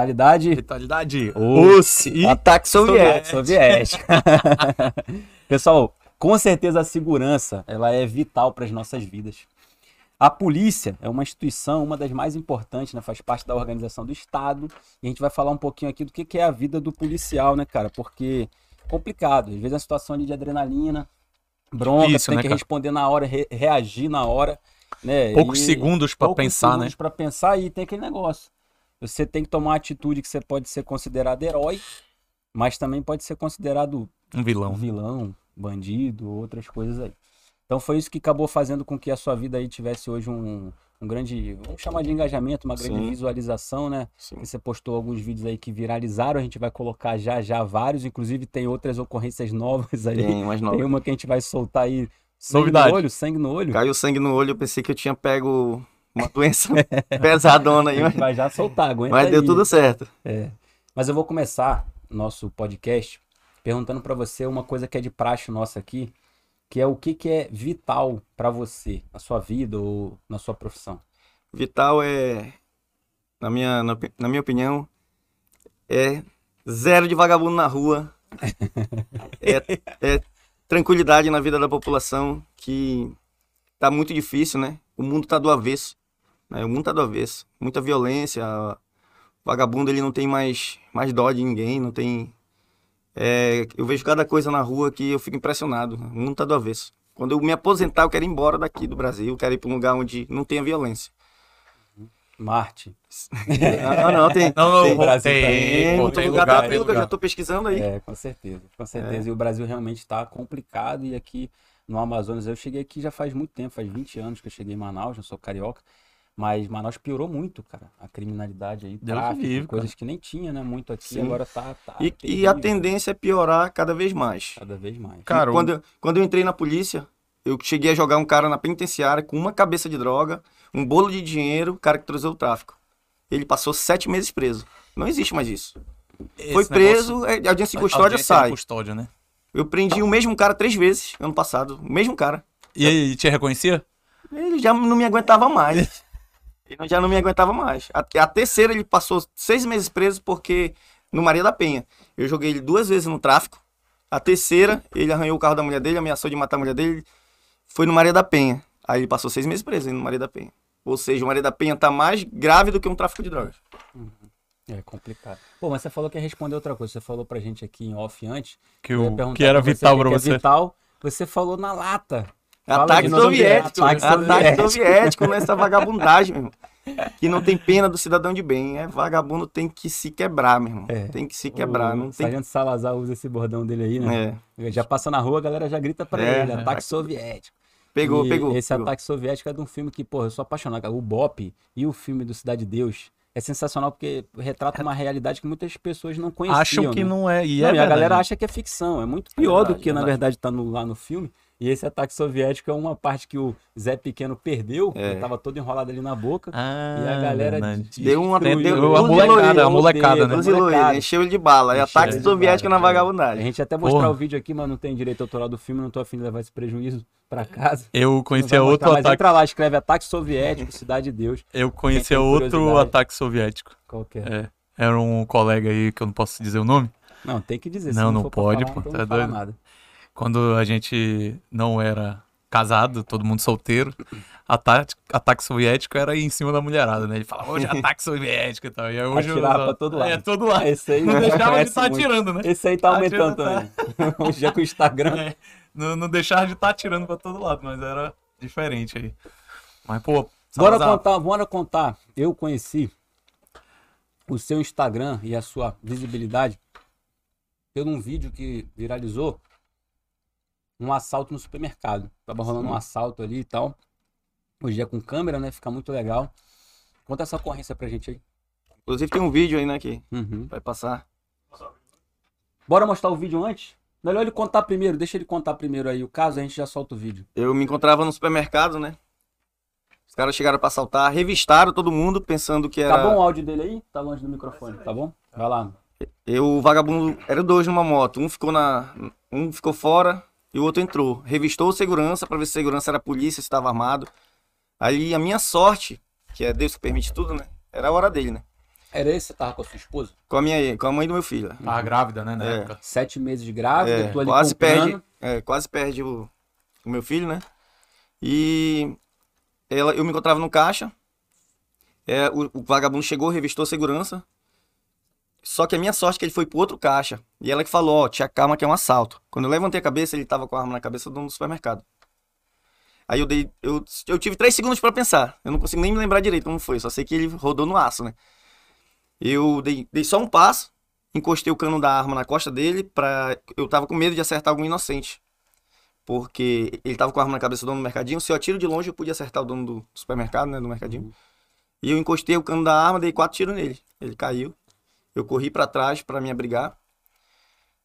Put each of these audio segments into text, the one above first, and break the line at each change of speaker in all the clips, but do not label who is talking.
Vitalidade
Vitalidade.
Os
e
Ataque
Soviético.
soviético. Pessoal, com certeza a segurança ela é vital para as nossas vidas. A polícia é uma instituição, uma das mais importantes, né? Faz parte da organização do Estado. E a gente vai falar um pouquinho aqui do que que é a vida do policial, né, cara? Porque é complicado. Às vezes é uma situação ali de adrenalina, bronca,
Difícil,
tem
né,
que
cara?
responder na hora, re- reagir na hora, né?
poucos
E-
segundos pra
poucos
pensar, né?
segundos Pra pensar e tem aquele negócio. Você tem que tomar uma atitude que você pode ser considerado herói, mas também pode ser considerado
Um vilão.
vilão, bandido, outras coisas aí. Então foi isso que acabou fazendo com que a sua vida aí tivesse hoje um, um grande, vamos chamar de engajamento, uma grande
Sim.
visualização, né?
Sim.
Você postou alguns vídeos aí que viralizaram, a gente vai colocar já já vários, inclusive tem outras ocorrências novas aí. Tem,
Tem, mas não.
uma que a gente vai soltar aí, sangue
Novidade.
no olho, sangue no olho.
Caiu sangue no olho, eu pensei que eu tinha pego uma doença pesadona
A
aí,
gente
mas,
vai já soltar, aguenta
mas deu
aí.
tudo certo.
Mas eu vou começar nosso podcast perguntando pra você uma coisa que é de praxe nossa aqui, que é o que, que é vital pra você, na sua vida ou na sua profissão.
Vital é, na minha, na, opi- na minha opinião, é zero de vagabundo na rua. É, é tranquilidade na vida da população que tá muito difícil, né? O mundo tá do avesso. né? O mundo tá do avesso. Muita violência. O vagabundo ele não tem mais, mais dó de ninguém, não tem. É, eu vejo cada coisa na rua que eu fico impressionado. né? O mundo tá do avesso. Quando eu me aposentar, eu quero ir embora daqui do Brasil, eu quero ir para um lugar onde não tenha violência.
Marte.
Não, não, tem.
Não, não,
tem,
pô,
Brasil
tem,
também,
tá pô,
muito
tem
lugar,
lugar,
tem
tem
lugar,
lugar.
já tô pesquisando aí.
É, com certeza, com certeza. E o Brasil realmente tá complicado e aqui no Amazonas, eu cheguei aqui já faz muito tempo, faz 20 anos que eu cheguei em Manaus, eu sou carioca, mas Manaus piorou muito, cara. A criminalidade aí,
Deus
tráfico,
me livre, cara.
coisas que nem tinha, né, muito aqui,
Sim.
agora tá, tá
E, e
terrível,
a tendência é piorar cada vez mais.
cada vez mais.
Cara,
E quando, eu- quando eu entrei na polícia, eu cheguei a jogar um cara na penitenciária com uma cabeça de droga, um bolo de dinheiro, o cara que trouxe o tráfico. Ele passou sete meses preso. Não existe mais isso.
esse
Foi
negócio-
preso, é, audiência de custódia
Audiência de
sai.
custódia, né?
Eu prendi o mesmo cara três vezes ano passado. O mesmo cara.
E aí, te reconhecia?
Ele já não me aguentava mais. Ele já não me aguentava mais. A, a terceira ele passou seis meses preso porque no Maria da Penha. Eu joguei ele duas vezes no tráfico. A terceira ele arranhou o carro da mulher dele, ameaçou de matar a mulher dele. Foi no Maria da Penha. Aí ele passou seis meses preso aí no Maria da Penha. Ou seja, o Maria da Penha tá mais grave do que um tráfico de drogas.
É complicado. Pô, mas você falou que ia responder outra coisa. Você falou pra gente aqui em off antes.
Que,
eu ia
o-
perguntar
que era
pra você
vital
o que
pra
que é
você.
vital. Você falou na lata. Fala
Ataque
de novo.
soviético. né?
Ataque
Ataque
soviético.
soviético nessa vagabundagem, meu irmão. Que não tem pena do cidadão de bem. É vagabundo, tem que se quebrar, meu irmão.
É.
Tem que se quebrar.
o
Não tem...
Sargento Salazar usa esse bordão dele aí, né?
É.
Já passa na rua, a galera já grita pra
É,
ele.
é.
Ataque soviético.
Pegou,
E
pegou.
Esse
pegou.
ataque soviético é de um filme que, porra, eu sou apaixonado. cara. O Bop e o filme do Cidade de Deus é sensacional porque retrata uma realidade que muitas pessoas não conheciam.
Acham que
né?
não é. E
Não, e
é
a
verdade.
galera acha que é ficção. É muito pior do
verdade,
que, na
verdade.
verdade, tá no- lá no filme. E esse ataque soviético é uma parte que o Zé Pequeno perdeu,
É.
ele tava todo enrolado ali na boca.
Ah,
e a galera
verdade.
Deu uma-
destruiu.
deu-
a molecada, a molecada, né?
Inclusive,
molecada.
ele encheu ele de bala. É
Encheu
ataque
ele de
soviético
bala,
na
cara. A
vagabundagem.
gente ia até mostrar
Porra.
o vídio aqui, mas não tem direito autoral do filme, não tô afim de levar esse prejuízo pra casa.
Eu
Não vai mostrar,
conhecia é outro
mas
ataque.
entra lá, escreve Ataque Soviético, Cidade de Deus,
Eu
Quem tem
conhecia outro
curiosidade.
ataque soviético.
qualquer.
É. Era um colega aí que eu não posso dizer o nome.
Não, tem que dizer. se
Não, não
for pra
pode,
falar,
pô,
então
tá
não fala
doido.
nada.
Quando a gente não era casado, todo mundo solteiro, ataque, ataque soviético era ir em cima da mulherada, né? Ele falava, hoje é ataque soviético e tal. E aí hoje eu-
Atirava pra todo lado.
É, todo lado.
Ah, esse aí
Não deixava de
conhece
estar
muito.
atirando, né? tá.
Esse aí tá aumentando
Atirando,
também. Hoje é com o Instagram.
É, não, não deixava de estar atirando pra todo lado, mas era diferente aí. Mas, pô,
Bora
Salazar,
contar, bora contar. Eu conheci o seu Instagram e a sua visibilidade por um vídeo que viralizou um assalto no supermercado. Tava rolando um assalto ali e tal. Hoje é com câmera, né? Fica muito legal. Conta essa ocorrência pra gente aí.
Inclusive, tem um vídeo aí, né, que
Uhum.
vai passar.
Bora mostrar o vídeo antes? Melhor ele contar primeiro, deixa ele contar primeiro aí o caso, a gente já solta o vídeo.
Eu me encontrava no supermercado, né? Os caras chegaram pra assaltar, revistaram todo mundo, pensando que era.
Tá bom o áudio dele aí? Tá longe do microfone, tá bom? Vai lá.
Eu, o vagabundo, era dois numa moto. Um ficou na, um ficou fora e o outro entrou. Revistou o segurança para ver se o segurança era a polícia, se estava armado. Aí a minha sorte, que é Deus que permite tudo, né? Era a hora dele, né?
Era esse que você tava com a sua esposa?
Com a, minha, com a mãe do meu filho.
Tava grávida, né, na
É.
época.
Sete meses grávida,
É,
tu ali
quase
comprando.
perde, é, quase perde o, o meu filho, né? E ela, eu me encontrava no caixa. é, o, o vagabundo chegou, revistou a segurança. Só que a minha sorte é que ele foi pro outro caixa. E ela que falou, ó, tinha calma que é um assalto. Quando eu levantei a cabeça, ele tava com a arma na cabeça do dono do supermercado. Aí eu dei. Eu, eu tive três segundos pra pensar. Eu não consigo nem me lembrar direito como foi. Só sei que ele rodou no aço, né? Eu dei, dei só um passo encostei o cano da arma na costa dele pra. Eu tava com medo de acertar algum inocente. Porque ele tava com a arma na cabeça do dono do mercadinho. Se eu atiro de longe, eu podia acertar o dono do supermercado, né? Do mercadinho. E eu encostei o cano da arma, dei quatro tiros nele. Ele caiu. Eu corri pra trás pra me abrigar.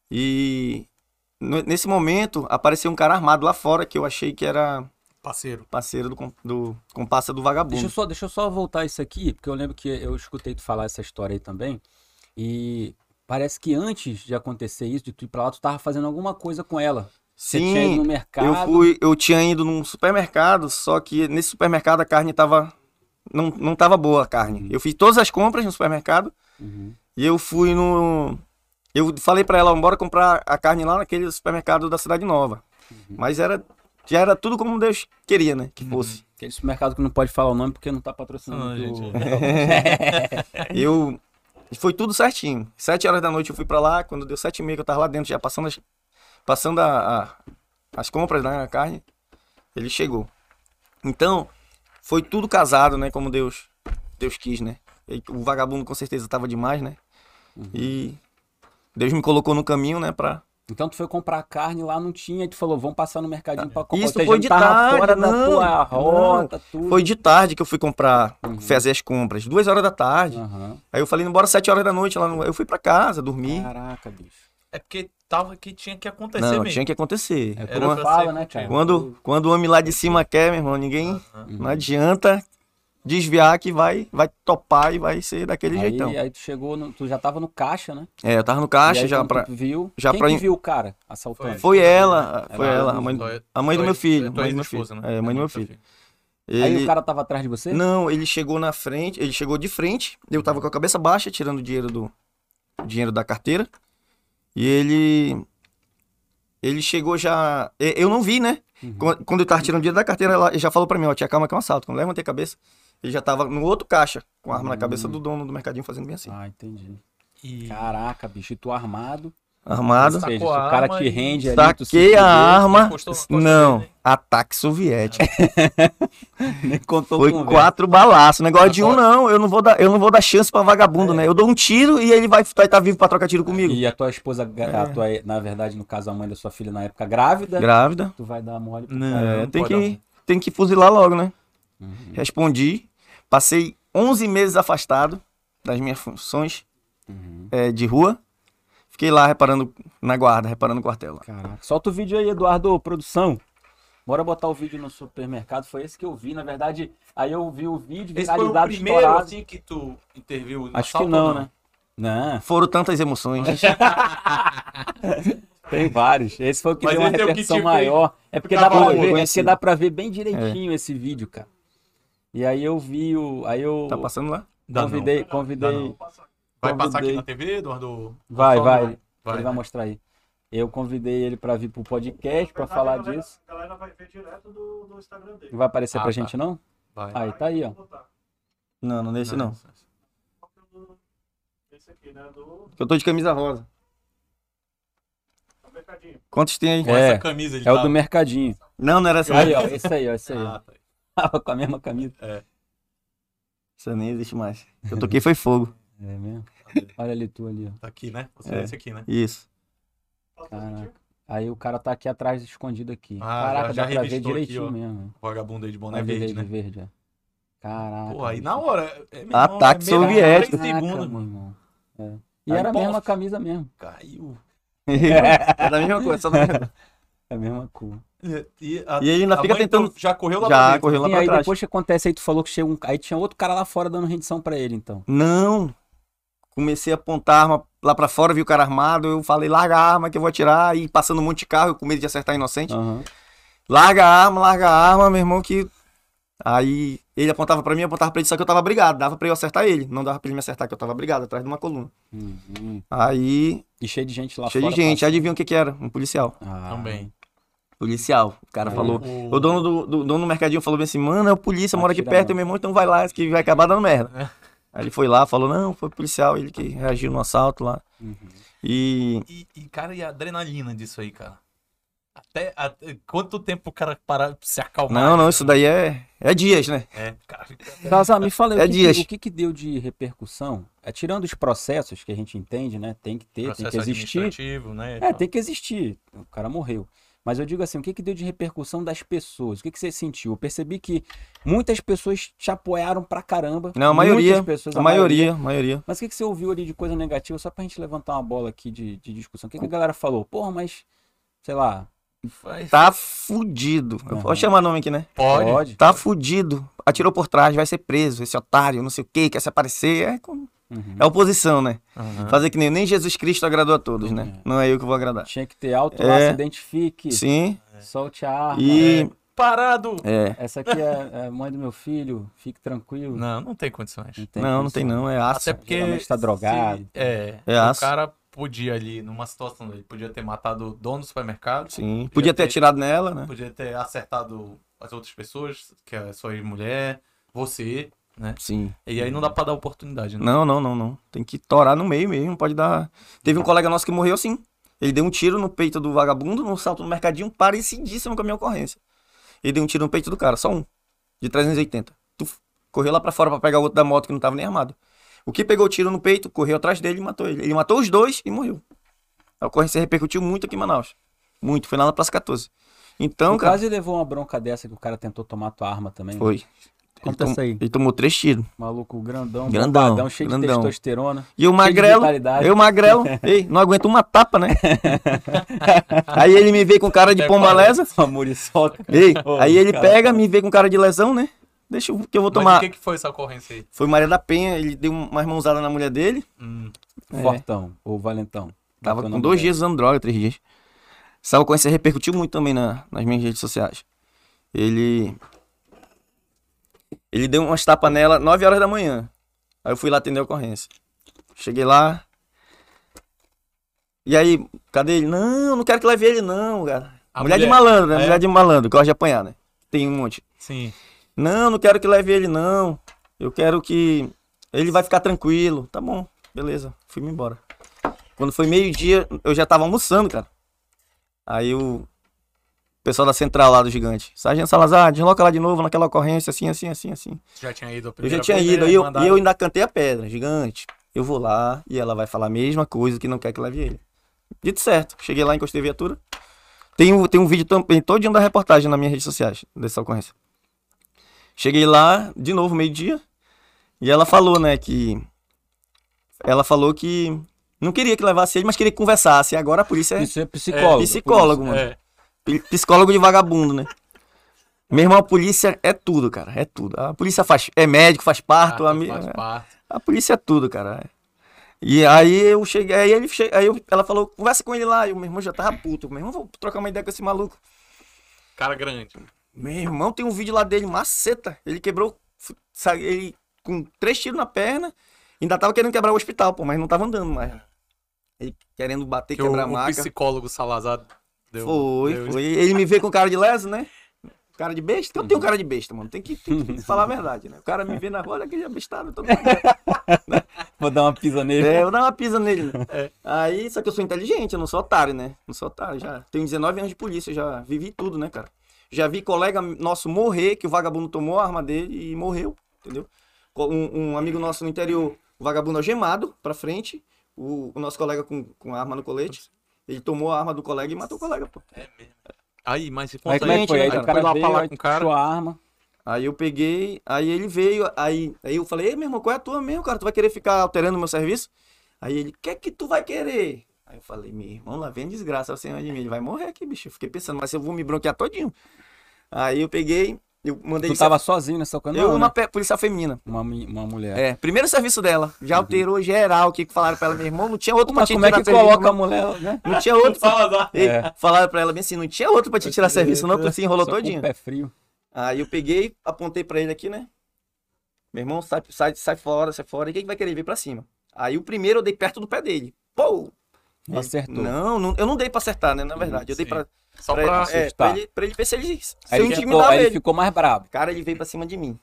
E. no- Nesse momento, apareceu um cara armado lá fora que eu achei que era
Parceiro.
parceiro do, com- do comparsa do
Deixa eu,
vagabundo.
só, deixa eu só voltar isso aqui, porque eu lembro que eu escutei tu falar essa história aí também. E parece que antes de acontecer isso, de tu ir pra lá, tu tava fazendo alguma coisa com ela. Você tinha ido no mercado.
Eu fui, eu tinha ido num supermercado, só que nesse supermercado a carne tava não, não tava boa a carne. Eu fiz todas as compras no supermercado
Uhum.
e eu fui no eu falei pra ela, bora comprar a carne lá naquele supermercado da Cidade Nova. Mas era já era tudo como Deus queria, né, que fosse.
Aquele supermercado que não pode falar o nome porque não tá patrocinando.
Não, Ah, gente. é.
Eu foi tudo certinho. Sete horas da noite eu fui pra lá, quando deu sete e meia que eu tava lá dentro já passando as passando a- a- as compras né, na carne, ele chegou. Então foi tudo casado, né? Como Deus Deus quis, né? E o vagabundo com certeza tava demais, né? E Deus me colocou no caminho, né? Pra
Então tu foi comprar carne lá, não tinha, e tu falou, vamos passar no mercadinho pra comprar.
Tá. Isso
Ou seja,
foi de
tava
tarde,
fora da
não,
tua rota, tudo.
foi de tarde que eu fui comprar, fazer as compras, duas horas da tarde.
Aham.
Aí eu falei, embora sete horas da noite, lá no... eu fui pra casa, dormi.
Caraca, bicho.
É porque tava que tinha que acontecer
Não,
mesmo.
tinha que acontecer.
É o que
Era
eu
pra
falo, né,
ser
cara?
contigo.
Quando, quando o homem lá de cima quer, meu irmão, ninguém. Não adianta desviar que vai, vai topar e vai ser daquele jeitão.
Aí, aí tu chegou, no- tu já tava no caixa, né?
É, eu tava no
E
caixa
aí,
já
quando
pra.
tu viu,
já
quem
pra-
que viu o cara assaltando?
Foi ela, foi
Ela- é
ela, a
é
mãe, do- a mãe do meu filho. Mãe do meu filho.
né?
né?
É, mãe do meu filho.
Aí o
Ele,
cara tava atrás de você?
não, ele chegou na frente, ele chegou de frente, eu tava com a cabeça baixa, tirando o dinheiro do o dinheiro da carteira. E ele ele chegou já, e- eu não vi, né? Quan- Quando eu tava tirando o dinheiro da carteira, ela ele já falou pra mim, ó, tinha calma que é um assalto. Quando eu levantei a cabeça, ele já tava no outro caixa, com a arma na cabeça do dono do mercadinho fazendo bem assim.
Ah, entendi.
E
Caraca, bicho, e tu armado.
Armado.
Ou seja, se
Sacou
o
a
cara
arma
te
e-
rende ali, tu se
Saquei a arma.
encostou na costa
Não,
dele, né?
ataque soviético.
fudeu, nem né? contou
Foi
com o
quatro balaços. Negócio de um
Agora-
não, eu não vou dar, eu não vou dar chance pra vagabundo, né? Eu dou um tiro e ele vai estar vivo pra trocar tiro comigo.
E a tua esposa,
É.
a tua, na verdade, no caso, a mãe da sua filha na época grávida,
Grávida.
tu vai dar mole. pro
Não,
cara.
É,
não
tem
pode
que tem que fuzilar logo, né? Respondi. Passei 11 meses afastado das minhas funções é, de rua. Fiquei lá reparando na guarda, reparando o quartel. lá.
Caraca. Solta o vídeo aí, Eduardo, produção. Bora botar o vídeo no supermercado. Foi esse que eu vi. Na verdade, aí eu vi o vídeo
Esse foi o
viralizado,
primeiro
estourado.
assim que tu interviu no
Acho que
assalto
não,
ou
né? Não,
Foram tantas emoções.
tem vários. Esse foi o que
Mas
deu uma
esse é o que
repercussão
te fez
maior. É porque, dá
ficar
pra
bom,
ver, é porque
conhecido.
dá pra ver bem direitinho
É.
esse vídeo, cara. E aí eu vi o. Aí eu
Tá passando lá?
Dá não.
convidei.
Dá
convidei.
não. Vai passar aqui
convidei-
na TV, Eduardo?
Vai,
Só
vai.
no-
ele
Vai,
vai
né?
mostrar aí. Eu convidei ele pra vir pro podcast pra falar disso.
A galera vai ver direto do, do Instagram dele.
Não vai aparecer
Ah,
pra
tá.
gente, não?
vai.
Aí, tá aí, ó.
Botar.
Não, não nesse não.
Esse aqui, né? Do,
Eu tô de camisa rosa.
do mercadinho.
Quantos tem aí?
Com
É,
essa camisa ele
É o
tá-
do mercadinho.
Não, não era essa.
Aí, ó. Esse aí, ó. Esse aí. ó.
Ah, tá.
Tava com a mesma camisa.
Isso nem existe mais. Eu toquei foi fogo.
É mesmo? Olha ali tu ali, ó.
Tá aqui, né? Você
É.
é. esse aqui, né?
Isso.
Falta
Caraca.
sentido.
Aí o cara tá aqui atrás, escondido aqui.
Ah,
Caraca,
já- já
dá pra ver
revistou aqui,
direitinho
ó.
mesmo.
Vagabundo aí de boné
Olha
verde,
verde,
né?
verde, ó. Caraca.
Pô, aí
bicho.
na hora. é, meu
Ataque
irmão, é meia hora e
Ah, tá, soviético.
Caraca,
segundo,
meu irmão. É. E
Aí,
era a
pô.
mesma camisa mesmo.
Caiu.
é da mesma coisa, só da mesma coisa.
É a mesma cor.
E, a-
E ele ainda
a
fica
mãe
tentando.
Já correu lá pra
Já
dentro.
correu lá
E
pra
aí
trás.
depois que acontece aí, tu falou que chega um. Aí tinha outro cara lá fora dando rendição pra ele, então.
Não. Comecei a apontar a arma lá pra fora, vi o cara armado. Eu falei, larga a arma que eu vou atirar. E passando um monte de carro, eu com medo
Ah.
de acertar inocente.
Aham.
Larga a arma, larga a arma, meu irmão, que. Aí Ele apontava pra mim, eu apontava pra ele, só que eu tava brigado. Dava pra eu acertar ele. Não dava pra ele me acertar, que eu tava brigado atrás de uma coluna.
Uhum.
Aí,
E cheio de gente lá
cheio
fora.
de gente. Adivinha o que que era? Um policial.
passa- Ah,
Também.
Policial. O cara falou. um
O-
O dono do, do- dono do mercadinho falou bem assim, mano, é o polícia, mora aqui
Atira
perto,
não.
meu irmão, então vai lá, que vai acabar dando merda. Aí ele foi lá, falou, não, foi o policial, ele que reagiu no assalto lá.
Uhum.
E
E, e, cara, e a adrenalina disso aí, cara? Até, até- quanto tempo o cara parar pra se acalmar?
não, não,
cara?
isso daí é, é dias, né?
É, cara, fica-
Casar, me fala aí,
É
o, que que,
dias.
o que que deu de repercussão? É, tirando os processos que a gente entende, né? Tem que ter, tem que
processo
existir.
administrativo, né?
É, tem que existir. O cara morreu. Mas eu digo assim, o que, que deu de repercussão das pessoas? O que, que você sentiu? Eu percebi que muitas pessoas te apoiaram pra caramba.
Não, a maioria,
Muitas pessoas,
A maioria, a maioria.
Mas o que, que você ouviu ali de coisa negativa? Só pra gente levantar uma bola aqui de, de discussão. O que, que a galera falou? Porra, mas, sei lá,
Faz-
Tá fudido. Eu
Aham.
posso chamar nome aqui, né?
Pode.
Tá fudido. Atirou por trás, vai ser preso, esse otário, não sei o que, quer se aparecer. É, como-
Uhum.
é oposição, né?
Aham.
Fazer que nem, nem Jesus Cristo agradou a todos, né? Não é eu que vou agradar.
Tinha que ter alto lá,
É.
se identifique,
Sim,
solte a
Ah,
arma.
e...
Parado!
É.
Essa aqui é, é a mãe do meu filho, fique tranquilo.
Não, não tem condições.
tem
não, não tem
condição.
não, é aço.
Até porque.
geralmente tá drogado.
se- é,
É
o
aço.
cara podia ali, numa situação, ele podia ter matado o dono do supermercado,
Sim. Podia ter atirado nela, né?
podia ter acertado as outras pessoas, que é a sua mulher, você, né?
Sim.
E aí não dá pra dar oportunidade, né?
Não, não, não, não. Tem que torar no meio mesmo, não pode dar. Teve um colega nosso que morreu assim. Ele deu um tiro no peito do vagabundo, num salto no mercadinho, parecidíssimo com a minha ocorrência. Ele deu um tiro no peito do cara, só um. De 380. Tuf. correu lá pra fora pra pegar o outro da moto que não tava nem armado. O que pegou o tiro no peito, correu atrás dele e matou ele. Ele matou os dois e morreu. A ocorrência repercutiu muito aqui em Manaus. Muito, foi lá na Praça 14. Então,
Tu
cara.
quase levou uma bronca dessa que o cara tentou tomar tua arma também. né?
Foi. Ele,
Conta
tom-
essa aí.
ele tomou três tiros.
Maluco grandão,
Grandão,
bombadão, cheio de
grandão.
testosterona.
E
cheio
o
de
magrelo.
vitalidade.
Eu magrelo, ei, não aguento uma tapa, né? aí ele me vê com cara de
Até
pomba
parece.
lesa.
Uma muriçoca.
Ei,
Ô,
aí ele
cara.
pega, me vê com cara de lesão, né? Deixa eu, que eu vou
Mas o
tomar.
que, que foi essa ocorrência aí?
Foi Maria da Penha, ele deu uma mãozada na mulher dele.
Hum,
É.
Fortão, ou valentão.
Tava
Bacana,
com dois
moleque.
dias usando droga, três dias. Essa ocorrência repercutiu muito também na- nas minhas redes sociais. Ele. Ele deu umas tapas nela 9 horas da manhã. Aí eu fui lá atender a ocorrência. Cheguei lá. E aí, cadê ele? Não, não quero que leve ele, não, cara.
A
mulher, de
mulher.
malandro, né?
É.
Mulher de malandro, gosta de apanhar, né? Tem um monte.
sim.
Não, não quero que leve ele, não. Eu quero que. Ele vai ficar tranquilo. Tá bom, beleza. Fui-me embora. Quando foi meio-dia, eu já tava almoçando, cara. Aí o pessoal da central lá do gigante. Sargento Salazar, desloca lá de novo naquela ocorrência, assim, assim, assim, assim.
Já tinha ido a
Eu já
primeira é
tinha
vez,
ido,
aí
aí eu,
mandaram-
e eu ainda cantei a pedra, gigante. Eu vou lá e ela vai falar a mesma coisa que não quer que leve ele. Dito certo, cheguei lá, encostei a viatura. Tem um, tem um vídeo também, todinho da reportagem nas minhas redes sociais, dessa ocorrência. Cheguei lá, de novo, meio-dia, e ela falou, né, que... Ela falou que não queria que levasse ele, mas queria que conversasse. E agora a polícia é
Isso é psicólogo.
psicólogo, mano.
É.
Pi- Psicólogo de vagabundo, né? Meu irmão, a polícia é tudo, cara. É tudo. A polícia faz, é médico, faz parto.
Parto,
a, é. mi-
Ah, faz parte.
a polícia é tudo, cara. E aí eu cheguei, aí ele che- aí eu- ela falou, conversa com ele lá. E o meu irmão já tava puto. Meu irmão, vou trocar uma ideia com esse maluco.
Cara grande.
Meu irmão tem um vídeo lá dele, maceta. Ele quebrou, fu- sa- ele com três tiros na perna. Ainda tava querendo quebrar o hospital, pô, mas não tava andando mais. Ele querendo bater,
Que
quebrar a
o, o
maca.
psicólogo Salazar deu.
Foi,
deu-
foi. Ele me vê com cara de leso, né? Cara de besta? Eu tenho
Uhum.
cara de besta, mano. Tem que, tem que falar a verdade, né? O cara me vê na rua, olha aquele abestado. eu Tô...
Vou dar uma pisa nele.
É, eu dou uma pisa nele. Né?
É.
Aí, só que eu sou inteligente, eu não sou otário, né? Não sou otário, já. Tenho 19 anos de polícia, já vivi tudo, né, cara? Já vi colega nosso morrer, que o vagabundo tomou a arma dele e morreu, entendeu? Co- Um, um amigo nosso no interior, o vagabundo algemado pra frente, o, o nosso colega com, com a arma no colete. Ele tomou a arma do colega e matou o colega, pô.
É mesmo. Aí, mas conta
Aí como é que foi?
né,
Aí
cara?
o cara
Foi lá
veio,
falar
aí
com o
tu
cara.
puxou a arma.
Aí eu peguei, aí ele veio, aí, aí eu falei, ei, meu irmão, qual é a tua mesmo, cara? Tu vai querer ficar alterando o meu serviço? Aí ele, o que é que tu vai querer? Aí eu falei, meu irmão, lá vem a desgraça ao Senhor de mim, ele vai morrer aqui, bicho. Eu fiquei pensando, mas eu vou me bronquear todinho. Aí eu peguei, eu mandei
Tu tava sozinho nessa ocasião?
Eu e
Não,
uma
né?
pe- policial feminina.
uma, mi- uma mulher.
É, primeiro serviço dela. Já alterou geral o que falaram pra ela, meu irmão, não tinha outro pra
Mas
te
como é
tirar
que
serviço,
coloca a
não-
mulher, né?
Não tinha outro. pra-
Salazar.
Ei,
É.
Falaram pra ela bem assim, não tinha outro pra te tirar serviço, não, tu se enrolou
Só com o
todinho.
pé frio.
Aí eu peguei, apontei pra ele aqui, né? Meu irmão, sai, sai, sai fora, sai fora. E quem que vai querer vir pra cima? Aí o primeiro eu dei perto do pé dele. Pô!
Não acertou.
Não, não- eu não dei pra acertar, né? Na verdade, eu dei
sim.
pra,
Só
pra,
pra.
é,
assustar.
pra ele, pra ele ver se ele, se
Aí
eu
ele, ficou,
intimidava
aí ele
ele.
ficou mais brabo.
Cara, ele veio pra cima de mim.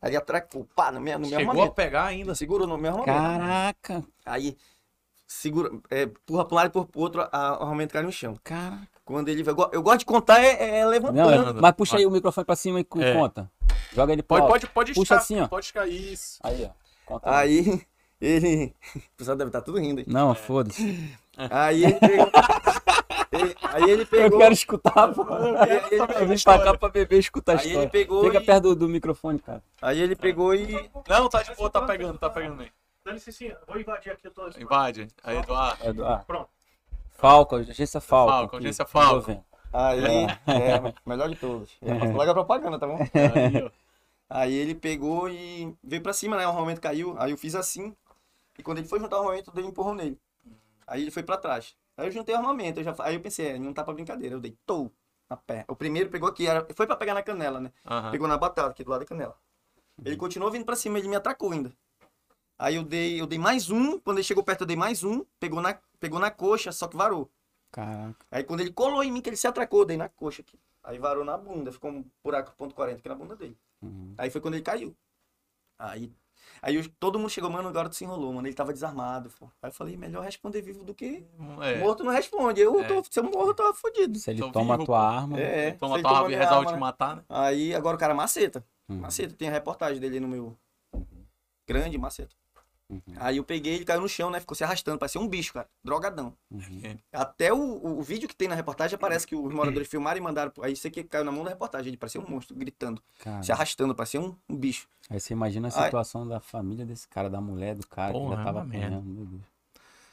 Aí ele atracou, pá, no meu, no meu
Chegou a
armamento.
pegar ainda.
Segurou no meu armamento.
Caraca,
Aí, segura, é, empurra pra um lado e empurra pro outro, a- o armamento cai no chão.
caraca.
Quando ele vai, eu go- eu gosto de contar, é, é levantando.
Não,
Andando.
é- mas puxa aí o microfone pra cima e co-
É.
conta. Joga ele pra
Pode,
alto.
pode, pode
Puxa
estar.
assim, ó.
Pode ficar. Isso.
Aí, ó. Conta aí.
Aí, ele, o pessoal deve estar tudo rindo aí.
Não, foda-se.
Aí ele pegou, ele- aí ele
Eu
pegou,
quero escutar, pô.
aí ele
Eu
pegou,
vim pra cá pra beber e escutar a
Aí ele
história.
pegou
Fica
e-
perto do, do microfone, cara.
aí ele pegou e,
Não, tá de boa, tá pegando, tá pegando aí.
Dá licencinha, vou invadir aqui, eu tô...
Invade. Aí, Eduardo.
É do- ah,
Pronto.
Falco, agência Falco.
Falco,
que-
agência
que
Falco.
eu tô vendo.
aí, é, melhor de todos. Eu faço logo a propaganda, tá bom?
É. Aí, ó.
Aí ele pegou e veio pra cima, né? O armamento caiu. Aí eu fiz assim. E quando ele foi juntar o armamento, eu dei um empurrão nele. Aí ele foi pra trás. Aí eu juntei o armamento. Eu já... Aí eu pensei, é, não tá pra brincadeira. Eu dei tou na pé. O primeiro pegou aqui, era... foi pra pegar na canela, né?
Aham.
Pegou na batata, aqui do lado da canela.
Uhum.
Ele continuou vindo pra cima, ele me atacou ainda. Aí eu dei, eu dei mais um. Quando ele chegou perto, eu dei mais um. Pegou na, pegou na coxa, só que varou.
Caraca.
Aí quando ele colou em mim, que ele se atracou, eu dei na coxa aqui. Aí varou na bunda, ficou um buraco ponto .40 aqui na bunda dele.
Uhum.
Aí foi quando ele caiu. Aí, aí eu- todo mundo chegou, mano, agora tu se enrolou, mano. Ele tava desarmado. pô. Aí eu falei, melhor responder vivo do que
É.
morto não responde. Eu
É.
tô, se eu morro, eu tava fodido.
Se ele
Tô
toma
vivo,
a tua arma.
É,
Toma
se ele
tua
tomar
arma e
minha
resolve
arma,
te
né?
matar, né?
Aí agora o cara é maceta.
Uhum.
Maceta, tem a reportagem dele no meu. Grande maceta.
Uhum.
Aí eu peguei, ele caiu no chão, né? Ficou se arrastando, parecia um bicho, cara. Drogadão.
Uhum.
Até o, o- o vídeo que tem na reportagem parece que os moradores filmaram e mandaram. pro- Aí isso aqui caiu na mão da reportagem. Ele parecia um monstro, gritando,
Cara,
se arrastando, parecia um, um bicho.
aí você imagina a
Ai.
situação da família desse cara, da mulher, do cara que
Porra,
já tava
é uma merda.
apanhando. Meu Deus.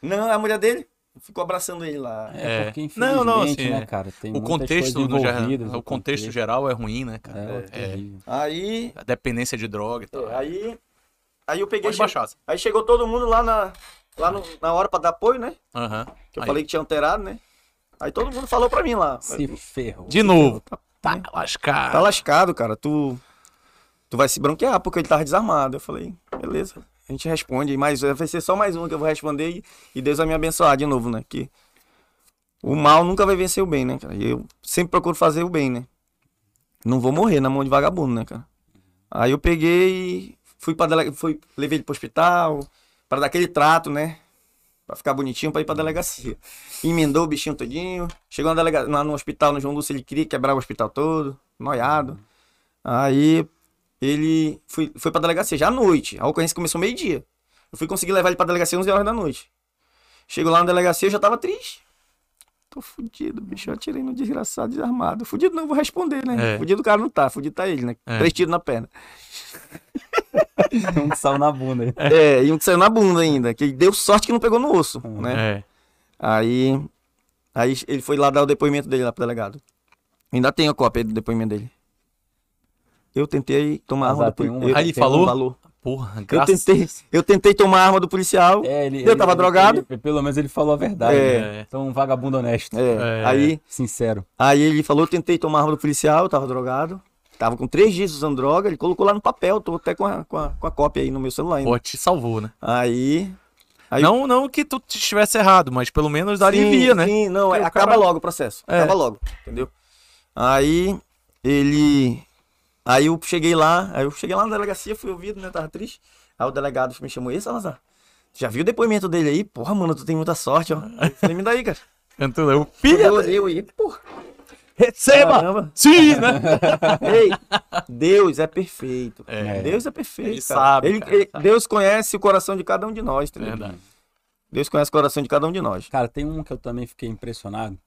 Não, é a mulher dele ficou abraçando ele lá.
É,
É.
porque infelizmente,
Não, não, assim,
né,
é.
cara, tem
O
muitas
contexto,
coisas
no geral,
envolvidas,
o contexto geral é ruim, né, cara?
É,
É.
terrível.
Aí,
A dependência de droga e tal.
é, aí, aí eu peguei,
Pode baixar. assim.
aí chegou todo mundo lá na, lá no- na hora pra dar apoio, né?
Aham.
Que eu
Aí.
falei que tinha alterado, né? Aí todo mundo falou pra mim lá.
Se ferrou.
De novo. Tá lascado.
Tá lascado, cara. Tu, tu vai se branquear porque ele tava desarmado. Eu falei, beleza. A gente responde, mas vai ser só mais um que eu vou responder e, e Deus vai me abençoar de novo, né? Que o mal nunca vai vencer o bem, né, cara? E eu sempre procuro fazer o bem, né? Não vou morrer na mão de vagabundo, né, cara? Aí eu peguei e fui pra dele... fui levei ele pro hospital pra dar aquele trato, né? Pra ficar bonitinho, pra ir pra delegacia. Emendou o bichinho todinho. Chegou na delega... lá no hospital, no João Lúcio, ele queria quebrar o hospital todo, noiado. Aí ele foi, foi pra delegacia já à noite. A ocorrência começou meio-dia. Eu fui conseguir levar ele pra delegacia 11 horas da noite. Chego lá na delegacia, eu já tava triste. Tô fudido, bicho. Eu atirei no desgraçado desarmado. Fudido não, vou responder, né?
É.
Fudido o cara não tá, fudido tá ele, né?
É.
Três tiros na perna.
um sal na bunda. aí.
É. e um que saiu na bunda ainda, que deu sorte que não pegou no osso, né?
É.
Aí, aí ele foi lá dar o depoimento dele lá pro delegado. Ainda tem a cópia do depoimento dele. Eu tentei tomar a arma
Azar,
do poli-
tem uma.
eu-
Aí ele
tem um
falou?
valor.
Porra,
Eu
graças
tentei, eu tentei tomar a arma do policial.
É, ele,
Eu tava drogado.
ele- pelo menos ele falou a verdade.
É.
né? Então, um vagabundo honesto,
É,
É.
Aí,
sincero.
aí ele falou, eu tentei tomar a arma do policial, eu tava drogado. Tava com três dias usando droga, ele colocou lá no papel, tô até com a, com a, com a cópia aí no meu celular ainda.
Pô, te salvou, né?
Aí. Aí-
Não, não que tu estivesse errado, mas pelo menos alivia,
sim,
né?
Sim, não, é,
Porque o
acaba
cara-
logo o processo.
É.
Acaba logo, entendeu? Aí ele. Aí eu cheguei lá, aí eu cheguei lá na delegacia, fui ouvido, né? Tava triste. Aí o delegado me chamou, e aí, Salazar? Já viu o depoimento dele aí? Porra, mano, tu tem muita sorte, ó. Eu falei, me daí, cara.
Cantou eu,
Quando
filha,
eu olhei, eu ia, porra,
receba!
caramba.
Sim,
É
né?
Ei, Deus é perfeito.
Né?
É.
Deus é perfeito,
Ele
cara.
sabe,
Ele-
cara,
ele-
sabe.
Deus conhece o coração de cada um de nós, entendeu?
Verdade.
Deus conhece o coração de cada um de nós.
Cara, tem um que eu também fiquei impressionado,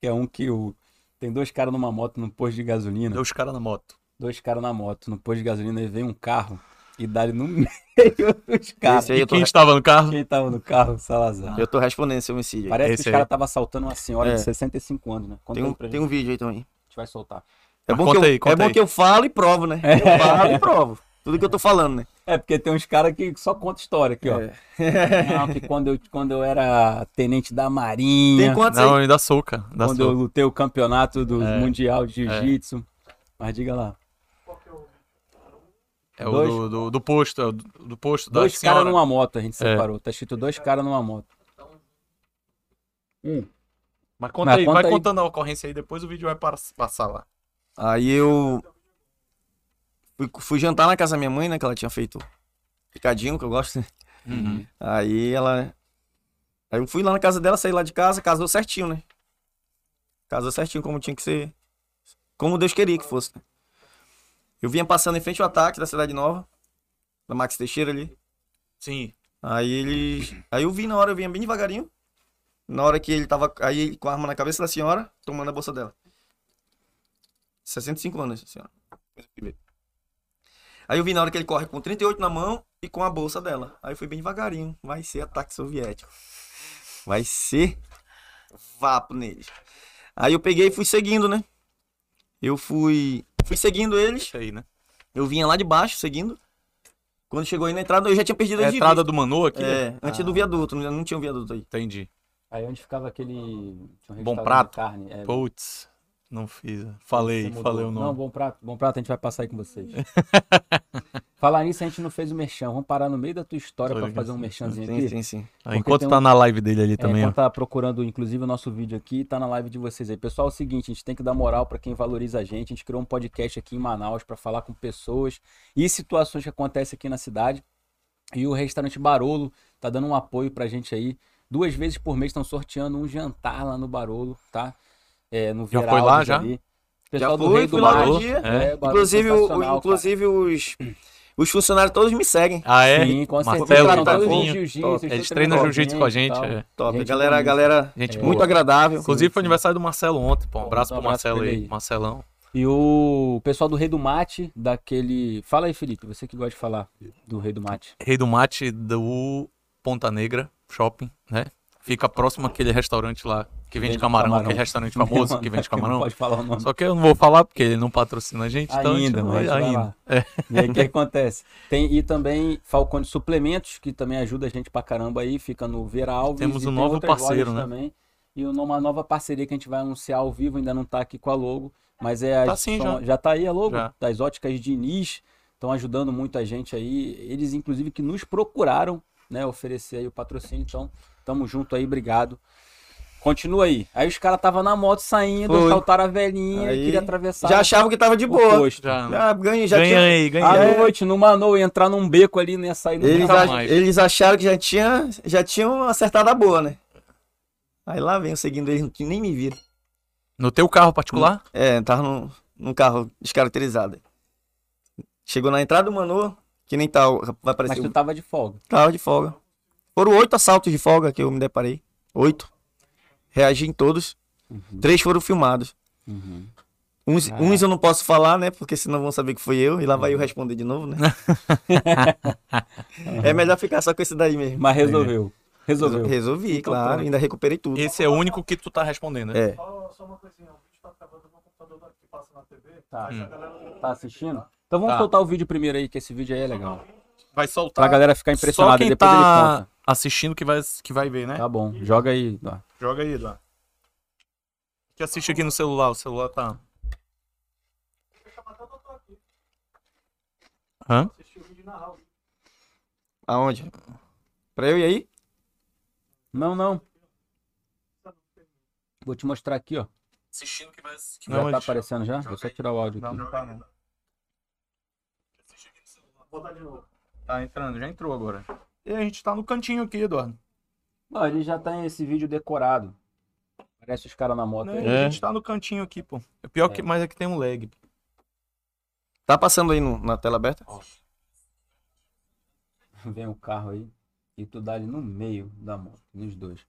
que é um que o... Tem dois caras numa moto num posto de gasolina.
Deu os caras na moto.
dois caras na moto, no posto de gasolina, e vem um carro e dá ele no meio dos caras.
Esse aí
E
eu tô,
quem estava no carro?
Quem tava no carro? Salazar.
eu tô respondendo esse homicídio. aí.
Parece
Esse
que
aí.
os caras estavam assaltando uma senhora de
É.
65 anos, né? Conta
Tem um,
aí pra
tem
gente.
um vídeo aí também.
A gente vai soltar.
É
Mas
bom,
conta
que eu,
aí,
é
conta
bom
aí. É.
que eu falo e provo, né? Eu falo e provo. Tudo que eu tô falando, né? É.
É, porque tem uns caras que só contam história aqui, ó. Não, que quando eu, quando eu era tenente da
Tem
Marinha,
quantos
Não,
aí?
ainda sou, cara. Ainda
quando eu
sou.
lutei o
É.
campeonato do Mundial de Jiu-Jitsu. Mas diga lá.
Qual que é o...
É o
Dois-
do, do, do posto, é o do, do posto da
Dois
senhora.
caras numa moto, a gente
É.
separou. Tá escrito dois caras numa moto. Hum.
Mas conta
Mas
aí,
conta aí.
vai contando a ocorrência aí, depois o vídeo vai pas- passar lá.
Aí eu fui, fui jantar na casa da minha mãe, né? Que ela tinha feito picadinho, que eu gosto. né?
Uhum.
Aí ela. Aí eu fui lá na casa dela, saí lá de casa, casou certinho, né? Casou certinho como tinha que ser. Como Deus queria que fosse. né? Eu vinha passando em frente ao ataque da Cidade Nova, da Max Teixeira ali.
Sim.
Aí ele. Aí eu vi na hora, eu vinha bem devagarinho. Na hora que ele tava. Aí ele com a arma na cabeça da senhora, tomando a bolsa dela. 65 anos, a senhora. Aí eu vi na hora que ele corre com 38 na mão e com a bolsa dela. Aí eu fui bem devagarinho. Vai ser ataque soviético. Vai ser vapo neles. Aí eu peguei e fui seguindo, né? Eu fui. Fui seguindo eles.
Isso aí, né?
Eu vinha lá de baixo, seguindo. Quando chegou aí na entrada, eu já tinha perdido
É a
de
entrada do Manu aqui? né?
é, antes do viaduto, não, não tinha um viaduto aí.
Entendi.
Aí onde ficava aquele. tinha um
Bom
restaurante de
prato.
Carne. É,
Putz, não fiz.
você
Falei,
mudou.
falei o
Não,
nome.
bom prato, bom prato, a gente vai passar aí com vocês. Falar nisso, a gente não fez o merchan. Vamos parar no meio da tua história
Tô
pra
ligado.
fazer um merchanzinho
Sim,
aqui.
sim, sim.
Ah,
porque
Enquanto
tem
tá
um-
na live dele ali
É,
também, ó.
enquanto tá procurando, inclusive, o nosso vídeo aqui, tá na live de vocês aí. Pessoal, é o seguinte, a gente tem que dar moral pra quem valoriza a gente. A gente criou um podcast aqui em Manaus pra falar com pessoas e situações que acontecem aqui na cidade. E o restaurante Barolo tá dando um apoio pra gente aí. Duas vezes por mês estão sorteando um jantar lá no Barolo, tá? É, no
Já foi
Veraldo
lá, já?
Ali.
Já
Pessoal do
fui,
Rei do
fui lá
Mar.
no dia.
É.
Barolo
Inclusive, o-
sensacional, cara.
inclusive os, os funcionários todos me seguem.
Ah, é?
Sim, com certeza.
Marcelo, tá
Não, todos
Tavinho.
os jiu-jitsu,
Top.
estão
Eles treinam
treinando
é jiu-jitsu com a gente.
e tal.
é.
Top.
Gente
galera,
boníssima.
galera
Gente
É.
boa.
muito agradável.
Inclusive foi
sim.
aniversário do Marcelo ontem. Pô, um
Pô,
abraço
um
pro
abraço
Marcelo
pra ele
aí.
aí.
Marcelão.
E o pessoal do Rei do Mate, daquele. Fala aí, Felipe, você que gosta de falar do Rei do Mate.
Rei do Mate do Ponta Negra Shopping, né? Fica próximo àquele restaurante lá que vende
Vende
camarão,
camarão.
aquele restaurante famoso que vende
Não
camarão.
pode falar o nome.
Só que eu não vou falar porque ele não patrocina a gente, então a gente
Ainda,
não
mas vai lá.
ainda. É.
E aí, o que acontece? Tem, e também Falcone Suplementos, que também ajuda a gente pra caramba aí, fica no Vera Alves.
Temos
e
um
tem
novo
outras
parceiro,
lojas
né?
Também. E uma nova parceria que a gente vai anunciar ao vivo, ainda não tá aqui com a logo, mas é a.
Tá sim, já.
tá aí a logo?
Já.
Das óticas Diniz, estão ajudando muito a gente aí. Eles, inclusive, que nos procuraram, né, oferecer aí o patrocínio. Então, tamo junto aí, obrigado. Continua aí. Aí os caras estavam na moto saindo,
Foi.
saltaram a velhinha,
Aí,
queria atravessar.
Já achava que tava de
o
boa.
posto.
Já,
Já ganhei, já tinha.
ganhei, ganhei.
À noite, no Manoa, entrar num beco ali, né? Sair no
Eles,
Nunca
ach-
tá mais.
eles acharam que já, tinha, já tinham acertado a boa, né? Aí lá vem eu seguindo eles, não tinha- nem me viram.
No teu carro particular?
É, tava num, num carro descaracterizado. Chegou na entrada do Manoa, que nem tal, vai
Mas
aparecer
tu
o
tava de folga.
Tava de folga. Foram oito assaltos de folga que eu me deparei. Oito. Reagi em todos.
Uhum.
Três foram filmados. Uns,
Caraca.
uns eu não posso falar, né? Porque senão vão saber que fui eu. E lá
Uhum.
vai eu responder de novo, né? é melhor ficar só com esse daí mesmo.
Mas resolveu. Resolveu.
Resolvi,
Então,
claro.
pronto.
Ainda recuperei tudo.
Esse é o único que tu tá respondendo, né?
É.
Só, só uma coisinha, o vídeo tá acabando no computador lá que passa na TV.
Tá.
Aí a galera-
Tá Tá. assistindo? Então vamos
Tá.
soltar o vídeo primeiro aí, que esse vídeo aí é legal. Pra
Vai soltar.
galera ficar
Só
impressionada e
quem
depois ele
tá
conta.
assistindo que vai, que vai ver, né?
Tá bom, joga aí. ó.
Joga aí, lá. Que assiste aqui no celular, o celular tá. Hã?
Aonde? Pra eu e aí?
Não, não. Vou te mostrar aqui, ó.
Assistindo que vai. Que
Já tá aparecendo já? Vou só tirar o áudio aqui.
tá, não.
Vou dar de novo.
Tá entrando, já entrou agora. E a gente tá no cantinho aqui, Eduardo.
Não, ele já tem esse vídeo decorado. Parece os caras na moto
Né?
aí.
A gente tá no cantinho aqui, pô. O pior que mais é que tem um lag.
Tá passando aí no- na tela aberta?
Vem o carro aí e tu dá ali no meio da moto, nos dois.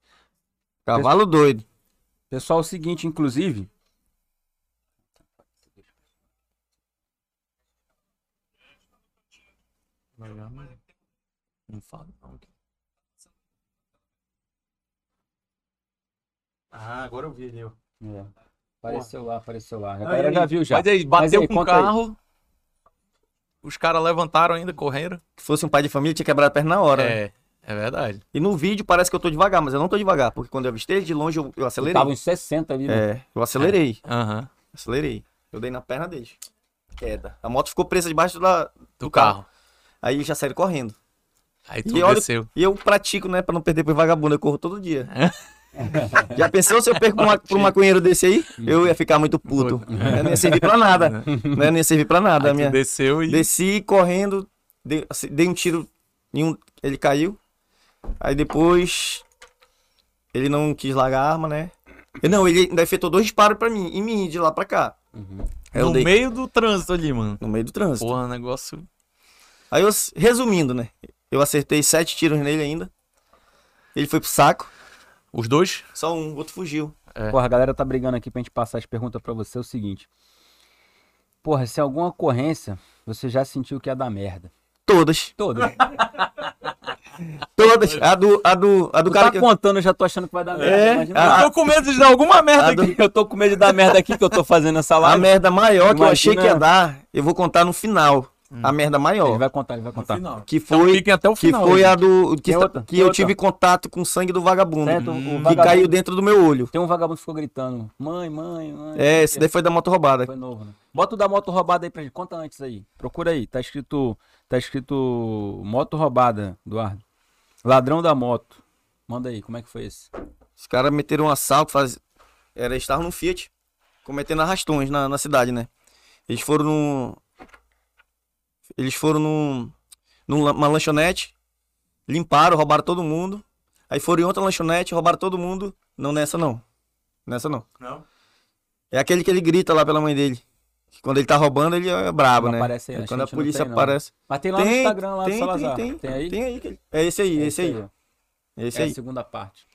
Cavalo doido.
Pessoal, é o seguinte, inclusive.
Não fala, não. Ah, agora eu vi ele. ó.
É, apareceu lá, apareceu lá. A
Aí,
galera
aí.
já viu já.
Mas aí, bateu
aí,
com o
conta aí.
carro. Os caras levantaram ainda, correram.
Se fosse um pai de família, tinha quebrado a perna na hora. né?
É, é verdade.
E no vídeo parece que eu tô devagar, mas eu não tô devagar. Porque quando eu avistei ele de longe, eu, eu acelerei.
Tava uns 60 ali, né?
É, eu acelerei.
Aham.
Acelerei. Eu dei na perna dele. queda. A moto ficou presa debaixo da,
do,
do
carro.
carro. Aí já saíram correndo.
Aí tu
E olha-
desceu.
E eu pratico, né, pra não perder pro vagabundo, eu corro todo dia. Já pensou se eu perco pra uma- pra um maconheiro desse aí? Eu ia ficar muito puto. Eu não ia servir pra nada. Né? Não ia servir pra nada.
Aí
a minha...
tu desceu e.
Desci correndo, dei, assim, dei um tiro em um. Ele caiu. Aí depois. Ele não quis largar a arma, né? Não, ele ainda efetuou dois disparos pra mim, em mim, de lá pra cá.
Uhum.
Aí eu
no
dei-
meio do trânsito ali, mano.
no meio do trânsito.
Porra, negócio.
Aí eu, resumindo, né? Eu acertei sete tiros nele ainda. Ele foi pro saco,
Os dois?
só um, o outro fugiu.
É.
Porra, a galera tá brigando aqui pra gente passar as perguntas pra você. É o seguinte. Porra, se alguma ocorrência você já sentiu que ia dar merda.
Todas,
Todas.
todas. A do, a do, a do
Tu
cara
tá
que. eu-
contando, eu já tô achando que vai dar merda.
É,
imagina.
a-
tô com medo de dar alguma merda
a ah, do-
aqui.
Eu tô com medo de dar merda aqui que eu tô fazendo essa
A
live.
merda maior que eu achei que ia
Imagina-
dar, eu vou contar no final. A merda
Ele
maior.
vai contar, ele vai um contar.
Que
Então
foi.
fiquem até o
Que
final.
foi
gente.
a do. Que,
Tem outra?
que
Tem
eu
outra?
tive contato com o sangue do vagabundo.
Certo? O
que
vagabundo-
caiu dentro do meu olho.
Tem um vagabundo que ficou gritando: Mãe, mãe, mãe.
É, esse daí foi da moto roubada.
Foi novo, né? Bota o da moto roubada aí pra gente. Conta antes aí. Procura aí. Tá escrito. Tá escrito. Moto roubada, Eduardo. Ladrão da moto. Manda aí, como é que foi esse?
Os caras meteram um assalto, faz... Era, eles estavam num Fiat, cometendo arrastões na, na cidade, né? Eles foram num. Eles foram num. numa uma lanchonete, limparam, roubaram todo mundo. Aí foram em outra lanchonete, roubaram todo mundo. Não nessa não. Nessa não.
Não?
É aquele que ele grita lá pela mãe dele. Que quando ele tá roubando, ele é brabo,
Não
né?
aparece aí,
Aí
a
quando a
gente não
polícia
tem, não.
aparece.
Mas tem lá no Instagram, lá do
tem,
Salazar.
Tem, tem,
aí?
Tem aí. que- É esse aí, esse aí.
ó.
Esse
É
aí.
a segunda parte.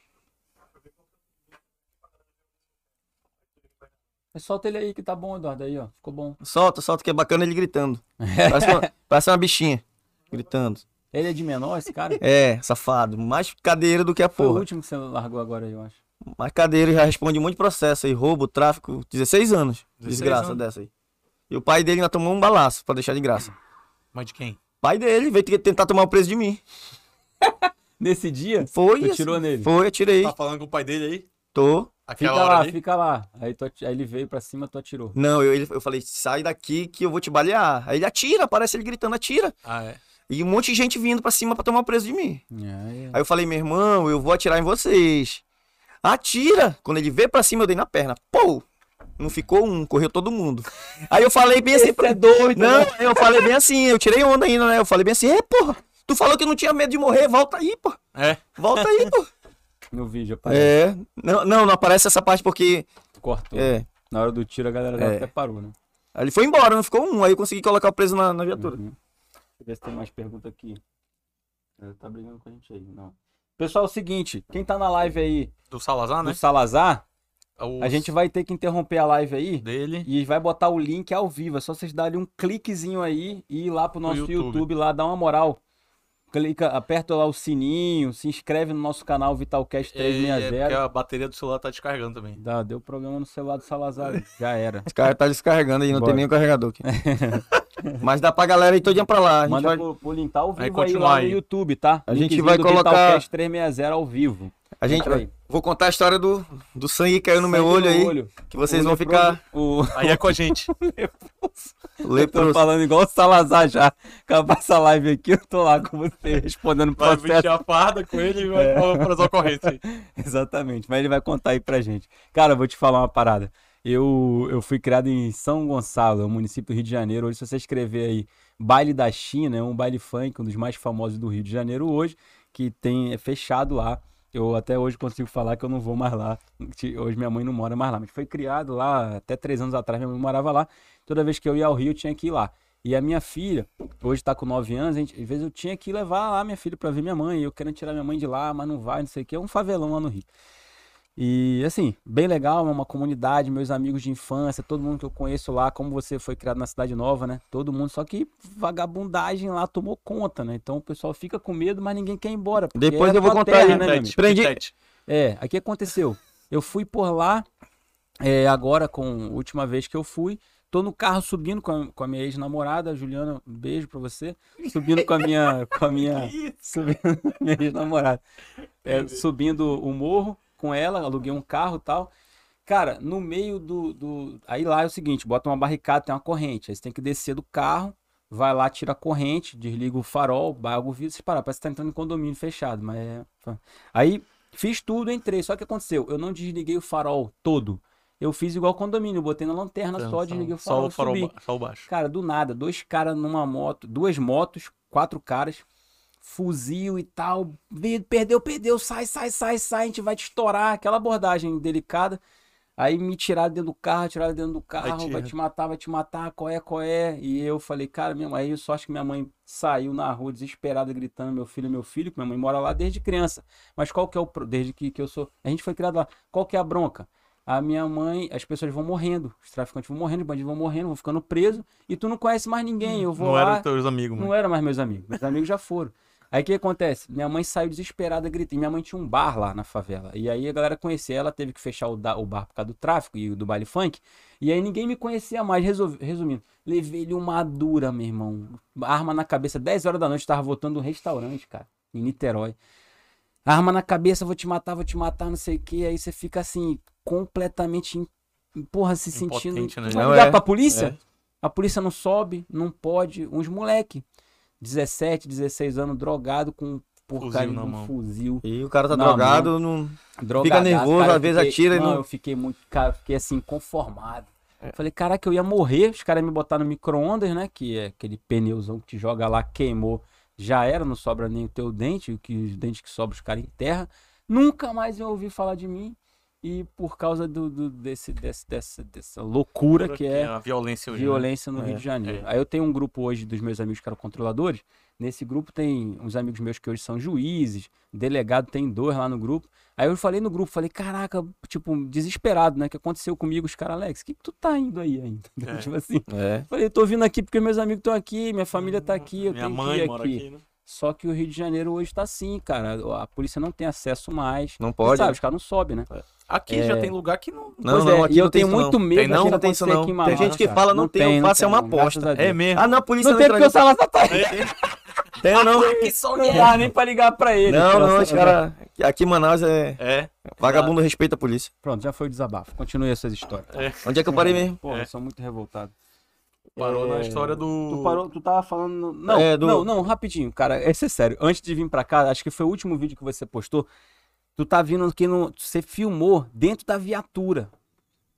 Solta ele aí que tá bom, Eduardo. Aí, ó. Ficou bom.
Solta, solta, que é bacana ele gritando. Parece uma, parece uma bichinha. Gritando.
Ele é de menor, esse cara?
É, safado. Mais cadeira do que a
Foi o
porra.
último que você largou agora, eu acho.
Mais cadeira já responde um monte de processo aí. Roubo, tráfico. 16 anos.
16
desgraça
anos.
dessa aí. E o pai dele ainda tomou um balaço pra deixar de graça.
Mas de quem?
pai dele veio t- tentar tomar o preço de mim.
Nesse dia,
Foi.
tu
assim,
tirou nele.
Foi, atirei.
Tá falando com o pai dele aí?
Tô.
Fica lá, fica lá. Aí, tu ati- aí ele veio pra cima, tu atirou.
Não, eu, ele- eu falei, sai daqui que eu vou te balear. Aí ele atira, parece ele gritando, atira.
Ah, é.
E um monte de gente vindo pra cima pra tomar o preço de mim.
É, é.
Aí eu falei, meu irmão, eu vou atirar em vocês. Atira! Quando ele veio pra cima, eu dei na perna. Pô! Não ficou um, correu todo mundo. Aí eu falei bem assim
é
pra.
é doido, né?
Não,
né?
eu falei bem assim, eu tirei onda ainda, né? Eu falei bem assim, é, porra, tu falou que não tinha medo de morrer, volta aí, pô.
É.
Volta aí, pô.
No vídeo, aparece.
É. Não, não, não aparece essa parte porque.
Cortou.
É.
Na hora do tiro, a galera já
É.
até parou, né?
Aí ele foi embora, não ficou um. Aí eu consegui colocar o preso na, na viatura.
Uhum. Deixa eu ver se tem mais pergunta aqui. Ela tá brigando com a gente aí, não. Pessoal, é o seguinte, quem tá na live aí
Do Salazar,
do
né?
Salazar,
O
a gente vai ter que interromper a live aí
dele.
e vai botar o link ao vivo. É só vocês darem um cliquezinho aí e ir lá pro nosso
YouTube.
YouTube. lá, dá uma moral. Clica, aperta lá o sininho, se inscreve no nosso canal Vitalcast
É, é
360.
porque a bateria do celular tá descarregando também.
Dá, deu problema no celular do Salazar, já era.
Esse cara tá descarregando aí, não
Bora.
tem nem o carregador aqui. Mas dá pra galera ir todinha pra lá. A gente
Manda
vai-
pro, pro Lintar ao vivo aí,
continua
lá
aí.
no YouTube, tá?
A gente
Linkzinho
vai
do
colocar-
Vitalcast 360 ao vivo.
A gente
Entra aí.
vai. Vou contar a história do, do sangue que caiu no meu olho aí. Que vocês vão ficar
O...
Aí é com a gente.
Eu tô
lepros.
falando igual o Salazar já. Acabar essa live aqui, eu tô lá com você respondendo
Vai
processo.
vestir a farda com ele e vai falar para as ocorrências.
Exatamente, mas ele vai contar aí pra gente. Cara, eu vou te falar uma parada. Eu, eu fui criado em São Gonçalo, é um município do Rio de Janeiro. Hoje, se você escrever aí Baile da China, é um baile funk, um dos mais famosos do Rio de Janeiro hoje, que tem é fechado lá. Eu até hoje consigo falar que eu não vou mais lá. Ti- Hoje minha mãe não mora mais lá, mas foi criado lá até três anos atrás. Minha mãe morava lá. Toda vez que eu ia ao Rio, eu tinha que ir lá. E a minha filha, hoje tá com 9 anos, a gente- às vezes eu tinha que levar lá minha filha pra ver minha mãe, eu querendo tirar minha mãe de lá, mas não vai, não sei o que, é um favelão lá no Rio. E assim, bem legal, é uma comunidade, meus amigos de infância, todo mundo que eu conheço lá, como você foi criado na Cidade Nova, né? Todo mundo, só que vagabundagem lá tomou conta, né? Então o pessoal fica com medo, mas ninguém quer ir embora. porque
Depois
é
eu vou
tua
contar
terra,
aí,
né, meu amigo?
Pitete,
Prendi-
pitete.
É, aqui aconteceu. Eu fui por lá, é, agora com a última vez que eu fui. Tô no carro subindo com a, com a minha ex-namorada, Juliana, um beijo pra você. Subindo com a minha. Com a minha subindo com a minha ex-namorada. É, subindo o morro com ela, aluguei um carro e tal. Cara, no meio do, do. Aí lá é o seguinte: bota uma barricada, tem uma corrente. Aí você tem que descer do carro, vai lá, tira a corrente, desliga o farol, barra o vidro, se parar. Parece que tá entrando em condomínio fechado, mas é. Aí fiz tudo, entrei. Só que aconteceu: eu não desliguei o farol todo. Eu fiz igual condomínio, botei na lanterna
Então,
só, desliguei o
só
farol.
o farol,
subi.
ba- só o baixo.
Cara, do nada, dois caras numa moto, duas motos, quatro caras, fuzil e tal. vê, Perdeu, perdeu, sai, sai, sai, sai, a gente vai te estourar. Aquela abordagem delicada. Aí me tiraram dentro do carro, tiraram dentro do carro, vai
te-
te matar, vai te matar, qual é, qual é. E eu falei, cara, minha mãe, aí eu só acho que minha mãe saiu na rua desesperada, gritando, meu filho, meu filho, que minha mãe mora lá desde criança. Mas qual que é o, pro- desde que, que eu sou, a gente foi criado lá, qual que é a bronca? A minha mãe, as pessoas vão morrendo, os traficantes vão morrendo, os bandidos vão morrendo, vão ficando presos, e tu não conhece mais ninguém, eu vou
Não
lá...
eram teus amigos, mano.
Não eram mais meus amigos. Meus amigos já foram. Aí o que acontece? Minha mãe saiu desesperada gritando. Minha mãe tinha um bar lá na favela. E aí a galera conhecia ela, teve que fechar o, da- o bar por causa do tráfico e do baile funk. E aí ninguém me conhecia mais. Resol- Resumindo, levei-lhe uma dura, meu irmão. Arma na cabeça, 10 horas da noite, tava voltando do restaurante, cara, em Niterói. Arma na cabeça, vou te matar, vou te matar, não sei o que. Aí você fica assim, completamente, em- porra, se sentindo.
Impotente, né?
Tu vai
Não,
ligar
é.
pra polícia?
É.
A polícia não sobe, não pode. Uns moleque, 17, 16 anos, drogado, com porcaria
Fuzil na
de um
mão.
fuzil.
E o cara tá
Não,
drogado, não.
Drogadaço,
nervoso,
cara, eu
às vezes
fiquei-
atira e
não,
não- É.
eu fiquei muito, cara, eu fiquei assim, conformado. Falei, caraca, eu ia morrer, os caras me botaram no micro-ondas, né? Que é aquele pneuzão que te joga lá, queimou, já era, não sobra nem o teu dente, o que, os dentes que sobram os caras enterra. Nunca mais eu ouvi falar de mim. E por causa do, do- desse, desse, dessa, dessa loucura que é
a violência hoje. né?
violência no
É,
Rio de Janeiro. Aí eu tenho um grupo hoje dos meus amigos que eram controladores. Nesse grupo tem uns amigos meus que hoje são juízes, delegado tem dois lá no grupo. Aí eu falei no grupo, falei, caraca, tipo, desesperado, né? O que aconteceu comigo? Os caras, Alex, o que, que tu tá indo aí ainda?
É.
tipo assim.
É.
Falei, tô vindo aqui porque meus amigos estão aqui, minha família tá aqui, eu
Hum, Minha
tenho
mãe
que ir
mora
aqui.
aqui, né?
Só que o Rio de Janeiro hoje tá assim, cara. A- A polícia não tem acesso mais.
Não pode.
Sabe, os caras não sobem, né?
Aqui já tem lugar que não.
Não,
Pois
não,
é,
aqui
e eu
não tem
tenho
isso,
muito medo
Tem não,
daquilo
não tem isso
acontecer
não.
aqui em
Tem
Manaus,
gente que
cara.
fala, não tem, eu faço é uma
não, graças
aposta.
a Deus.
É mesmo.
Ah, não, a polícia
Não tem porque o
neutralizou.
Salazar tá aí.
Tem ou não?
só
Não dá nem pra ligar pra ele.
Não,
Pronto,
não, os caras. Aqui em Manaus é.
É.
Vagabundo respeita a polícia.
Pronto, já foi o desabafo. Continue as suas histórias.
Onde é que eu parei mesmo?
Porra,
É.
eu sou muito revoltado.
Parou na história do.
É. Tu parou, tu tava falando. Não,
É, do-
não, não, rapidinho, cara. Esse é sério. Antes de vir pra cá, acho que foi o último vídeo que você postou. Tu tá vindo aqui no. Você filmou dentro da viatura.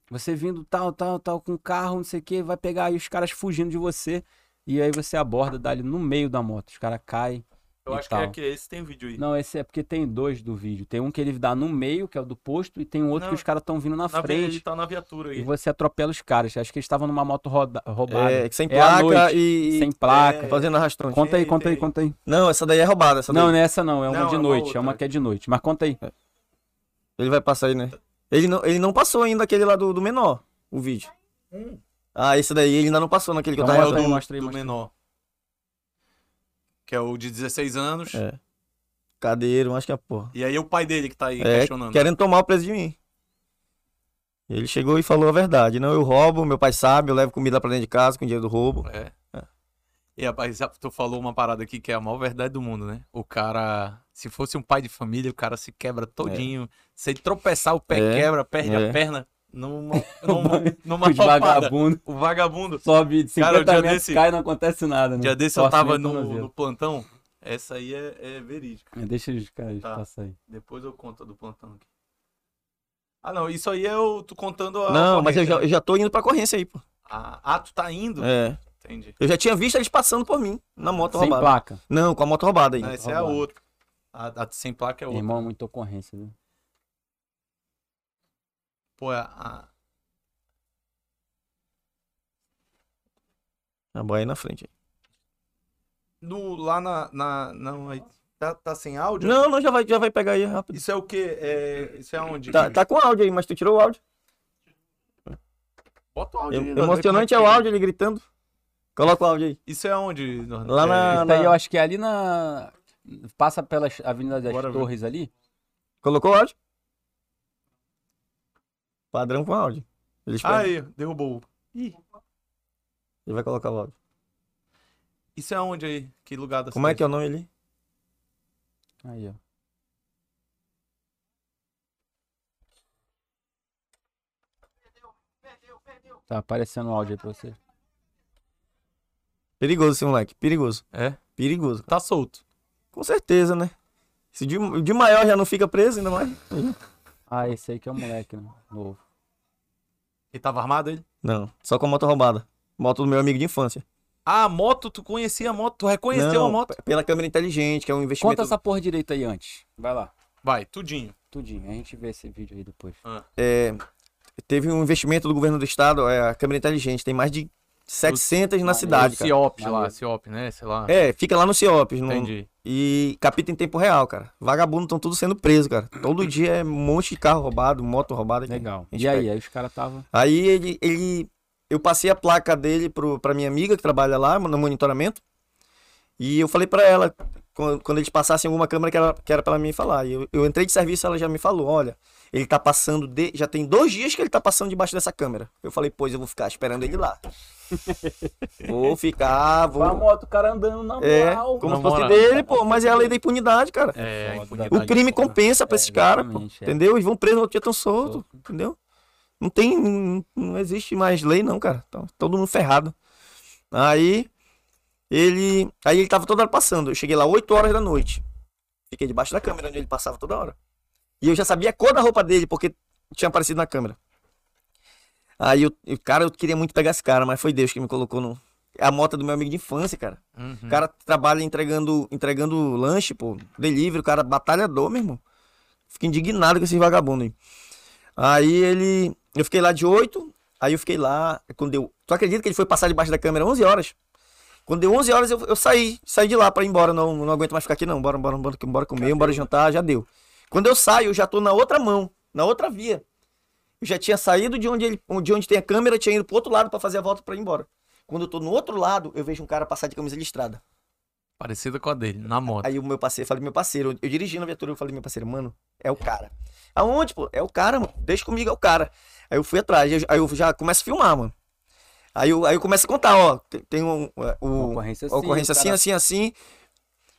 Você vindo tal, tal, tal, com carro, não sei o que, vai pegar aí os caras fugindo de você. E aí você aborda, dá ali no meio da moto. Os caras caem.
Eu
e
acho que é
tal.
que esse tem vídeo aí.
Não, esse é porque tem dois do vídeo. Tem um que ele dá no meio, que é o do posto, e tem um outro
Não,
que os caras estão vindo na,
Na frente.
frente.
Ele tá na viatura
E
aí.
você atropela os caras. Acho que eles estavam numa moto roda- roubada.
É, sem
É à
placa
noite,
e. é,
sem
é,
placa.
Fazendo arrastão.
Conta aí,
Tem,
conta aí,
tem.
conta aí.
Não, essa daí é roubada. Essa
Não,
daí.
não é essa não, é uma
Não,
de
é uma
noite, é
outra.
uma que é de noite. Mas conta aí.
Ele vai passar aí, né? Ele não, ele não passou ainda aquele lá do, do menor, o vídeo.
Hum.
Ah, esse daí ele ainda não passou naquele que eu
Então
tava.
mostra
é o
aí,
do,
mostra aí,
do
mostra
menor. Que é o de 16 anos.
É. Cadeiro, acho que é a porra.
E aí é o pai dele que tá aí
É,
questionando.
querendo tomar o preço de mim. Ele chegou e falou a verdade. Não, eu roubo, meu pai sabe, eu levo comida pra dentro de casa com dinheiro do roubo.
É. E rapaz, já tu falou uma parada aqui que é a maior verdade do mundo, né? O cara, se fosse um pai de família, o cara se quebra todinho. Se ele tropeçar, o pé
É.
quebra, perde
É.
a perna numa, numa, numa
Os
topada.
vagabundo
O vagabundo.
sobe de
Cara,
50
o dia
metros,
desse-
cai e não acontece nada. Né?
Dia desse eu
Torce
tava
nem
no,
tornozelo.
no plantão. Essa aí é, é verídica.
Deixa os caras
Tá.
passar aí.
Depois eu conto a do plantão aqui. Ah, não. Isso aí é o, tu contando a.
Não, mas eu
ocorrência,
já,
né?
eu já tô indo pra corrência aí, pô.
Ah, ah, tu tá indo?
É.
Entendi.
Eu já tinha visto eles passando por mim, na moto
Tá
Sem
roubada.
né?
placa.
Não, com a moto roubada aí.
Não, essa é a
roubado.
outra. A, a sem placa é outra.
Irmão, muita ocorrência, viu?
Pô, a- a,
A boia aí na frente.
No, lá na. na não, aí. Tá, tá sem áudio?
Não, não, já vai, já vai pegar aí rápido.
Isso é o quê? É, isso é onde?
Tá, tá com áudio aí, mas tu tirou o áudio.
Bota o áudio aí,
Em-
nós vamos
Emocionante
ver
é
como
o
que
áudio, ele gritando. Coloca o áudio aí.
Isso é onde? Norberto?
Lá na-
É,
Isso aí eu acho que é ali na. Passa pela Avenida das
Bora ver.
Torres ali.
Colocou o áudio? Padrão com áudio. Eles pegam.
Ah, Aí, derrubou.
Ele vai colocar o áudio.
Isso é onde aí? Que lugar da
Como é que é o nome ali?
Aí, ó. Tá aparecendo o áudio aí pra você.
Perigoso esse moleque, perigoso.
É?
Perigoso.
Tá solto.
Com certeza, né? Se de, de maior já não fica preso, ainda mais.
Ah, esse aí que é o moleque, né? Novo.
E tava armado ele?
Não, só com a moto roubada. Moto do meu amigo de infância.
Ah, a moto, tu conhecia a moto, tu reconheceu
Não,
a moto.
p- Pela câmera inteligente, que é um investimento.
Conta essa porra direito aí antes. Vai lá.
Vai, tudinho.
Tudinho. A gente vê esse vídeo aí depois.
Teve um investimento do governo do estado, é a câmera inteligente. Tem mais de 700 na
Maneiro.
cidade, cara.
Ciops lá,
Maneiro.
Ciops, né? Sei lá.
É, fica lá no CIOPS. não-
Entendi.
E capita em tempo real, cara. Vagabundo estão tudo sendo preso, cara. Todo dia é um monte de carro roubado, moto roubada. que
Legal.
a gente
E aí?
pega.
Aí os caras tava.
Aí ele, ele. Eu passei a placa dele pro, pra minha amiga que trabalha lá no monitoramento. E eu falei pra ela, quando, quando eles passassem alguma câmera que era, que era pra ela me falar. E eu, eu entrei de serviço ela já me falou: olha, ele tá passando de. Já tem dois dias que ele tá passando debaixo dessa câmera. Eu falei, pois eu vou ficar esperando ele lá. vou ficar,
Com a
vou.
moto, o cara andando na
É,
moral.
como
Não,
se fosse
moral.
dele, pô, mas é a lei da impunidade, cara.
É,
foda.
a impunidade
O crime
foda.
compensa pra
É,
esses caras, pô,
exatamente, é.
entendeu? E vão presos no outro dia tão solto, entendeu? Não tem, não, não existe mais lei não, cara. Tá todo mundo ferrado. Aí ele, aí ele tava toda hora passando. Eu cheguei lá 8 horas da noite. Fiquei debaixo da câmera onde ele passava toda hora. E eu já sabia a cor da roupa dele porque tinha aparecido na câmera. Aí eu, eu- cara, eu queria muito pegar esse cara, mas foi Deus que me colocou no é a moto do meu amigo de infância, cara.
Uhum.
O cara trabalha entregando, entregando lanche, pô, delivery, o cara é batalhador, meu irmão. Fico indignado com esses vagabundos aí. Aí ele. Eu fiquei lá de 8, aí eu fiquei lá. Quando deu. Tu acredita que ele foi passar debaixo da câmera 11 horas? Quando deu 11 horas, eu, eu saí. Saí de lá pra ir embora. Não, não aguento mais ficar aqui, não. Bora, bora, bora, bora comer, bora jantar, já deu. Quando eu saio, eu já tô na outra mão, na outra via. Eu já tinha saído de onde, ele, de onde tem a câmera, tinha ido pro outro lado pra fazer a volta pra ir embora. Quando eu tô no outro lado, eu vejo um cara passar de camisa listrada.
Parecida com a dele, na moto.
Aí o meu parceiro, eu falei, meu parceiro, eu- eu dirigi na viatura, eu falei, meu parceiro, mano, é o cara. Aonde, pô? É o cara, mano. Deixa comigo, é o cara. Aí eu fui atrás, aí eu- aí eu já começo a filmar, mano. Aí eu, aí eu começo a contar, ó, tem- tem um, é, o,
Ocorrência assim,
a ocorrência
o
assim,
cara-
assim, assim.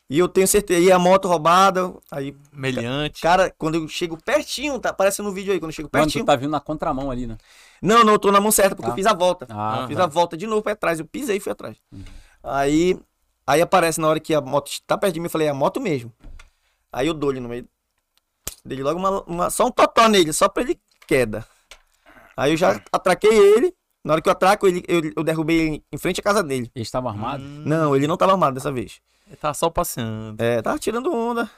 E eu tenho certeza, e a moto roubada. Aí,
Meliante.
cara, quando eu chego pertinho, tá aparece no vídeo aí, quando eu chego
Mano, tu
pertinho.
tá vindo na contramão ali, né?
Não, não, eu tô na mão certa, porque
Tá.
eu fiz a volta.
Ah, Uhum.
Aham.
Fiz a volta de novo pra trás, eu pisei e fui atrás. Aí, aí aparece na hora que a moto tá perto de mim, eu falei, é a moto mesmo. Aí eu dou-lhe no meio. Dei logo uma, uma- só um totó nele, só pra ele queda. Aí eu já atraquei ele. Na hora que eu atraco, ele, eu, eu derrubei ele em frente à casa dele.
Eles estavam armados?
Não, ele não tava armado dessa vez.
Ele tava só passeando.
É, tava tirando onda.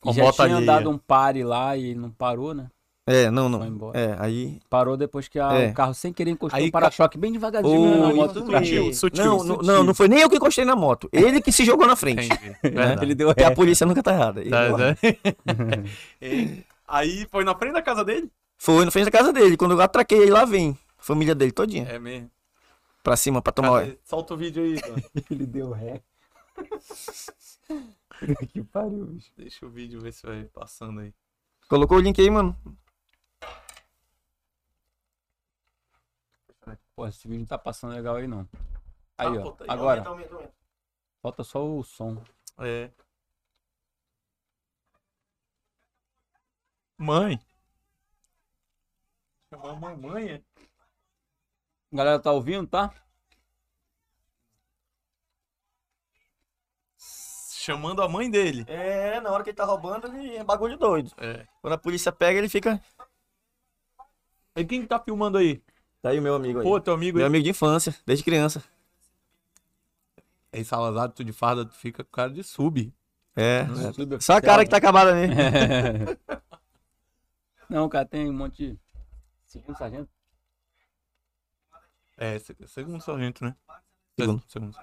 Com
e já
moto
tinha
alheia.
andado um pare lá e não parou, né?
É, não,
Foi
não.
embora.
É, aí.
Parou depois que a-
É.
o carro sem querer encostou
Aí
no para-choque bem devagarzinho
Ô,
né, na
isso
moto do cara.
sutil, sutil,
não, não,
sutil.
não, não foi nem eu que encostei na moto. Ele que se jogou na frente.
Entendi. Verdade.
Ele deu
É,
ré.
a polícia nunca tá errada. Ele-
Tá, tá. E Aí foi na frente da casa dele?
Foi na frente da casa dele. Quando eu atraquei ele, lá vem. a Família dele todinha.
É mesmo.
Pra cima, pra tomar.
Cadê? Solta o vídeo aí, mano.
Ele deu ré. que pariu, bicho.
Deixa o vídeo ver se vai passando aí.
Colocou o link aí, mano.
Pô, esse vídeo não tá passando legal aí, não. Aí,
Ah,
ó.
pô, tá aí,
Agora,
Aumenta, aumenta.
falta só o som.
É. Mãe. Chamou a mamãe, é?
Galera, tá ouvindo, tá?
Chamando a mãe dele.
É, na hora que ele tá roubando, ele é bagulho doido.
É.
Quando a polícia pega, ele fica.
E quem tá filmando aí?
Tá aí o meu amigo aí.
Pô, teu amigo
meu
aí.
amigo de infância, desde criança.
Aí, Salazar, tu de farda, tu fica com cara de sub.
É.
YouTube
Só a
oficial,
cara que tá acabada mesmo.
Não, cara, tem um monte de. Segundo sargento.
É, se- segundo sargento, né? um
Segundo.
Segundo.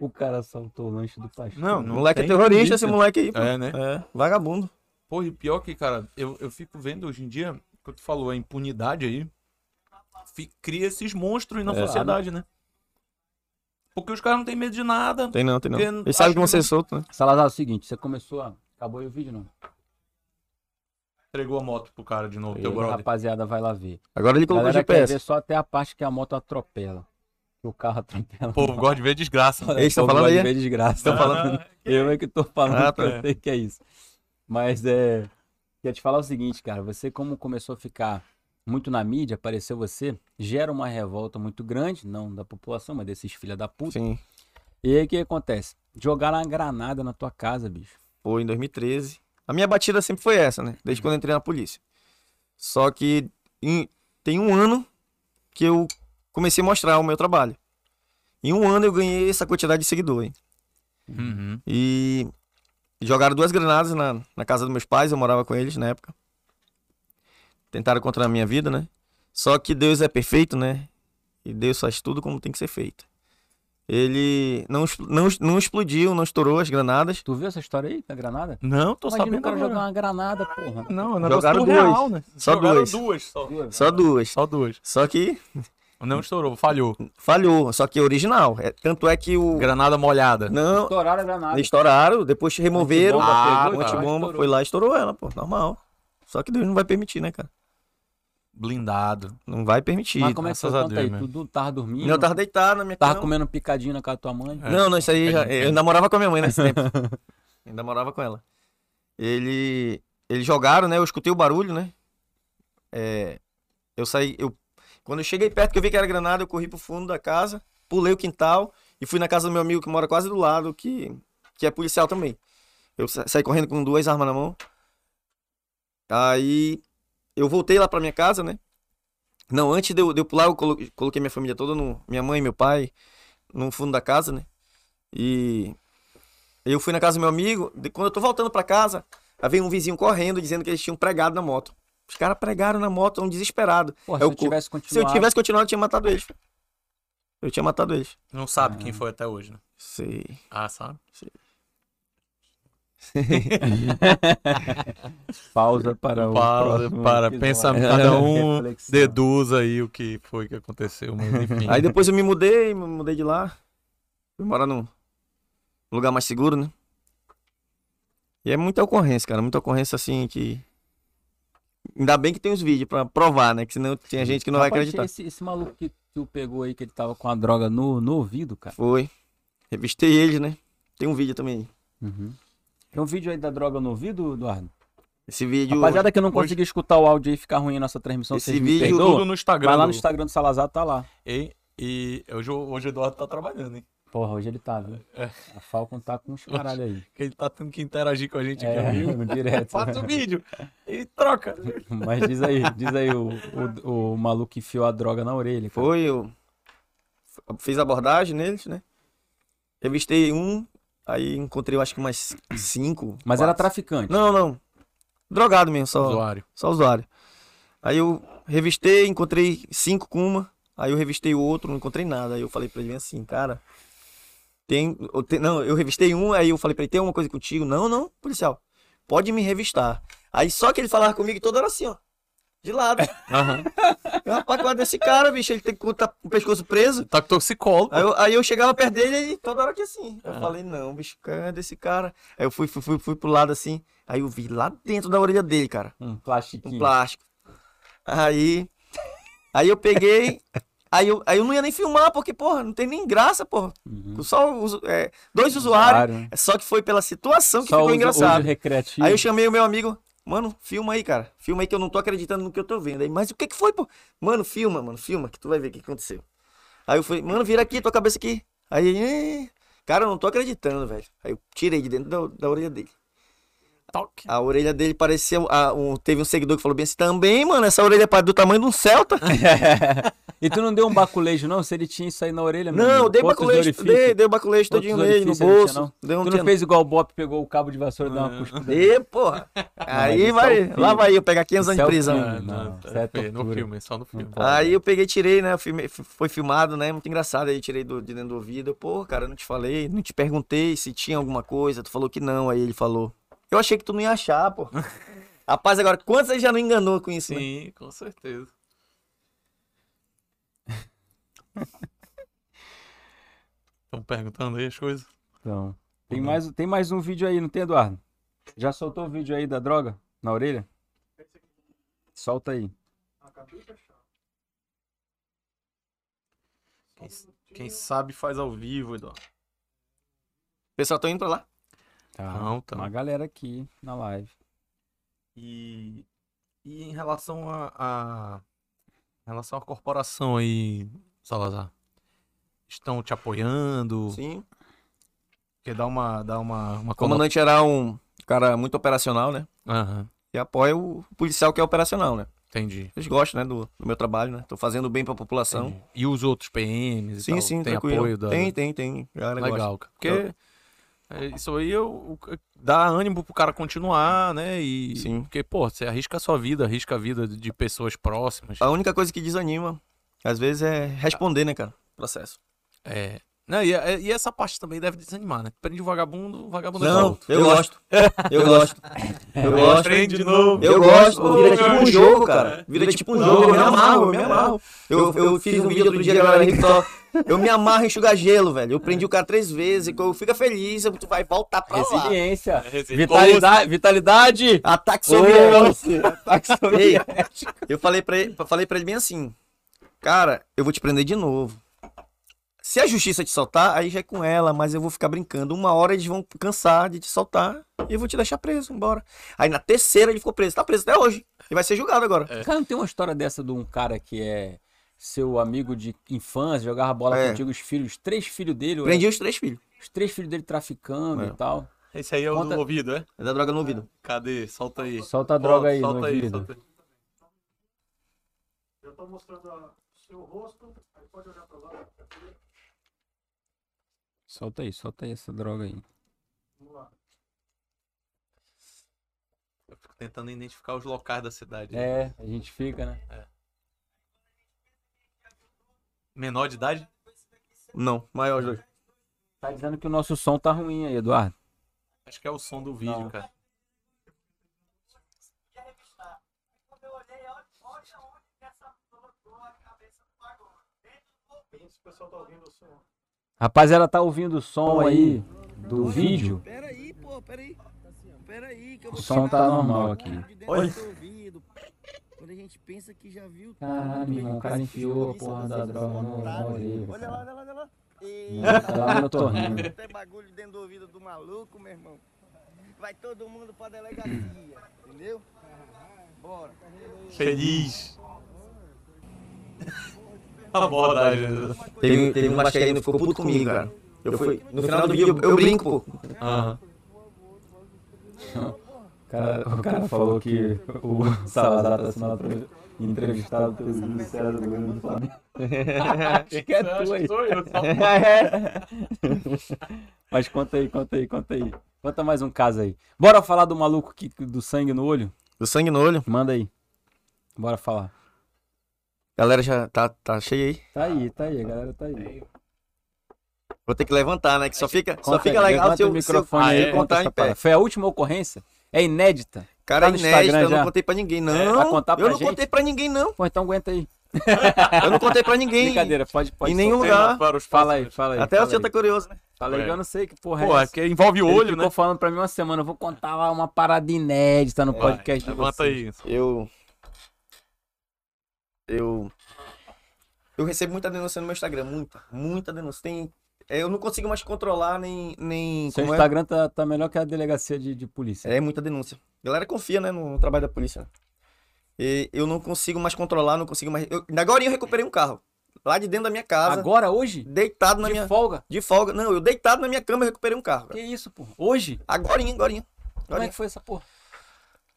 O cara assaltou o lanche do pastor.
Não, não.
moleque é
tem
terrorista,
polícia.
esse moleque aí, pô.
É, né?
É, vagabundo.
Porra, e pior que, cara, eu, eu fico vendo hoje em dia, que tu falou, a impunidade aí, fi- cria esses monstros aí na
É.
sociedade, né? Porque os caras não têm medo de nada.
Tem não, tem não.
Porque
Ele sabe que vão ser
acho
solto, né?
Salazar, é o seguinte, você começou a. Acabou aí o vídeo, não?
Entregou a moto pro cara de novo,
Aí,
teu brother.
rapaziada, vai lá ver.
Agora ele colocou
Galera quer ver
GPS.
só até a parte que a moto atropela. que o carro atropela.
O povo gosta de ver desgraça.
Olha,
Eles estão
o povo
falando
gosta de
aí?
ver desgraça.
Estão
falando. Eu é que tô falando,
Ah,
que eu
tá.
sei que é isso. Mas é. Queria te falar o seguinte, cara. Você, como começou a ficar muito na mídia, apareceu você, gera uma revolta muito grande, não da população, mas desses filha da puta.
Sim.
E aí o que acontece? Jogaram uma granada na tua casa, bicho.
Foi em 2013. A minha batida sempre foi essa, né? Desde quando eu entrei na polícia. Só que em- tem um ano que eu comecei a mostrar o meu trabalho. Em um ano eu ganhei essa quantidade de seguidores.
Uhum.
E jogaram duas granadas na, na casa dos meus pais, eu morava com eles na época. Tentaram contra a minha vida, né? Só que Deus é perfeito, né? E Deus faz tudo como tem que ser feito. Ele não, expl- não, não explodiu, não estourou as granadas.
Tu viu essa história aí da granada?
Não, tô
Imagina o
sabendo
cara
agora.
jogar uma granada, porra.
Não, é
Jogaram
jogaram duas.
duas.
Real, né?
Só
Jogaram
duas.
só.
Só duas.
Só duas.
Só que
Não estourou, falhou.
falhou, só que é original. É, tanto é que o.
Granada molhada.
Não,
Estouraram a granada.
estouraram, depois removeram.
Antibomba
Ah,
pegou,
a antibomba
estourou.
foi lá e estourou ela, pô, normal. Só que Deus não vai permitir, né, cara?
Blindado.
Não vai permitir.
Mas como é que foi?
graças a
Conta
Deus,
aí.
meu.
Tu du- tava dormindo?
Eu tava deitado na minha
Tava
cama.
comendo um picadinho na casa da tua mãe?
É.
Não, não, isso aí já.
Pede-
Eu namorava com a minha mãe nesse tempo. Ainda morava com ela. Ele. Eles jogaram, né? Eu escutei o barulho, né? É, eu saí. Eu, quando eu cheguei perto, que eu vi que era granada, eu corri pro fundo da casa, pulei o quintal e fui na casa do meu amigo que mora quase do lado, que, que é policial também. Eu sa- saí correndo com duas armas na mão. Aí eu voltei lá pra minha casa, né? Não, antes de eu, de eu pular, eu colo- coloquei minha família toda, no, minha mãe, meu pai, no fundo da casa, né? E eu fui na casa do meu amigo. de- Quando eu tô voltando pra casa, aí vem um vizinho correndo dizendo que eles tinham pregado na moto. Os caras pregaram na moto, um desesperado.
Porra,
É
se
o
eu
cu-
tivesse
Se eu
continuado...
tivesse continuado, eu tinha matado eles. Eu tinha matado eles.
Não sabe quem foi até hoje, né?
Sei.
Ah, sabe?
Pausa para É o
Para,
próximo
para,
episódio. É.
pensa, cada um
Reflexão.
deduz aí o que foi que aconteceu, mas enfim.
Aí depois eu me mudei, me mudei de lá. Fui morar num lugar mais seguro, né? E é muita ocorrência, cara. Muita ocorrência assim que. Ainda bem que tem os vídeos pra provar, né? Que senão tinha gente que não vai
Rapaz,
acreditar.
Esse, esse maluco que tu pegou aí, que ele tava com a droga no, no ouvido, cara.
Foi. Revistei eles, né? Tem um vídeo também.
Tem um vídeo aí da droga no ouvido, Eduardo?
Esse vídeo.
Rapaziada que não consegui escutar o áudio aí, ficar ruim a nossa transmissão,
Esse
vocês me
vídeo-
perdoam.
tudo no Instagram.
Vai lá no
do-
Instagram do Salazar, tá lá.
E, e hoje, o- hoje o Eduardo tá trabalhando, hein?
Porra, hoje ele tá, viu?
É.
A Falcon tá com uns caralho aí.
Porque ele tá tendo que interagir com a gente aqui
É,
ao vivo.
no direto.
Faz o vídeo e troca.
Mas diz aí, diz aí o, o, o maluco que enfiou a droga na orelha. cara.
Foi, eu fiz abordagem neles, né? Revistei um, aí encontrei eu acho que mais cinco.
Mas era
quatro.
traficante.
Não, não. Drogado mesmo, só.
Usuário.
Só usuário. Aí eu revistei, encontrei cinco com uma. Aí eu revistei o outro, não encontrei nada. Aí eu falei pra ele assim, cara. Tem, eu te- não, eu revistei um, aí eu falei pra ele, tem alguma coisa contigo? Não, não, policial. Pode me revistar. Aí só que ele falava comigo toda hora assim, ó. De lado.
Aham.
Eu, Rapaz, guarda esse cara, bicho. Ele tem que tá com o pescoço preso.
Tá com toxicólogo.
Aí eu, aí eu chegava perto dele e ele toda hora que assim.
Ah.
Eu falei, não, bicho, cara desse cara. Aí eu fui, fui, fui, fui pro lado assim. Aí eu vi lá dentro da orelha dele, cara
Um
um
plastiquinho.
plástico. Aí. Aí eu peguei. aí, eu, aí eu não ia nem filmar, porque, porra, não tem nem graça, porra.
Uhum.
Só usu- é, dois usuários.
Usuário. né?
Só que foi pela situação que
Só
ficou
uso-
engraçado.
uso recreativo.
Aí eu chamei o meu amigo, mano, filma aí, cara. Filma aí que eu não tô acreditando no que eu tô vendo. Aí, mas o que que foi, pô? Mano, filma, mano, filma, que tu vai ver o que que aconteceu. Aí eu falei, mano, vira aqui, tua cabeça aqui. Aí, ele, "Eh, cara, eu não tô acreditando, velho. Aí eu tirei de dentro da, da orelha dele.
Toque.
A orelha dele parecia. a- um- teve um seguidor que falou bem assim: também, mano, essa orelha é do tamanho de um Celta.
E tu não deu um baculejo, não? Se ele tinha isso aí na orelha, meu
não, eu
amigo,
dei
quantos
baculejo,
orifícios?
dei, dei baculejo
Quantos
todinho nele no
orifícios ele
bolso.
tinha, não?
Deu um
Tu não
tempo.
fez igual o Bop, pegou o cabo de vassoura e deu uma cuspida.
Ê, porra. Aí
isso é o
vai,
filme.
lá vai eu pegar 500 anos
Isso é o
de prisão.
filme.
Ah,
Não,
não,
isso é
foi no
tortura.
filme, só no filme.
Não
Aí eu peguei, tirei, né? filmei- f- foi filmado, né? Muito engraçado. Aí eu tirei do, de dentro do ouvido. Eu, Pô, cara, eu não te falei, não te perguntei se tinha alguma coisa. Tu falou que não. Aí ele falou. Eu achei que tu não ia achar, pô. Rapaz, agora, quantos ele já não enganou com isso, né?
Sim, com certeza. Estão perguntando aí as coisas?
Então, tem, mais, tem mais um vídeo aí, não tem, Eduardo? Já soltou o vídeo aí da droga na orelha? Solta aí.
Acabei de achar. Só um minutinho.
Quem sabe faz ao vivo, Eduardo.
Pessoal, tô indo pra lá.
Ah,
Então,
tá.
então.
Tá. Uma galera aqui na live.
E, e em relação a, a- em relação à corporação aí, Salazar, estão te apoiando?
Sim.
Porque dá uma dá uma uma
O comandante era um cara muito operacional, né?
colo- Aham,
E apoia o policial que é operacional, né?
entendi.
Eles gostam, né, do, do meu trabalho, né? Tô fazendo bem pra população.
entendi. E os outros PMs e
Sim,
tal,
sim,
tem
tranquilo.
apoio da
Tem, tem, tem. A galera gosta.
Legal, cara. Porque é, isso aí eu- o- é, dá ânimo pro cara continuar, né? E
Sim.
porque pô, você arrisca a sua vida, arrisca a vida de pessoas próximas.
A única coisa que desanima, às vezes, é responder, né, cara? Processo.
É. Não, e, e essa parte também deve desanimar, né? Prende o vagabundo, o vagabundo
Não,
volta.
eu gosto. Eu gosto. Eu gosto.
Prende de novo.
Eu gosto, vira tipo um jogo, cara. Vira tipo um jogo, eu me amarro, eu me amarro. Eu, eu fiz um vídeo outro dia, galera, aí que só. Eu me amarro em enxugar gelo, velho. Eu prendi o cara três vezes, eu fica feliz, tu vai voltar pra lá. É
Resiliência.
resiliência.
Vitalidade. Vitalidade.
Ataque soviético.
Ataque
Ei,
soviético.
eu falei pra ele, falei pra ele bem assim, cara, eu vou te prender de novo. Se a justiça te soltar, aí já é com ela, mas eu vou ficar brincando. Uma hora eles vão cansar de te soltar e eu vou te deixar preso, embora. Aí na terceira ele ficou preso, tá preso até hoje. Ele vai ser julgado agora.
Cara, não tem uma história dessa de um cara que é seu amigo de infância, jogava bola
É.
contigo, os filhos, os três filhos dele, ou
Prendi os três filhos.
era- os três filhos dele traficando
É.
e tal.
Esse aí é o
Conta-
do ouvido, é?
É da droga no ouvido.
Cadê? Solta aí.
Solta a droga aí,
Solta
no
aí,
ouvido.
solta aí.
Eu tô mostrando a- o seu rosto, aí pode olhar pra lá.
Solta aí, solta aí essa droga aí.
Vamos lá.
Eu fico tentando identificar os locais da cidade.
É, a gente fica, né?
Menor de idade?
Não, maior os dois.
Tá dizendo que o nosso som tá ruim aí, Eduardo.
Acho que é o som do vídeo,
Não.
cara.
Esse pessoal tá ouvindo o som.
Rapaziada, tá ouvindo o som aí do vídeo.
Ah, Peraí, pô, peraí. Peraí, que eu
O
vou
som tá
tirar
normal
o
aqui.
áudio de dentro do ouvido. Quando a gente pensa que já viu tudo,
Caralho, meu irmão, Ah, o cara enfiou a
Isso,
porra da
vocês
droga no-
são
no
otários.
orelha,
Olha lá, olha lá, olha lá.
Não, lá eu tô rindo.
Tem bagulho dentro do ouvido do maluco, meu irmão. Vai todo mundo pra delegacia, entendeu? Bora.
Feliz. A abordagem.
Teve, teve um vascaíno que ficou puto comigo, cara. Eu fui, no final do vídeo eu, eu brinco, pô.
Aham.
O cara, o cara falou que o Salazar tá sendo atre- entrevistado pelo Júlio César do governo do Flamengo. Acho que é tu aí. É. Mas conta aí, conta aí, conta aí. Conta mais um caso aí. Bora falar do maluco que, do sangue no olho?
Do sangue no olho.
Manda aí. Bora falar.
Galera já tá, tá cheia aí.
Tá aí, tá aí, a galera tá aí.
Vou ter que levantar, né? Que só fica, só
Conta
fica
aí,
legal
levanta
se eu,
o
se eu Ah,
microfone aí,
se eu
conta
contar
essa
tá em
parada.
pé.
Foi a última ocorrência? É inédita?
Cara,
Tá no
inédita,
Instagram
eu
já? É,
não contei pra ninguém, não.
vai contar pra
eu não
gente?
contei pra ninguém, não.
Pô, então aguenta aí.
Eu não contei pra ninguém.
Brincadeira, pode, pode.
em nenhum
soltar.
lugar.
Para os
Fala aí, fala aí.
Até o
fala
senhor
aí.
tá curioso, né?
Fala aí, que eu não sei que porra
Pô,
é
é
essa.
que envolve o
Ele
olho,
ficou
né?
falando pra mim uma semana, eu vou contar lá uma parada inédita no podcast de
É, né? Levanta
vocês.
aí.
Eu. Eu. Eu recebo muita denúncia no meu Instagram, muita, muita denúncia. Tem. é, Eu não consigo mais controlar nem. nem
Seu
como é?
Instagram tá, tá melhor que a delegacia de, de polícia.
É muita denúncia. A galera confia, né, no trabalho da polícia. E eu não consigo mais controlar, não consigo mais. Eu, agora eu recuperei um carro. Lá de dentro da minha casa.
Agora, hoje?
Deitado na
De
minha.
folga?
De folga. Não, eu deitado na minha cama eu recuperei um carro.
Que
Cara.
isso, pô? Hoje?
Agorinha, agorinha.
Como é
agorinha.
que foi essa porra?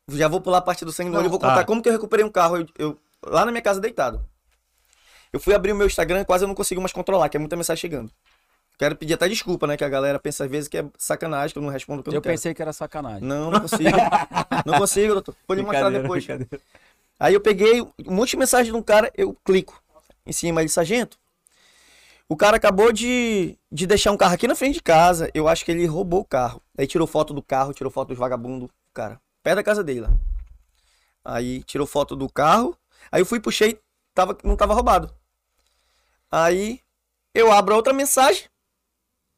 Já vou pular a parte do sangue no
Não,
olho. Eu vou
tá.
contar como que eu recuperei um carro. Eu, eu- lá na minha casa deitado. Eu fui abrir o meu Instagram, quase eu não consigo mais controlar, que é muita mensagem chegando. Quero pedir até desculpa, né? Que a galera pensa às vezes que é sacanagem, que eu não respondo o que eu,
Eu,
não quero.
pensei que era sacanagem.
Não, não consigo. não consigo, doutor. Vou lhe mostrar
Brincadeira,
depois.
brincadeira.
Aí eu peguei um monte de mensagem de um cara, eu clico em cima de sargento. O cara acabou de, de deixar um carro aqui na frente de casa. Eu acho que ele roubou o carro. Aí tirou foto do carro, tirou foto dos vagabundos, cara. Perto da casa dele lá. Aí tirou foto do carro. Aí eu fui, puxei, tava, não tava roubado. Aí eu abro outra mensagem.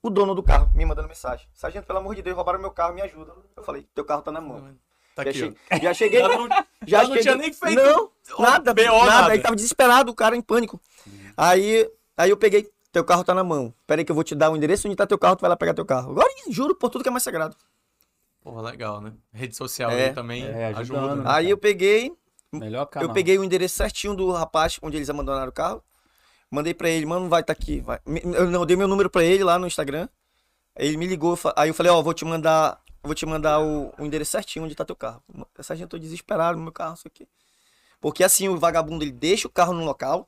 O dono do carro me mandando mensagem. Sargento, pelo amor de Deus, roubaram meu carro, me ajuda. Eu falei, teu carro tá na mão.
Tá
Já,
aqui, ó.
che- já cheguei. um-
Já não-
já
já não tinha nem feito
Não, nada,
BO,
nada.
nada. Hum.
Aí tava desesperado, o cara em pânico. Aí, aí eu peguei, Teu carro tá na mão. Pera aí que eu vou te dar o endereço onde tá teu carro, tu vai lá pegar teu carro. Agora, juro por tudo que é mais sagrado.
Porra, legal, né? Rede social
É, Ah.
aí também
é, ajudando,
ajuda.
né?
né?
Aí eu peguei,
Melhor canal.
eu peguei o endereço certinho do rapaz onde eles abandonaram o carro. Mandei pra ele, mano, vai tá aqui. Vai. Me- Eu não eu dei meu número pra ele lá no Instagram. Aí Ele me ligou, fa- aí eu falei, ó, vou te mandar, vou te mandar o, o endereço certinho onde tá teu carro. Sargento, eu tô desesperado no meu carro, isso aqui. Porque assim, o vagabundo ele deixa o carro no local,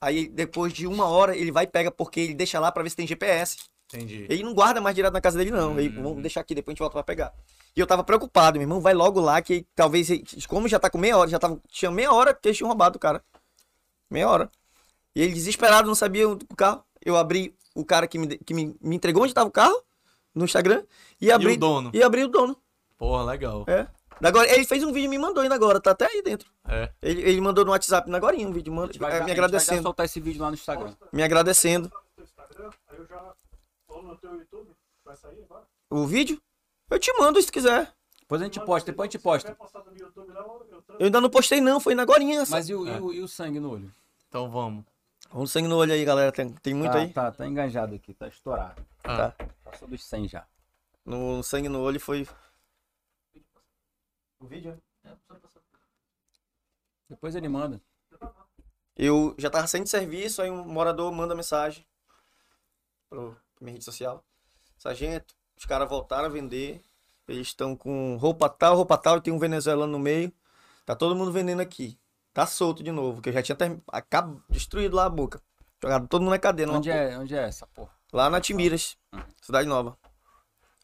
aí depois de uma hora ele vai e pega, porque ele deixa lá pra ver se tem GPS.
Entendi.
Ele não guarda mais direto na casa dele, não. Ele,
Hum.
vamos deixar aqui, depois a gente volta pra pegar. E eu tava preocupado, meu irmão, vai logo lá, que talvez. Como já tá com meia hora, já tava. Tinha meia hora que eles tinham roubado o cara. Meia hora. E ele desesperado, não sabia o carro. Eu abri o cara que me, de- que me, me entregou onde tava o carro, no Instagram, e abri.
o dono?
E abri o dono.
Porra, legal.
É. Agora, ele fez um vídeo e me mandou ainda agora, tá até aí dentro.
É.
Ele, ele mandou no WhatsApp ainda agora um vídeo,
A
manda,
gente vai já-
me
A gente vai já
agradecendo.
soltar esse vídeo lá no Instagram.
Me agradecendo.
teu Instagram, aí eu já tô no teu YouTube, vai sair agora.
O vídeo? Eu te mando se tu quiser.
Depois a gente posta, depois a gente posta.
Vai postar no meu YouTube lá, eu tô...
Eu ainda não postei, não, foi ainda agora.
Mas e o, e o- e o sangue no olho?
Então vamos.
Vamos sangue no olho aí, galera. Tem, tem muito
tá,
aí.
Tá, tá enganjado aqui, tá estourado.
Ah,
Tá.
Passou dos 100 já.
No sangue no olho foi. O
né?
vídeo?
Depois ele manda.
Eu já tava sem serviço, aí um morador manda mensagem pro, pra minha rede social. Sargento, os caras voltaram a vender. Eles estão com roupa tal, roupa tal, e tem um venezuelano no meio. Tá todo mundo vendendo aqui. Tá solto de novo, que eu já tinha term... acab- destruído lá a boca. Jogado todo mundo na cadeia. numa
Onde é, onde é essa porra?
Lá na Timbiras, Cidade Nova.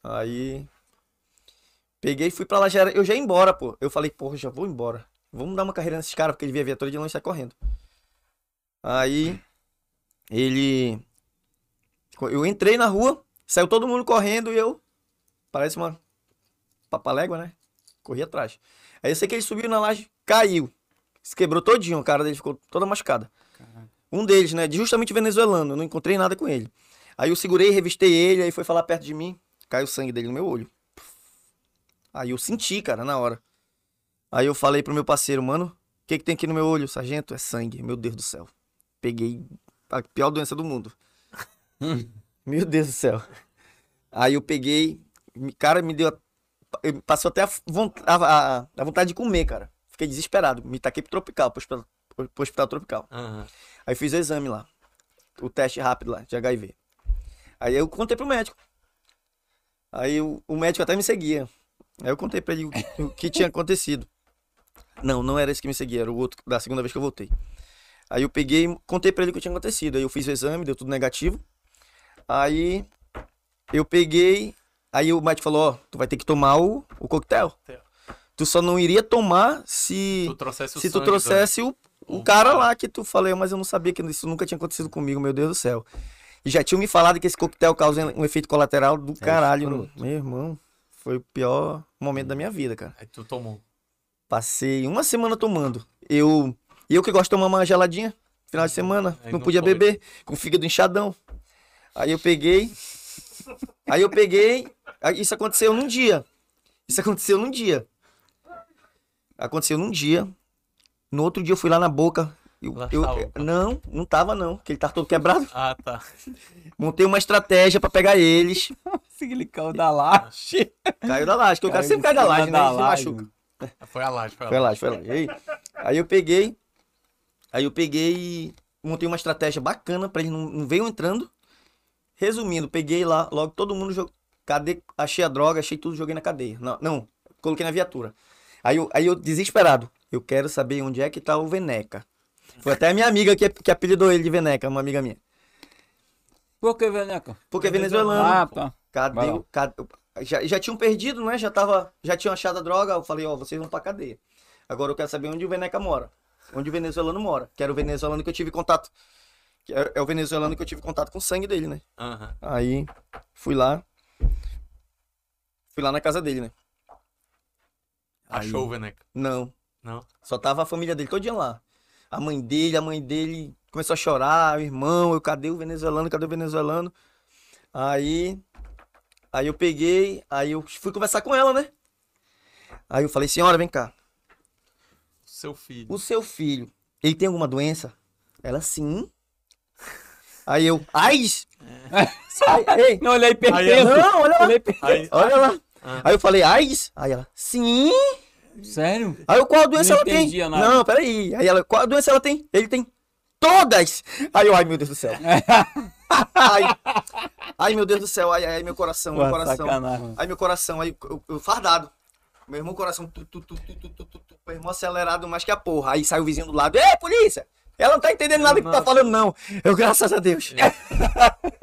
Aí. Peguei e fui pra lá. Já era- eu já ia embora, pô. Eu falei, porra, já vou embora. Vamos dar uma carreira nesses caras, porque ele via a viatura de longe e sai correndo. Aí. Ele. Eu entrei na rua, saiu todo mundo correndo e eu. Parece uma. Papalégua, né? Corri atrás. Aí eu sei que ele subiu na laje, caiu. Se quebrou todinho, a cara dele ficou toda machucada. Um deles, né? de Justamente venezuelano. Eu não encontrei nada com ele. Aí eu segurei, revistei ele, aí foi falar perto de mim. Caiu o sangue dele no meu olho. Aí eu senti, cara, na hora. Aí eu falei pro meu parceiro, mano, o que, que tem aqui no meu olho, sargento? É sangue, meu Deus do céu. Peguei a pior doença do mundo. meu Deus do céu. Aí eu peguei, me- cara, me deu. a- eu- Passou até a, von- a- a- a vontade de comer, cara. Fiquei desesperado. Me taquei pro tropical, pro hospital- pro hospital tropical.
aham.
Aí fiz o exame lá. O teste rápido lá, de HIV. Aí eu contei pro médico. Aí o, o médico até me seguia. Aí eu contei pra ele o que, o que tinha acontecido. Não, não era esse que me seguia, era o outro da segunda vez que eu voltei. Aí eu peguei e contei pra ele o que tinha acontecido. Aí eu fiz o exame, deu tudo negativo. Aí eu peguei. Aí o médico falou: Ó, tu vai ter que tomar o, o coquetel. Tu só não iria tomar se
Tu trouxesse o
se tu
sangue,
trouxesse o, o
O
cara
cara.
lá que tu falei, mas eu não sabia que isso nunca tinha acontecido comigo, meu Deus do céu. E já tinham me falado que esse coquetel causa um efeito colateral do caralho.
escroto.
Meu irmão, foi o pior momento da minha vida, cara.
doido. Aí tu tomou.
Passei uma semana tomando. Eu, e eu que gosto de tomar uma geladinha, final de semana,
Aí
não
não
podia
pode.
beber, com o fígado inchadão. Aí eu peguei, aí eu peguei, aí isso aconteceu num dia. Isso aconteceu num dia. Aconteceu num dia. No outro dia eu fui lá na boca. Eu,
Lá
eu-
tá o-
não, não tava não, que ele tá todo quebrado.
Ah, tá.
Montei uma estratégia pra pegar eles.
Se ele caiu da laje.
Caiu da laje, que o cara sempre cai da laje, né? Ele se machuca.
Foi a laje, foi a
Foi
laje.
lá, foi lá. E Aí, aí eu peguei. Aí eu peguei e montei uma estratégia bacana pra eles não, não veio entrando. Resumindo, peguei lá, logo todo mundo jogou. Cadê? Achei a droga, achei tudo, joguei na cadeia. Não, não, coloquei na viatura. Aí eu, aí eu desesperado. Eu quero saber onde é que tá o Veneca. Foi até a minha amiga que, que apelidou ele de Veneca, uma amiga minha.
Por que, Veneca?
Porque é venezuelano.
Ah, tá. Vai
Cadê
lá.
o. Cadê, o- já, já tinham perdido, né? Já, tava, já tinham achado a droga. Eu falei, ó, vocês vão pra cadeia. Agora eu quero saber onde o Veneca mora. Onde o venezuelano mora. Que era o venezuelano que eu tive contato. que é, é o venezuelano que eu tive contato com o sangue dele, né?
Aham.
Aí fui lá. Fui lá na casa dele, né?
Achou o Veneca.
Não.
Não?
Só tava a família dele todinha lá. A mãe dele, a mãe dele começou a chorar, o irmão, eu cadê o venezuelano, cadê o venezuelano? Aí, aí eu peguei, aí eu fui conversar com ela, né? Aí eu falei, senhora, vem cá,
Seu filho.
o seu filho, ele tem alguma doença? Ela, sim. Aí eu, ai! Sai, ei,
é Não, olhei
Aí
perfeito.
não, olha lá.
Olhei perfeito.
Aí,
olha lá. Aí eu falei, ai! Aí ela, sim!
Sério?
Aí eu, qual doença
Não
ela tem?
entendia nada.
Não, peraí. Aí ela, qual doença ela tem? Ele tem todas! Aí eu, ai meu Deus do céu. ai, ai meu Deus do céu, ai, ai meu coração, meu
Porra,
coração.
sacanagem. mano.
Aí meu coração, aí eu, eu fardado. Meu irmão, coração, tu, tu, tu, tu, tu, tu, tu, tu, meu irmão acelerado mais que a porra. Aí sai o vizinho do lado, ei, polícia! Ela não tá entendendo nada que tu tá falando, não. Eu, graças a Deus.
É.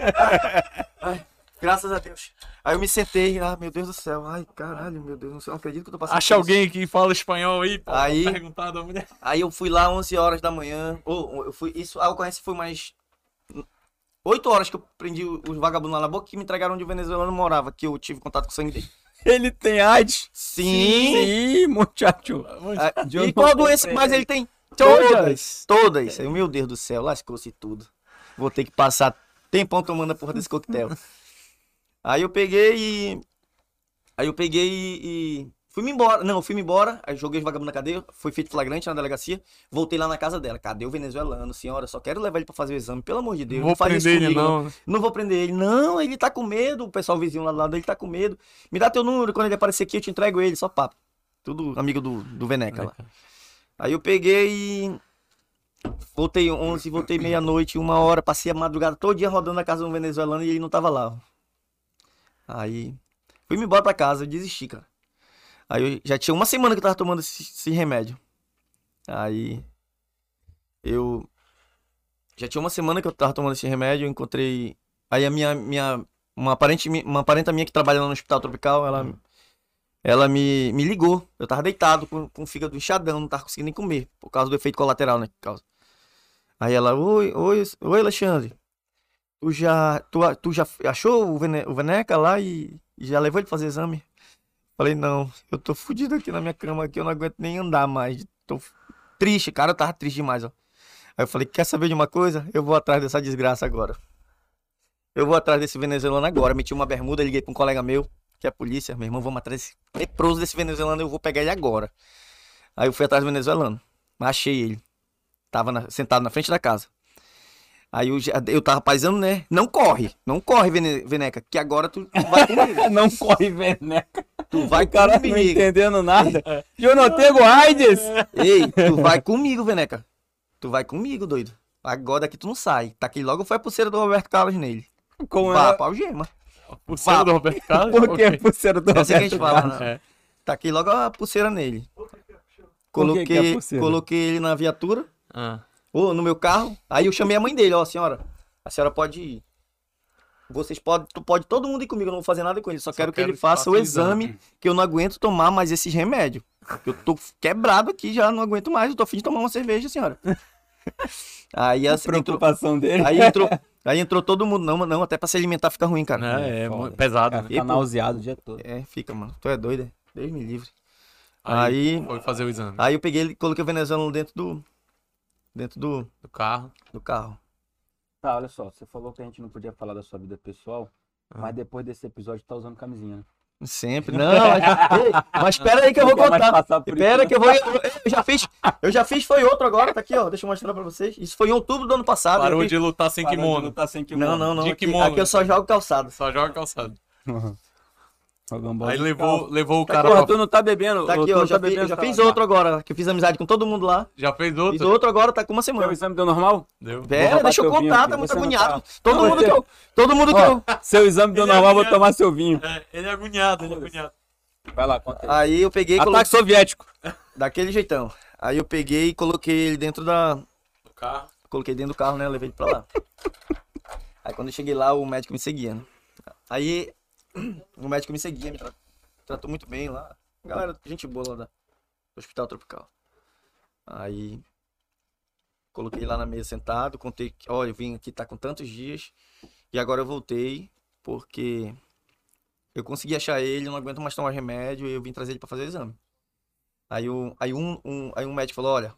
Ai, graças a Deus. Aí eu me sentei, ah, meu Deus do céu, ai, caralho, meu Deus, não acredito que eu tô passando.
Acha
por isso.
alguém que fala espanhol aí, pô.
Aí-
Perguntar da mulher.
Aí eu fui lá 11 horas da manhã. Ou, eu fui, isso, a ocorrência foi mais 8 horas que eu prendi os vagabundos lá na boca que me entregaram onde o venezuelano morava, que eu tive contato com o sangue dele.
Ele tem AIDS?
Sim!
Sim, muchacho.
Ah,
Eu
e
não
qual
comprei.
doença mais ele tem?
Todas.
Todas! Todas! Aí, meu Deus do céu, lascou-se tudo. Vou ter que passar tempão tomando a porra desse coquetel. Aí eu peguei e. Aí eu peguei e. e Fui-me embora. Não, fui-me embora. Aí joguei os vagabundos na cadeia. Foi feito flagrante na delegacia. Voltei lá na casa dela. Cadê o venezuelano, senhora? Só quero levar ele pra fazer o exame, pelo amor de Deus.
Não vou
faz isso
prender ele,
comigo,
não.
não vou prender ele. Não, ele tá com medo. O pessoal vizinho lá do lado, ele tá com medo. Me dá teu número, quando ele aparecer aqui, eu te entrego ele. Só papo. Tudo amigo do, do Veneca lá. Aí eu peguei e. Voltei 11, voltei meia-noite, uma hora. Passei a madrugada todo dia rodando na casa de um venezuelano e ele não tava lá. ó. Aí. Fui-me embora pra casa, desisti, cara. Aí eu já tinha uma semana que eu tava tomando esse, esse remédio. Aí. Eu. Já tinha uma semana que eu tava tomando esse remédio, eu encontrei. Aí a minha. minha uma, parente, mi- uma parenta minha que trabalha lá no hospital tropical, ela. Ela me, me ligou. Eu tava deitado com, com o fígado inchadão, não tava conseguindo nem comer, por causa do efeito colateral, né? por causa. Aí ela, oi, oi, oi, Alexandre. Tu já. Tu, a- tu já achou o, Vene, o Veneca lá e, e já levou ele pra fazer exame? Falei, não, eu tô fudido aqui na minha cama aqui, eu não aguento nem andar mais. Tô f- triste, cara, eu tava triste demais, ó. Aí eu falei, quer saber de uma coisa? Eu vou atrás dessa desgraça agora. Eu vou atrás desse venezuelano agora. Meti uma bermuda, liguei pra um colega meu, que é a polícia, meu irmão, vamos atrás desse leproso desse venezuelano, eu vou pegar ele agora. Aí eu fui atrás do venezuelano, achei ele. Tava na- sentado na frente da casa. Aí eu, já- eu tava paisando, né? Não corre, não corre, Vene- Veneca, que agora tu vai comigo.
Ah, Não corre veneca.
Tu vai
O cara não tá É.
comigo.
entendendo nada. Eu não tenho AIDS.
Ei, tu vai comigo, Veneca. Tu vai comigo, doido. Agora daqui tu não sai. Taquei logo foi a pulseira do Roberto Carlos nele.
Como
Vá
é?
pra algema.
O céu do Roberto Carlos?
Por que
Ok.
pulseira do
É assim que a gente
Roberto
fala,
Carlos?
né?
É.
Taquei logo a pulseira nele.
Por que que é
Coloquei,
pulseira?
coloquei ele na viatura,
Ah.
ou no meu carro. Aí eu chamei a mãe dele, ó, senhora. A senhora pode ir. Vocês podem, tu pode todo mundo ir comigo, eu não vou fazer nada com ele. Só, quero, que ele faça o exame, que eu não aguento tomar mais esses remédios. Eu tô quebrado aqui já, não aguento mais. Eu tô afim de tomar uma cerveja, senhora. Aí a, entrou,
Preocupação dele.
aí entrou, aí entrou todo mundo. Não, não, até pra se alimentar fica ruim, cara.
Né, é
Foda.
pesado,
Cara,
né?
fica nauseado o dia todo.
É, fica, mano. Tu é doido, é? Deus me livre. aí- tá.
Foi fazer o exame
Aí eu peguei ele, coloquei o venezuelano dentro do. Dentro do,
do carro.
do carro.
Tá, olha só. Você falou que a gente não podia falar da sua vida pessoal,
Ah.
mas depois desse episódio tá usando camisinha. né?
Sempre. Não, mas, Ei, mas pera aí que eu vou
Não quer mais
contar.
passar por isso,
Pera
né?
que eu vou. Eu eu já fiz. Eu já fiz, foi outro agora, tá aqui, ó. Deixa eu mostrar pra vocês. Isso foi em outubro do ano passado.
Parou
eu fiz-
de lutar sem
Parando de
kimono.
lutar sem kimono.
Não, não, não.
de
Aqui,
kimono.
aqui eu só jogo calçado.
Só joga calçado.
O Gambol
Aí
de
levou,
calça.
levou o
Tá,
cara
porra,
pra...
tu não tá bebendo.
Tá
ô,
aqui,
tu
ó.
não
Já,
tá
fiz,
bebendo,
já
tá
fiz
lá.
outro agora, que eu fiz amizade com todo mundo lá.
Já fez
Fiz
outro?
outro agora, tá com uma
Teu
semana.
exame deu normal?
Deu.
Pera,
roubar
deixa eu
teu vinho
contar,
aqui,
tá muito
você não
agoniado.
tá-
Todo
Não,
mundo
você-
que eu. Todo mundo que eu.
Ó, seu exame deu
Ele é
normal, vou
minha-
tomar seu vinho.
É, ele é agoniado, ele é agoniado.
Vai lá, conta aí.
Aí eu peguei e coloquei.
Ataque soviético.
Daquele jeitão. Aí eu peguei e coloquei ele dentro da,
Do carro.
Coloquei dentro do carro, né? Levei ele pra lá. Aí quando eu cheguei lá, o médico me seguia, né? Aí o médico me seguia, me tra- tratou muito bem lá. Galera, gente boa lá da- do Hospital Tropical. Aí coloquei lá na mesa sentado, contei que, olha, eu vim aqui, tá com tantos dias. E agora eu voltei, porque eu consegui achar ele, eu não aguento mais tomar remédio, e eu vim trazer ele pra fazer o exame. Aí, o, aí, um, um- aí um médico falou, olha,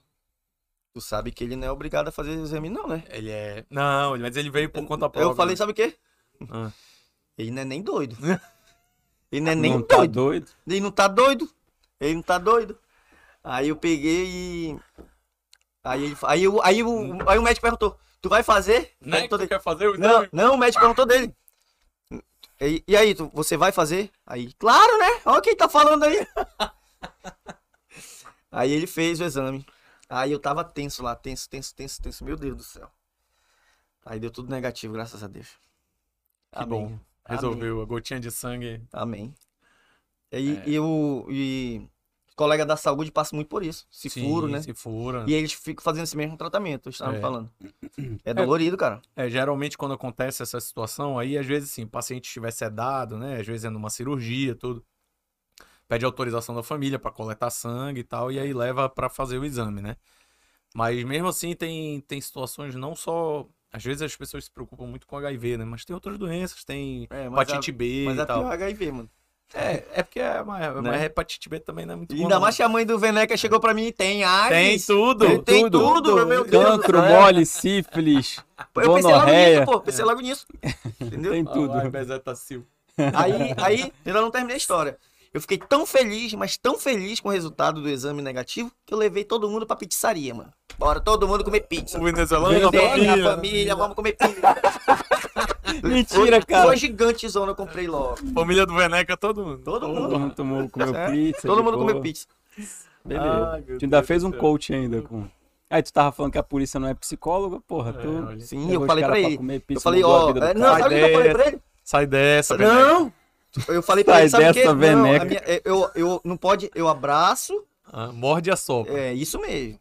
tu sabe que ele não é obrigado a fazer exame não, né?
Ele é... Não, mas ele veio por conta própria.
Eu falei, sabe o quê?
né? Ah.
Ele não é nem doido. Ele não é nem
não tá
doido.
doido.
Ele não tá doido. Ele não tá doido. Aí eu peguei e. Aí, ele fa- aí, o- aí, o, aí o médico perguntou: Tu vai fazer?
Não é que
Perguntou
tu
dele.
quer fazer o
Não,
exame?
não, o médico perguntou dele. E, e aí, tu, você vai fazer? Aí, claro, né? Olha quem tá falando aí. aí ele fez o exame. Aí eu tava tenso lá, tenso, tenso, tenso, tenso. Meu Deus do céu. Aí deu tudo negativo, graças a Deus.
Que bom. Resolveu a gotinha de sangue.
Amém. E,
É.
e o e os colegas da saúde passam muito por isso. Se
Sim,
furo, né?
Se fura.
E eles ficam fazendo esse mesmo tratamento, eu estava
É.
falando. É dolorido, cara.
É, geralmente quando acontece essa situação, aí às vezes sim, o paciente estiver sedado, né? Às vezes é numa cirurgia, tudo. Pede autorização da família para coletar sangue e tal, e aí leva para fazer o exame, né? Mas mesmo assim tem, tem situações não só. Às vezes as pessoas se preocupam muito com HIV, né? Mas tem outras doenças, tem
É, mas a-
hepatite B
Mas
e
é
tal.
pior HIV, mano.
É, é porque é, mas,
Né?
mas hepatite B também não é muito
E
boa,
Ainda
não.
mais que a mãe do Veneca chegou pra mim e tem
Tem
AIDS.
tudo!
Tem- tem tudo, meu Deus do
Cancro,
céu.
mole, sífilis,
Eu pensei logo nisso,
gonorreia,
pô. Pensei logo nisso. Entendeu?
É. tem tudo.
Ah, Ai, Bezetacil.
Aí, aí, ainda não terminei a história. Eu fiquei tão feliz, mas tão feliz com o resultado do exame negativo, que eu levei todo mundo pra pizzaria, mano. Bora todo mundo comer pizza.
O venezuelano, a
Vem, a
família.
família, vamos comer pizza.
Mentira, cara.
Foi gigantezona, eu comprei logo.
Família do Veneca, todo mundo.
Todo
Todo
mundo.
mundo tomou, comeu
É,
pizza.
Todo
de
mundo comeu
boa.
pizza.
Beleza.
Ai, Ah, meu
tu ainda
Deus
fez
do
um
céu.
coach ainda com. Aí tu tava falando que a polícia não é psicóloga, porra.
É,
tu
olha.
Sim,
levou
eu
os
falei
cara
pra
pra
ele.
comer
Eu
pizza,
falei,
mudou a
ó,
vida do
é, não,
cara.
sabe o que eu falei pra ele?
Sai dessa, Veneca.
Não! Eu falei pra
Sai
ele, sabe o quê?
dessa,
Não,
Veneca.
a minha- é, eu, eu não pode, eu abraço,
Ah, morde a sopa.
é isso mesmo.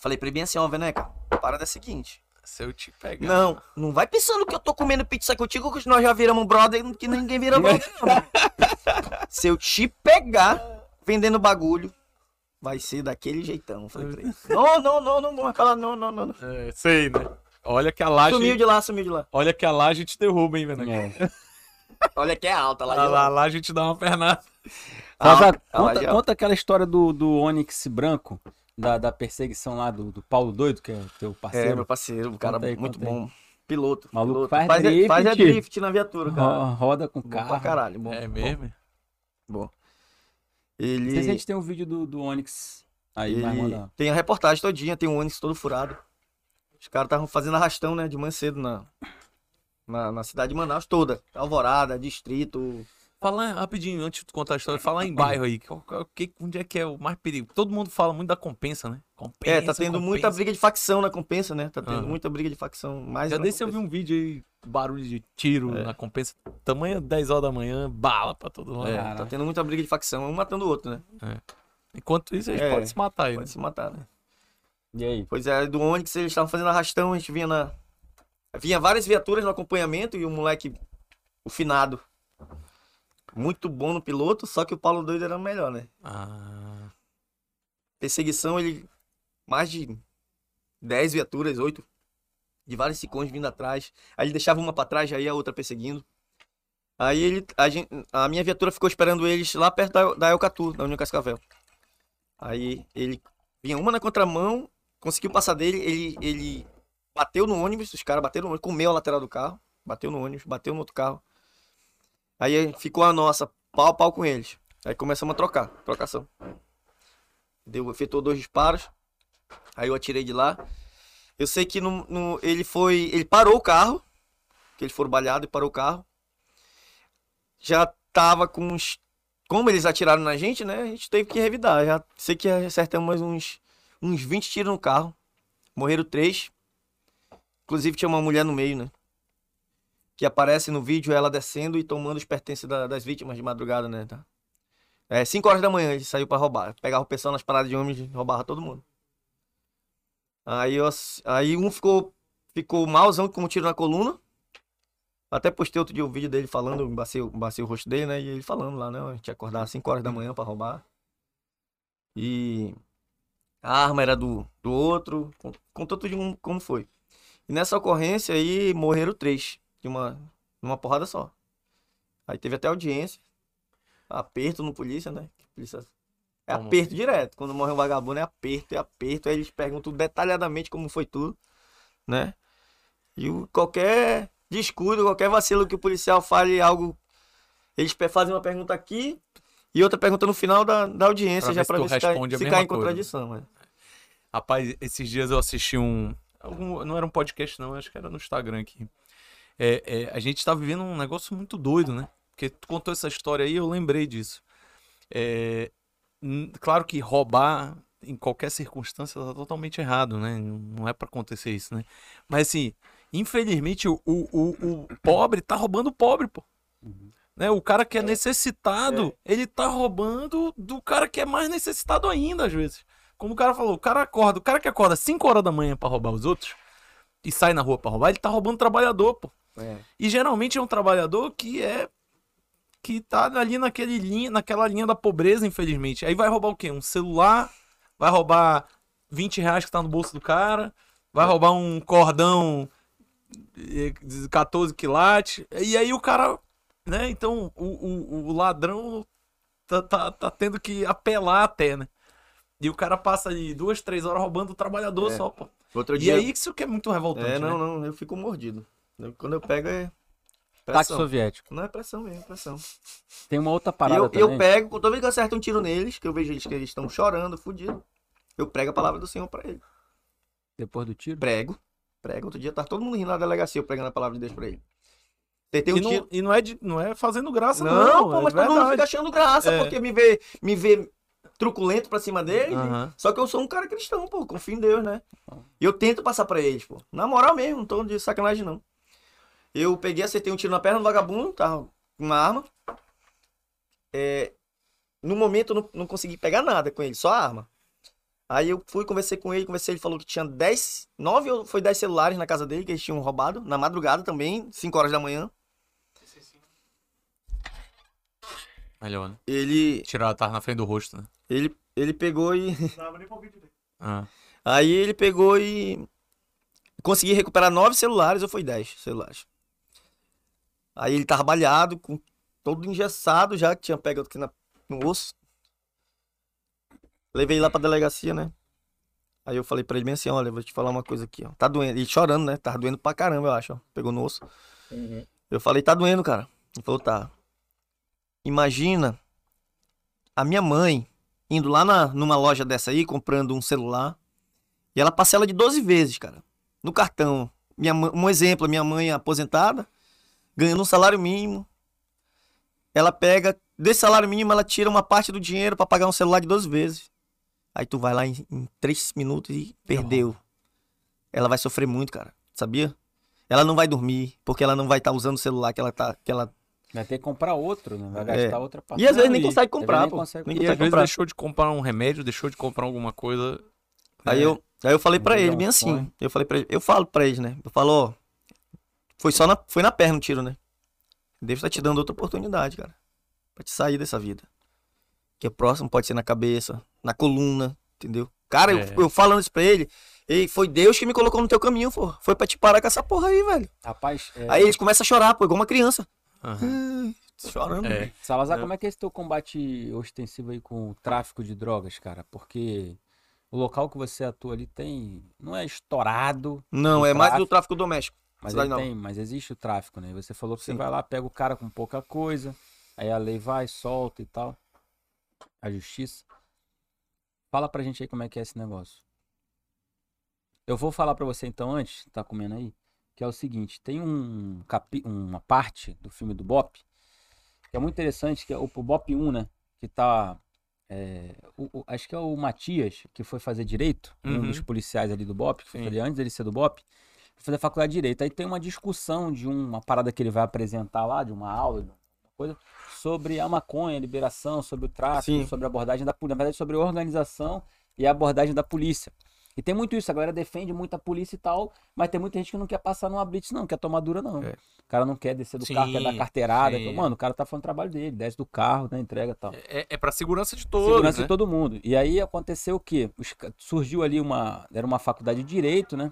Falei pra ele bem assim, ó, Veneca, a parada é a seguinte.
Se eu te pegar.
Não, não vai pensando que eu tô comendo pizza contigo, que nós já viramos brother, que ninguém vira brother, não. Se eu te pegar vendendo bagulho, vai ser daquele jeitão, eu falei pra ele. Não, não, não, não, não vai falar não, não, não. não.
É, sei, né? Olha que a laje.
Sumiu de lá, sumiu de lá.
Olha que a laje te derruba, hein, Veneca.
É.
Olha que é alta lá.
A, a, a laje te dá uma pernada.
Mas a-
Ah, lá
conta,
já-
conta aquela história do, do Onyx branco, da, da perseguição lá do, do Paulo Doido, que é teu
É,
parceiro.
meu parceiro, um cara
Conta aí,
muito
conta aí.
bom. Piloto.
Maluco
piloto.
faz
faz,
drift.
faz a drift na viatura, cara.
Ro- roda com
bom pra
carro.
caralho. Bom,
é
bom.
mesmo?
Não sei se a
Ele,
gente tem um vídeo do, do Onyx aí, vai
ele
mandar.
tem a reportagem todinha, tem um ônibus todo furado. Os caras estavam fazendo arrastão, né, de manhã cedo na, na, na cidade de Manaus toda. Alvorada, distrito.
Falar rapidinho, antes de tu contar a história, falar em bairro aí. qual- qual- que- onde é que é o mais perigo? Todo mundo fala muito da compensa, né? Compensa.
é, tá tendo
compensa.
muita briga de facção na compensa, né? Tá tendo
Aham.
muita briga de facção. Mais
Já
na
dei se eu vi
Compensa. É.
um vídeo aí, barulho de tiro na compensa. Tamanho 10 horas da manhã, bala pra todo lado.
É, tá
Caralho.
tendo muita briga de facção, um matando o outro, né?
Enquanto isso, a gente
É.
pode se matar aí. né?
Pode se matar, né?
E aí?
Pois é, do Onix eles estavam fazendo arrastão, a gente vinha na. Vinha várias viaturas no acompanhamento e o moleque, o finado. Muito bom no piloto, só que o Paulo Doido era melhor, né?
Ah,
Perseguição, ele. Mais de 10 viaturas, 8. De vários cicões vindo atrás. Aí ele deixava uma pra trás, já ia a outra perseguindo. Aí ele. A, gente, a minha viatura ficou esperando eles lá perto da, da Elcatu, da União Cascavel. Aí ele vinha uma na contramão, conseguiu passar dele, ele, ele bateu no ônibus, os caras bateram no ônibus, comeu a lateral do carro, bateu no ônibus, bateu no outro carro. Aí ficou a nossa, pau a pau com eles. Aí começamos a trocar, trocação. Deu, efetuou dois disparos, aí eu atirei de lá. Eu sei que no, no- ele foi, ele parou o carro, que eles foram balhados e parou o carro. Já tava com uns, como eles atiraram na gente, né, a gente teve que revidar. Já sei que acertamos mais uns uns 20 tiros no carro. Morreram três. Inclusive tinha uma mulher no meio, né? Que aparece no vídeo ela descendo e tomando os pertences da- das vítimas de madrugada, né? Tá? É, 5 horas da manhã ele saiu pra roubar. Pegava o pessoal nas paradas de homens e roubava todo mundo. Aí, eu ass- aí um ficou, ficou malzão com um tiro na coluna. Até postei outro dia o vídeo dele falando, eu embacei, o- embacei o rosto dele, né? E ele falando lá, né? A gente ia acordar às 5 horas da manhã pra roubar. E a arma era do, do outro, con- contou tudo de um- como foi. E nessa ocorrência aí morreram três, de uma, numa porrada só. Aí teve até audiência, aperto no polícia, né? Que polícia- É
Como
aperto direto, quando morre um vagabundo é aperto, é aperto, aí eles perguntam detalhadamente como foi tudo, né? E o- qualquer descuido, qualquer vacilo que o policial fale algo, eles pe- fazem uma pergunta aqui e outra pergunta no final da, da audiência,
Pra
já
ver se
para
tu
ver se cai,
responde a
se
mesma
cai em
coisa, né?
contradição, né?
Rapaz, esses dias eu assisti um. algum- não era um podcast, não, acho que era no Instagram aqui. É, é, a gente tá vivendo um negócio muito doido, né? Porque tu contou essa história aí, eu lembrei disso. É, n- claro que roubar em qualquer circunstância tá totalmente errado, né? Não é pra acontecer isso, né? Mas assim, infelizmente o, o, o- o pobre tá roubando o pobre, pô. Né? O cara que é necessitado, ele tá roubando do cara que é mais necessitado ainda, às vezes. Como o cara falou, o cara acorda, o cara que acorda 5 horas da manhã pra roubar os outros e sai na rua pra roubar, ele tá roubando trabalhador, pô.
É.
E geralmente é um trabalhador que é que tá ali naquele linha, naquela linha da pobreza, infelizmente. Aí vai roubar o quê? Um celular, vai roubar 20 reais que tá no bolso do cara, vai roubar um cordão eh, 14 quilates, e aí o cara, né? Então o, o, o ladrão tá, tá, tá tendo que apelar até, né? E o cara passa ali duas, três horas roubando o trabalhador
É.
só, pô.
Outro
E
dia.
aí isso que é muito revoltante,
é, não,
né?
não, eu fico mordido. Eu- quando eu pego é.
Tá
Ataque
Pressão.
soviético.
Não é pressão mesmo, é pressão.
Tem uma outra
E
parada
eu, eu
também.
pego, toda vez que eu acerto um tiro neles, que eu vejo eles que eles estão chorando, fudido, eu prego a palavra do Senhor pra eles.
Depois do tiro.
Prego, prego. Outro dia tá todo mundo rindo na delegacia eu pregando a palavra de Deus pra ele. Acertei um
e,
tiro.
não, e não é, de- não é fazendo graça, não.
Não, pô, mas
é
todo mundo
verdade.
fica achando graça,
É.
porque me vê, me vê truculento pra cima dele.
Aham.
Só que eu sou um cara cristão, pô, confio em Deus, né? E eu tento passar pra eles, pô. Na moral mesmo, não tô de sacanagem, não. Eu peguei, acertei um tiro na perna do vagabundo, tava com uma arma. É, no momento eu não, não consegui pegar nada com ele, só a arma. Aí eu fui, conversei com ele, conversei, ele falou que tinha 10, 9 ou foi 10 celulares na casa dele, que eles tinham roubado, na madrugada também, 5 horas da manhã.
Melhor, né?
Ele,
Tirar a tarra na frente do rosto, né?
ele, ele pegou e
Não dava nem pra ouvir direito.
Ah.
Aí ele pegou e consegui recuperar nove celulares, ou foi dez celulares. Aí ele tava baleado, com todo engessado já, que tinha pego aqui na- no osso. Levei ele lá pra delegacia, né? Aí eu falei pra ele bem assim, olha, eu vou te falar uma coisa aqui, ó. Tá doendo. Ele chorando, né? Tava doendo pra caramba, eu acho, ó. Pegou no osso. Eu falei, tá doendo, cara. Ele falou, tá. Imagina a minha mãe indo lá na, numa loja dessa aí, comprando um celular. E ela parcela de 12 vezes, cara. No cartão. Minha, mã- um exemplo, a minha mãe é aposentada, ganhando um salário mínimo. Ela pega, desse salário mínimo, ela tira uma parte do dinheiro pra pagar um celular de 12 vezes. Aí tu vai lá em, em 3 minutos e perdeu. Ela vai sofrer muito, cara. Sabia? Ela não vai dormir, porque ela não vai estar usando o celular que ela tá. Que ela...
Vai ter que comprar outro, né? Vai
É.
gastar outra parte.
E às vezes nem
e-
consegue
Às vezes
comprar,
nem
pô.
consegue
Nem
E
consegue
às vezes
comprar.
deixou de comprar um remédio, deixou de comprar alguma coisa.
É,
Aí eu, aí eu falei pra
Vender
ele,
um
bem assim.
sonho.
Eu falei pra ele, eu falo pra eles, né? Eu falo, ó, foi só na, foi na perna o tiro, né? Deus tá te dando outra oportunidade, cara. Pra te sair dessa vida. Que o próximo pode ser na cabeça, na coluna, entendeu? Cara, eu-
É.
eu, falando isso pra ele, ei, foi Deus que me colocou no teu caminho, pô. Foi pra te parar com essa porra aí, velho.
Rapaz, é,
Aí eles começam a chorar, pô, igual uma criança.
Aham.
Chorando.
É.
Salazar,
É.
como é que é esse teu combate ostensivo aí com o tráfico de drogas, cara? Porque o local que você atua ali tem. Não é estourado,
Não,
O
é mais do
tráfico.
tráfico doméstico.
mas,
Cidade
ele
Nova.
tem, mas existe o tráfico, né? Você falou que você
Sim.
vai lá, pega o cara com pouca coisa, aí a lei vai, solta e tal. A justiça. Fala pra gente aí como é que é esse negócio. Eu vou falar pra você então antes, tá comendo aí, que é o seguinte, tem um capi, uma parte do filme do Bop que é muito interessante, que é o, o Bop 1, né? Que tá. é, o- o- acho que é o Matias, que foi fazer direito, um
Uhum.
dos policiais ali do Bop, que foi
Sim.
fazer, antes dele ser do Bop, foi fazer faculdade de direito. Aí tem uma discussão de uma parada que ele vai apresentar lá, de uma aula, de uma coisa, sobre a maconha, a liberação, sobre o tráfico,
Sim.
sobre a abordagem da polícia, na verdade, sobre a organização e a abordagem da polícia. E tem muito isso, a galera defende muito a polícia e tal, mas tem muita gente que não quer passar numa blitz, não, quer tomar dura, não.
É.
O cara não quer descer do
Sim,
carro, quer dar carteirada.
sim.
Então, mano, o cara tá fazendo o trabalho dele, desce do carro, né, entrega e tal.
É, é pra segurança de todos.
Segurança
né?
de todo mundo. E aí aconteceu o quê? Os ca- surgiu ali uma. Era uma faculdade de direito, né?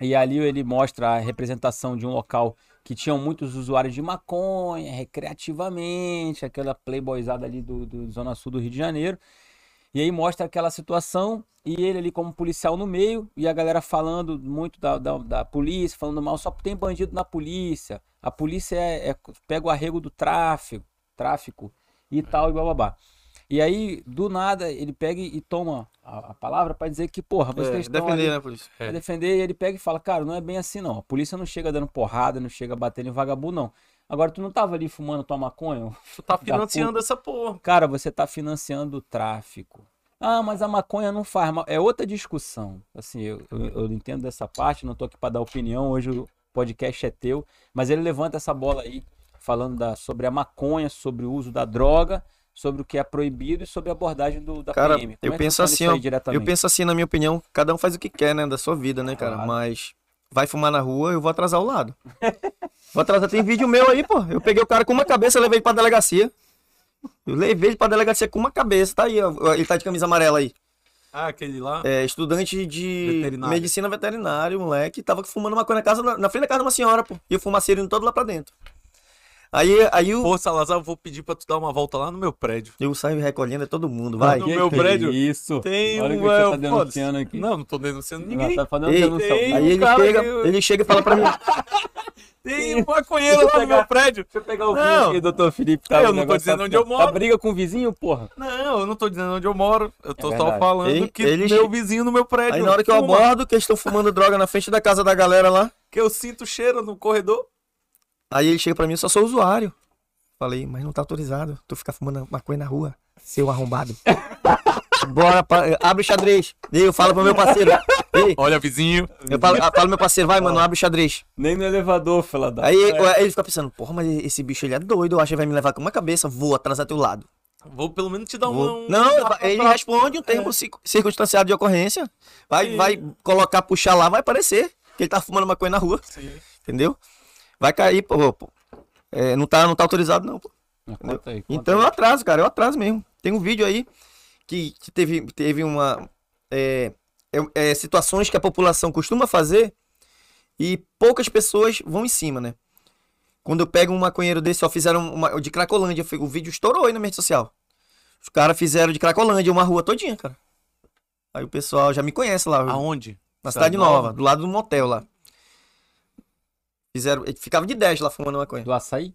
E ali ele mostra a representação de um local que tinham muitos usuários de maconha, recreativamente, aquela playboyzada ali do, do Zona Sul do Rio de Janeiro. E aí mostra aquela situação e ele ali como policial no meio e a galera falando muito da, da, da polícia, falando mal, só tem bandido na polícia, a
É.
polícia é, é- pega o arrego do tráfico, tráfico e tal e bababá. E aí, do nada, ele pega e toma a, a palavra pra dizer que, porra, vocês
É,
estão
defender,
ali
né, polícia?
pra defender, e ele pega e fala, cara, não é bem assim não. A polícia não chega dando porrada, não chega batendo em vagabundo, não. Agora, tu não tava ali fumando tua maconha?
Tu tá
Da
financiando essa porra.
Cara, você tá financiando o tráfico. Ah, mas a maconha não faz mal. É outra discussão. Assim, eu, eu- eu entendo dessa parte, não tô aqui pra dar opinião, hoje o podcast é teu, mas ele levanta essa bola aí, falando da- sobre a maconha, sobre o uso da droga, sobre o que é proibido e sobre a abordagem do, da
Cara,
PM. Como
eu
é que
penso
funciona
assim,
isso aí
ó,
diretamente?
Eu penso assim, na minha opinião, cada um faz o que quer, né, da sua vida, né, cara?
Claro.
Mas vai fumar na rua, eu vou atrasar o lado. vou atrasar, tem vídeo meu aí, pô. Eu peguei o cara com uma cabeça, levei ele pra delegacia. Eu levei ele pra delegacia com uma cabeça, tá aí, ó. Ele tá de camisa amarela aí.
Ah, aquele lá.
É, estudante de
Veterinário.
medicina veterinária, moleque, tava fumando uma coisa na casa, na frente da casa de uma senhora, pô. E o fumaceiro indo todo lá pra dentro. Aí, aí eu,
Pô, Salazar, eu vou pedir pra tu dar uma volta lá no meu prédio.
eu saio recolhendo, é todo mundo, vai.
no assim, meu prédio
Isso.
tem
Olha o
um,
que você
é,
tá denunciando
foda-se.
aqui.
Não, não tô denunciando
Ela
ninguém.
tá fazendo
Ei,
denúncia.
ei,
Aí,
Aí ele
um cara
chega,
que-
ele chega e fala pra mim,
Tem um maconheiro lá no meu prédio.
Deixa eu pegar o
Não.
vídeo aqui, doutor Felipe. Tá
Eu
o
não tô
negócio
dizendo
tá-
onde eu
Tá
moro.
briga com o vizinho, porra.
Não, eu não tô dizendo onde eu moro. Eu tô só
verdade.
falando
É Ele-
que
ele
meu
che-
vizinho no meu prédio.
Aí na hora que eu
fuma,
abordo, que eles estão fumando droga na frente da casa da galera lá.
que eu sinto cheiro no corredor.
Aí ele chega pra mim, eu só sou usuário. Falei, mas não tá autorizado. Tu ficar fumando maconha na rua, seu arrombado. Bora, pa- abre o xadrez. E eu falo pro meu parceiro. Ei,
Olha, vizinho.
eu falo, eu falo pro meu parceiro, vai, mano, abre o xadrez.
Nem no elevador, fila da...
Aí aí ele fica pensando, porra, mas esse bicho ele é doido, eu acho que vai me levar com uma cabeça, vou atrasar teu lado.
Vou pelo menos te dar
Vou.
um.
Não,
um-
ele
pra- É.
responde um termo circu- circunstanciado de ocorrência. Vai,
Sim.
vai colocar, puxar lá, vai aparecer que ele tá fumando maconha na rua.
Sim.
Entendeu? Vai cair, pô. pô. É, não, tá, não tá autorizado, não. Pô.
Conta aí, conta
Então eu
aí.
atraso, cara. Eu atraso mesmo. Tem um vídeo aí que, que teve, teve uma. É, é- é, situações que a população costuma fazer e poucas pessoas vão em cima, né? Quando eu pego um maconheiro desse, ó, fizeram uma. De Cracolândia, foi- o vídeo estourou aí na minha rede social. Os caras fizeram de Cracolândia uma rua todinha, cara. Aí o pessoal já me conhece lá.
Aonde?
Na
Cidade
Cidade Nova,
Nova,
do lado do motel lá. Fizeram. ele Ficava de 10 lá fumando maconha.
Do açaí?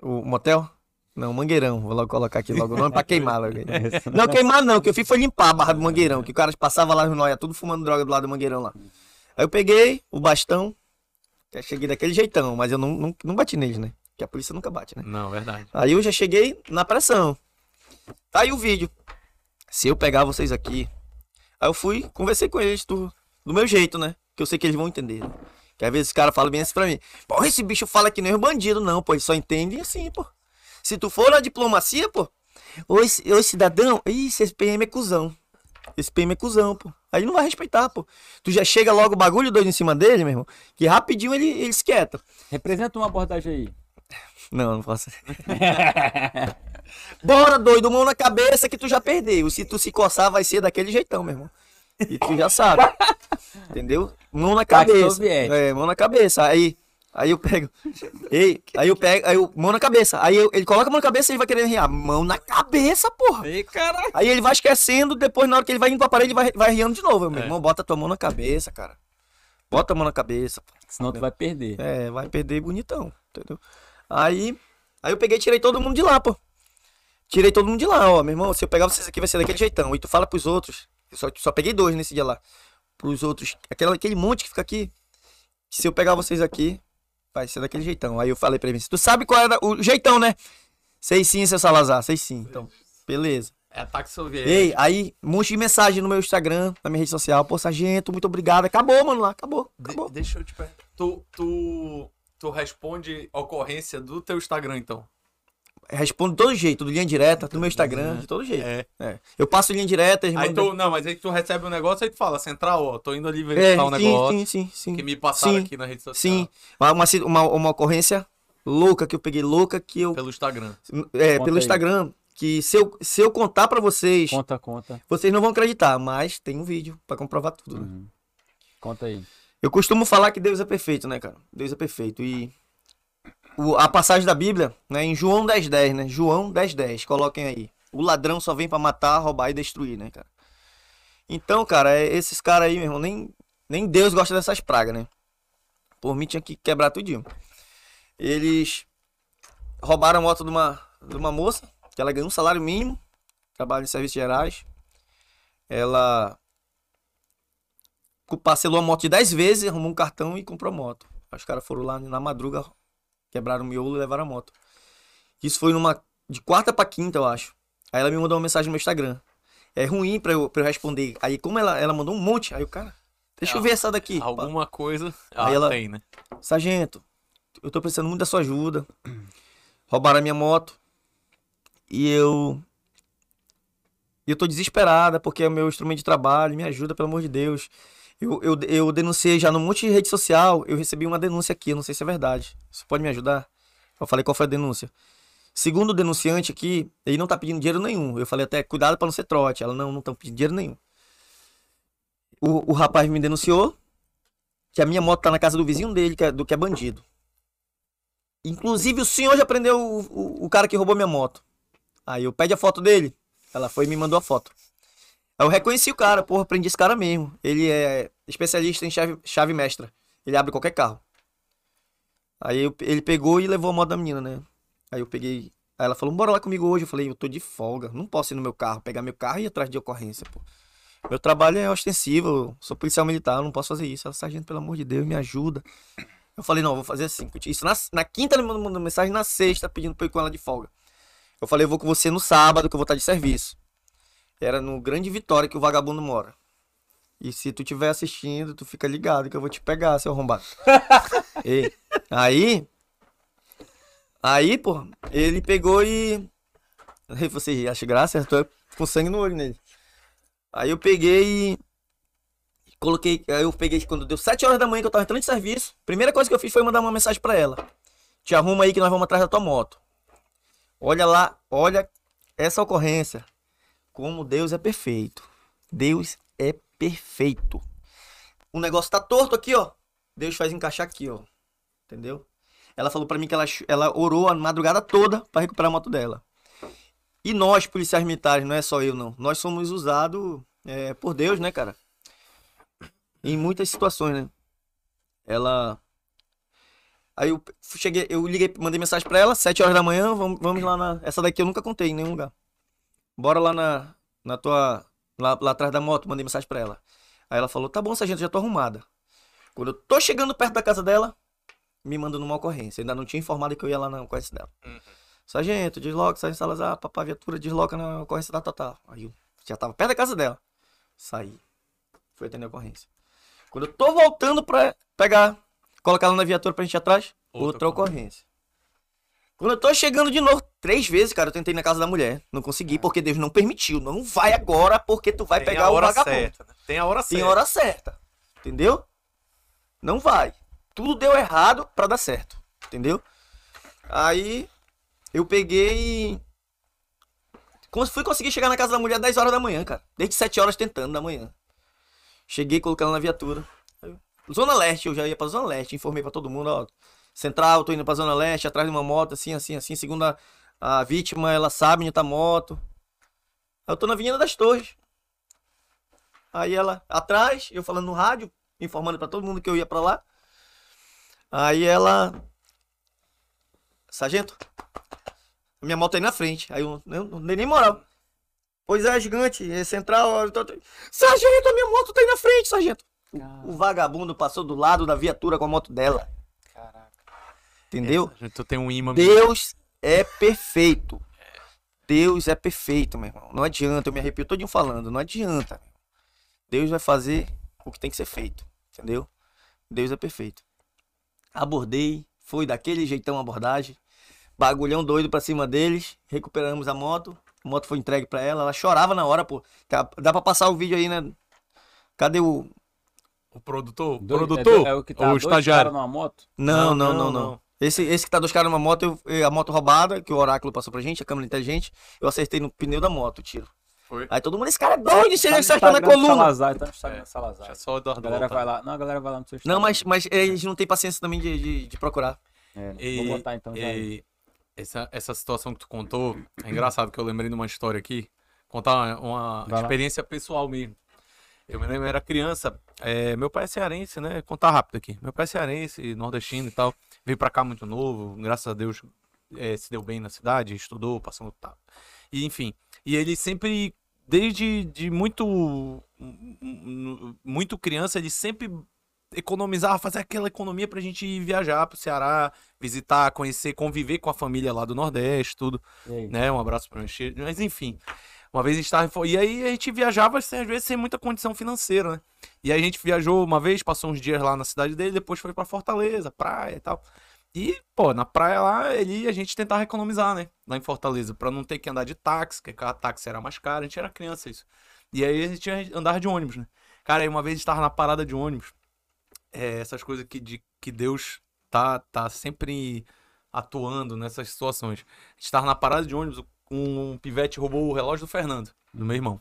O motel? Não, Mangueirão. Vou logo colocar aqui logo o nome pra queimar logo. aí.
Esse, né?
Não, queimar não, o que eu fiz foi limpar a barra do Mangueirão, que o cara passava lá no Noia, tudo fumando droga do lado do Mangueirão lá. Aí eu peguei o bastão, já cheguei daquele jeitão, mas eu não, não, não bati neles, né? Que a polícia nunca bate, né?
Não, é verdade.
Aí eu já cheguei na pressão. Tá aí o vídeo. Se eu pegar vocês aqui. Aí eu fui, conversei com eles do, do meu jeito, né? Que eu sei que eles vão entender. né? Que às vezes os caras falam bem assim pra mim. Pô, esse bicho fala que nem os bandido, não, pô. Ele só entende assim, pô. Se tu for na diplomacia, pô. Oi, ci- oi cidadão. Ih, esse PM é cuzão. Esse PM é cuzão, pô. Aí não vai respeitar, pô. Tu já chega logo o bagulho doido em cima dele, meu irmão. Que rapidinho ele, ele se quieta.
Representa uma abordagem aí.
Não, não posso. Bora, doido, mão na cabeça que tu já perdeu. Se tu se coçar, vai ser daquele jeitão, meu irmão. E tu já sabe. Entendeu? Mão na
Pacto
cabeça.
soviético.
É, mão na cabeça. Aí, aí eu pego. Ei, aí eu pego, aí eu, mão na cabeça. Aí eu- ele coloca a mão na cabeça e ele vai querendo riar. Mão na cabeça, porra.
Ei, caralho.
Aí ele vai esquecendo, depois na hora que ele vai indo pra parede, ele vai, vai riando de novo. Eu, Meu
É.
irmão, bota tua mão na cabeça, cara. Bota a mão na cabeça, pô.
Senão tu vai perder.
É, vai perder bonitão, entendeu? Aí, aí eu peguei e tirei todo mundo de lá, pô. Tirei todo mundo de lá, ó, meu irmão, se eu pegar vocês aqui vai ser daquele jeitão. E tu fala pros outros, eu só, só peguei dois nesse dia lá. Pros outros, aquela, aquele monte que fica aqui, que se eu pegar vocês aqui, vai ser daquele jeitão. Aí eu falei pra ele, tu sabe qual era o jeitão, né? Sei sim, seu Salazar, sei sim. Então, beleza.
É ataque soviético.
Ei, aí, um monte de mensagem no meu Instagram, na minha rede social. Pô, sargento, muito obrigado. Acabou, mano, lá, acabou,
De-
acabou.
deixa eu te perguntar. Tu, tu, tu responde ocorrência do teu Instagram, então.
Respondo de todo jeito, do linha direta, do meu Instagram, de todo jeito.
É.
Então, né? É. Eu passo linha direta, eles
Aí
mandam-
tu, não, mas aí tu recebe um negócio aí tu fala, central, ó, tô indo ali
É,
verificar um
sim,
negócio
sim, sim, sim.
que me passaram
Sim,
aqui na rede social.
Sim. tá. Uma, uma, ci- uma, uma ocorrência louca que eu peguei, louca que eu.
Pelo Instagram.
é,
Conta
pelo
aí.
Instagram, que se eu, se eu contar pra vocês,
Conta, conta.
vocês não vão acreditar, mas tem um vídeo pra comprovar tudo. né?
Uhum. Conta aí.
Eu costumo falar que Deus é perfeito, né, cara? Deus é perfeito. E o- a passagem da Bíblia, né, em João 10,10, né? João 10,10, coloquem aí. O ladrão só vem pra matar, roubar e destruir, né, cara? Então, cara, é- esses caras aí, meu irmão, nem, nem Deus gosta dessas pragas, né? Por mim tinha que quebrar tudinho. Eles roubaram a moto de uma, de uma moça, que ela ganhou um salário mínimo, trabalho em serviços gerais. Ela cu- parcelou a moto de 10 vezes, arrumou um cartão e comprou a moto. Aí Os caras foram lá na madruga, quebraram o miolo e levaram a moto. Isso foi numa de quarta pra quinta, eu acho. Aí ela me mandou uma mensagem no meu Instagram. É ruim pra eu, pra eu responder. Aí como ela, ela mandou um monte, aí o cara... Deixa eu ver essa daqui.
Alguma coisa. ah,
Aí ela-
tem, né?
Sargento, eu tô precisando muito da sua ajuda. Roubaram a minha moto. E eu. e Eu tô desesperada porque é o meu instrumento de trabalho. Me ajuda, pelo amor de Deus. Eu, eu, eu denunciei já num monte de rede social. Eu recebi uma denúncia aqui, eu não sei se é verdade. Você pode me ajudar? Eu falei qual foi a denúncia. Segundo o denunciante aqui, ele não tá pedindo dinheiro nenhum. Eu falei até, cuidado pra não ser trote. Ela, não, não estão pedindo dinheiro nenhum. O, o rapaz me denunciou que a minha moto tá na casa do vizinho dele, que é, do que é bandido. Inclusive, o senhor já prendeu o, o, o cara que roubou minha moto. Aí eu pede a foto dele. Ela foi e me mandou a foto. Aí eu reconheci o cara, porra, prendi esse cara mesmo. Ele é especialista em chave, chave mestra. Ele abre qualquer carro. Aí eu- ele pegou e levou a moto da menina, né? Aí eu peguei. Aí ela falou, bora lá comigo hoje. Eu falei, eu tô de folga. Não posso ir no meu carro, pegar meu carro e ir atrás de ocorrência, pô. Meu trabalho é ostensivo, eu sou policial militar, eu não posso fazer isso. Ela, sargento, pelo amor de Deus, me ajuda. Eu falei, não, eu vou fazer assim. contigo. Isso na, na quinta ela me mandou uma mensagem, na sexta, pedindo pra eu ir com ela de folga. Eu falei, eu vou com você no sábado, que eu vou estar de serviço. Era no Grande Vitória que o vagabundo mora. E se tu estiver assistindo, tu fica ligado que eu vou te pegar, seu arrombado. e, aí. Aí, pô, ele pegou e. Aí você acha graça? Eu tô com sangue no olho nele. Aí eu peguei e coloquei, aí eu peguei quando deu 7 horas da manhã que eu tava entrando de serviço. Primeira coisa que eu fiz foi mandar uma mensagem pra ela. Te arruma aí que nós vamos atrás da tua moto. Olha lá, olha essa ocorrência. Como Deus é perfeito. Deus é perfeito. O negócio tá torto aqui, ó. Deus faz encaixar aqui, ó. Entendeu? Ela falou pra mim que ela, ch- ela orou a madrugada toda pra recuperar a moto dela. E nós, policiais militares, não é só eu, não. Nós somos usados é, por Deus, né, cara? Em muitas situações, né? Ela. Aí eu cheguei, eu liguei, mandei mensagem pra ela, 7 horas da manhã, vamos, vamos lá na. Essa daqui eu nunca contei em nenhum lugar. Bora lá na, na tua. Lá, lá atrás da moto, mandei mensagem pra ela. Aí ela falou: tá bom, sargento, já tô arrumada. Quando eu tô chegando perto da casa dela, me manda numa ocorrência. Ainda não tinha informado que eu ia lá na ocorrência dela. Sargento, desloca, sargento Salazar, papá viatura, desloca na ocorrência da Tatá. Aí eu já tava perto da casa dela. Saí. Fui atender a ocorrência. Quando eu tô voltando pra pegar, colocar ela na viatura pra gente ir atrás, outra,
Outra
ocorrência. Quando eu tô chegando de novo, três vezes, cara, eu tentei ir na casa da mulher. Não consegui, porque Deus não permitiu. Não vai agora, porque tu vai
É. Tem
pegar
a
o
hora
vagabundo.
certa. né? Tem a hora
Tem
certa.
hora certa. Entendeu? Não vai. Tudo deu errado pra dar certo. Entendeu? Aí eu peguei e. Cons- Fui conseguir chegar na casa da mulher 10 horas da manhã, cara. Desde 7 horas tentando da manhã. Cheguei, coloquei ela na viatura. Aí eu- Zona Leste, eu já ia pra Zona Leste. Informei pra todo mundo, ó. Central, tô indo pra Zona Leste, atrás de uma moto, assim, assim, assim. Segundo a, a vítima, ela sabe onde tá a moto. Aí eu tô na Avenida das Torres. Aí ela atrás, eu falando no rádio, informando pra todo mundo que eu ia pra lá. Aí ela. Sargento, minha moto tá aí na frente. Aí eu, eu não dei nem moral. Pois é, gigante, é central. ó, tô- tô- Sargento, a minha moto tá aí na frente, sargento. O vagabundo passou do lado da viatura com a moto dela. Caraca. Entendeu?
Sargento, Tu tem um imã.
Deus é perfeito. Deus é perfeito, meu irmão. Não adianta, eu me arrepio todinho falando, não adianta. Deus vai fazer o que tem que ser feito, entendeu? Deus é perfeito. Abordei, foi daquele jeitão a abordagem. Bagulhão doido pra cima deles, recuperamos a moto. A moto foi entregue pra ela, ela chorava na hora, pô. Dá dá pra passar o vídeo aí, né? Cadê o.
O produtor? O
Dois-
produtor?
É, é o que tá
ou o
dois
estagiário?
caras numa moto?
Não, não, não, não.
não.
Esse, esse que tá dos caras numa moto, eu- eh, a moto roubada, que o oráculo passou pra gente, a câmera inteligente, eu acertei no pneu da moto o tiro.
Foi.
Aí todo mundo, esse cara é doido, esse
Tá no
ele acertou na
Instagram do
coluna.
Salazar, tá no Instagram
É.
do Salazar.
Deixa só o
A
Eduardo
galera
voltar.
vai lá. Não, a galera vai lá no seu Instagram.
Não, mas, mas é, eles não têm paciência também de, de, de procurar.
É,
E-
vou botar então já. aí.
E essa, essa situação que tu contou, é engraçado que eu lembrei de uma história aqui, contar uma, uma
Vai lá.
experiência pessoal mesmo. Eu me lembro, eu era criança, é, meu pai é cearense, né? Contar rápido aqui. Meu pai é cearense, nordestino e tal. Veio pra cá muito novo, graças a Deus é, se deu bem na cidade, estudou, passou no tal. E enfim, E ele sempre, desde de muito, muito criança, ele sempre economizava, fazia aquela economia pra gente ir viajar pro Ceará, visitar, conhecer, conviver com a família lá do Nordeste, tudo,
E aí?
né? Um abraço pra mexer. Mas enfim, uma vez a gente tava. em Fo- E aí a gente viajava, assim, às vezes, sem muita condição financeira, né? E aí a gente viajou uma vez, passou uns dias lá na cidade dele, depois foi pra Fortaleza, praia e tal. E, pô, na praia lá, ele a gente tentava economizar, né? Lá em Fortaleza, pra não ter que andar de táxi, que a táxi era mais cara, a gente era criança isso. E aí a gente andava de ônibus, né? Cara, aí uma vez a gente tava na parada de ônibus. É, essas coisas que, de, que Deus tá, tá sempre atuando nessas situações. A gente tava na parada de ônibus, um, pivete roubou o relógio do Fernando, do meu irmão.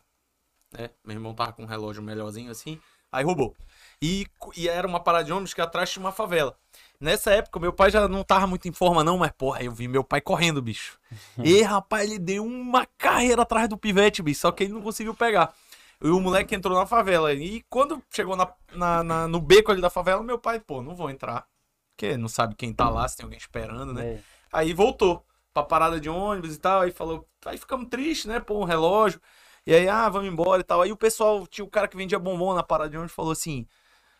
né? meu irmão tava com um relógio melhorzinho assim, aí roubou. E, co- e era uma parada de ônibus que atrás tinha uma favela. Nessa época, meu pai já não tava muito em forma, não, mas porra, eu vi meu pai correndo, bicho. E rapaz, ele deu uma carreira atrás do pivete, bicho, só que ele não conseguiu pegar. E o moleque entrou na favela. E quando chegou na, na- na- no beco ali da favela, meu pai, pô, não vou entrar. Porque não sabe quem tá lá, se tem alguém esperando, né?
É.
Aí voltou pra parada de ônibus e tal. Aí falou. Aí ficamos tristes, né? Pô, um relógio. E aí, ah, vamos embora e tal. Aí o pessoal, tinha o cara que vendia bombom na parada de ônibus, falou assim: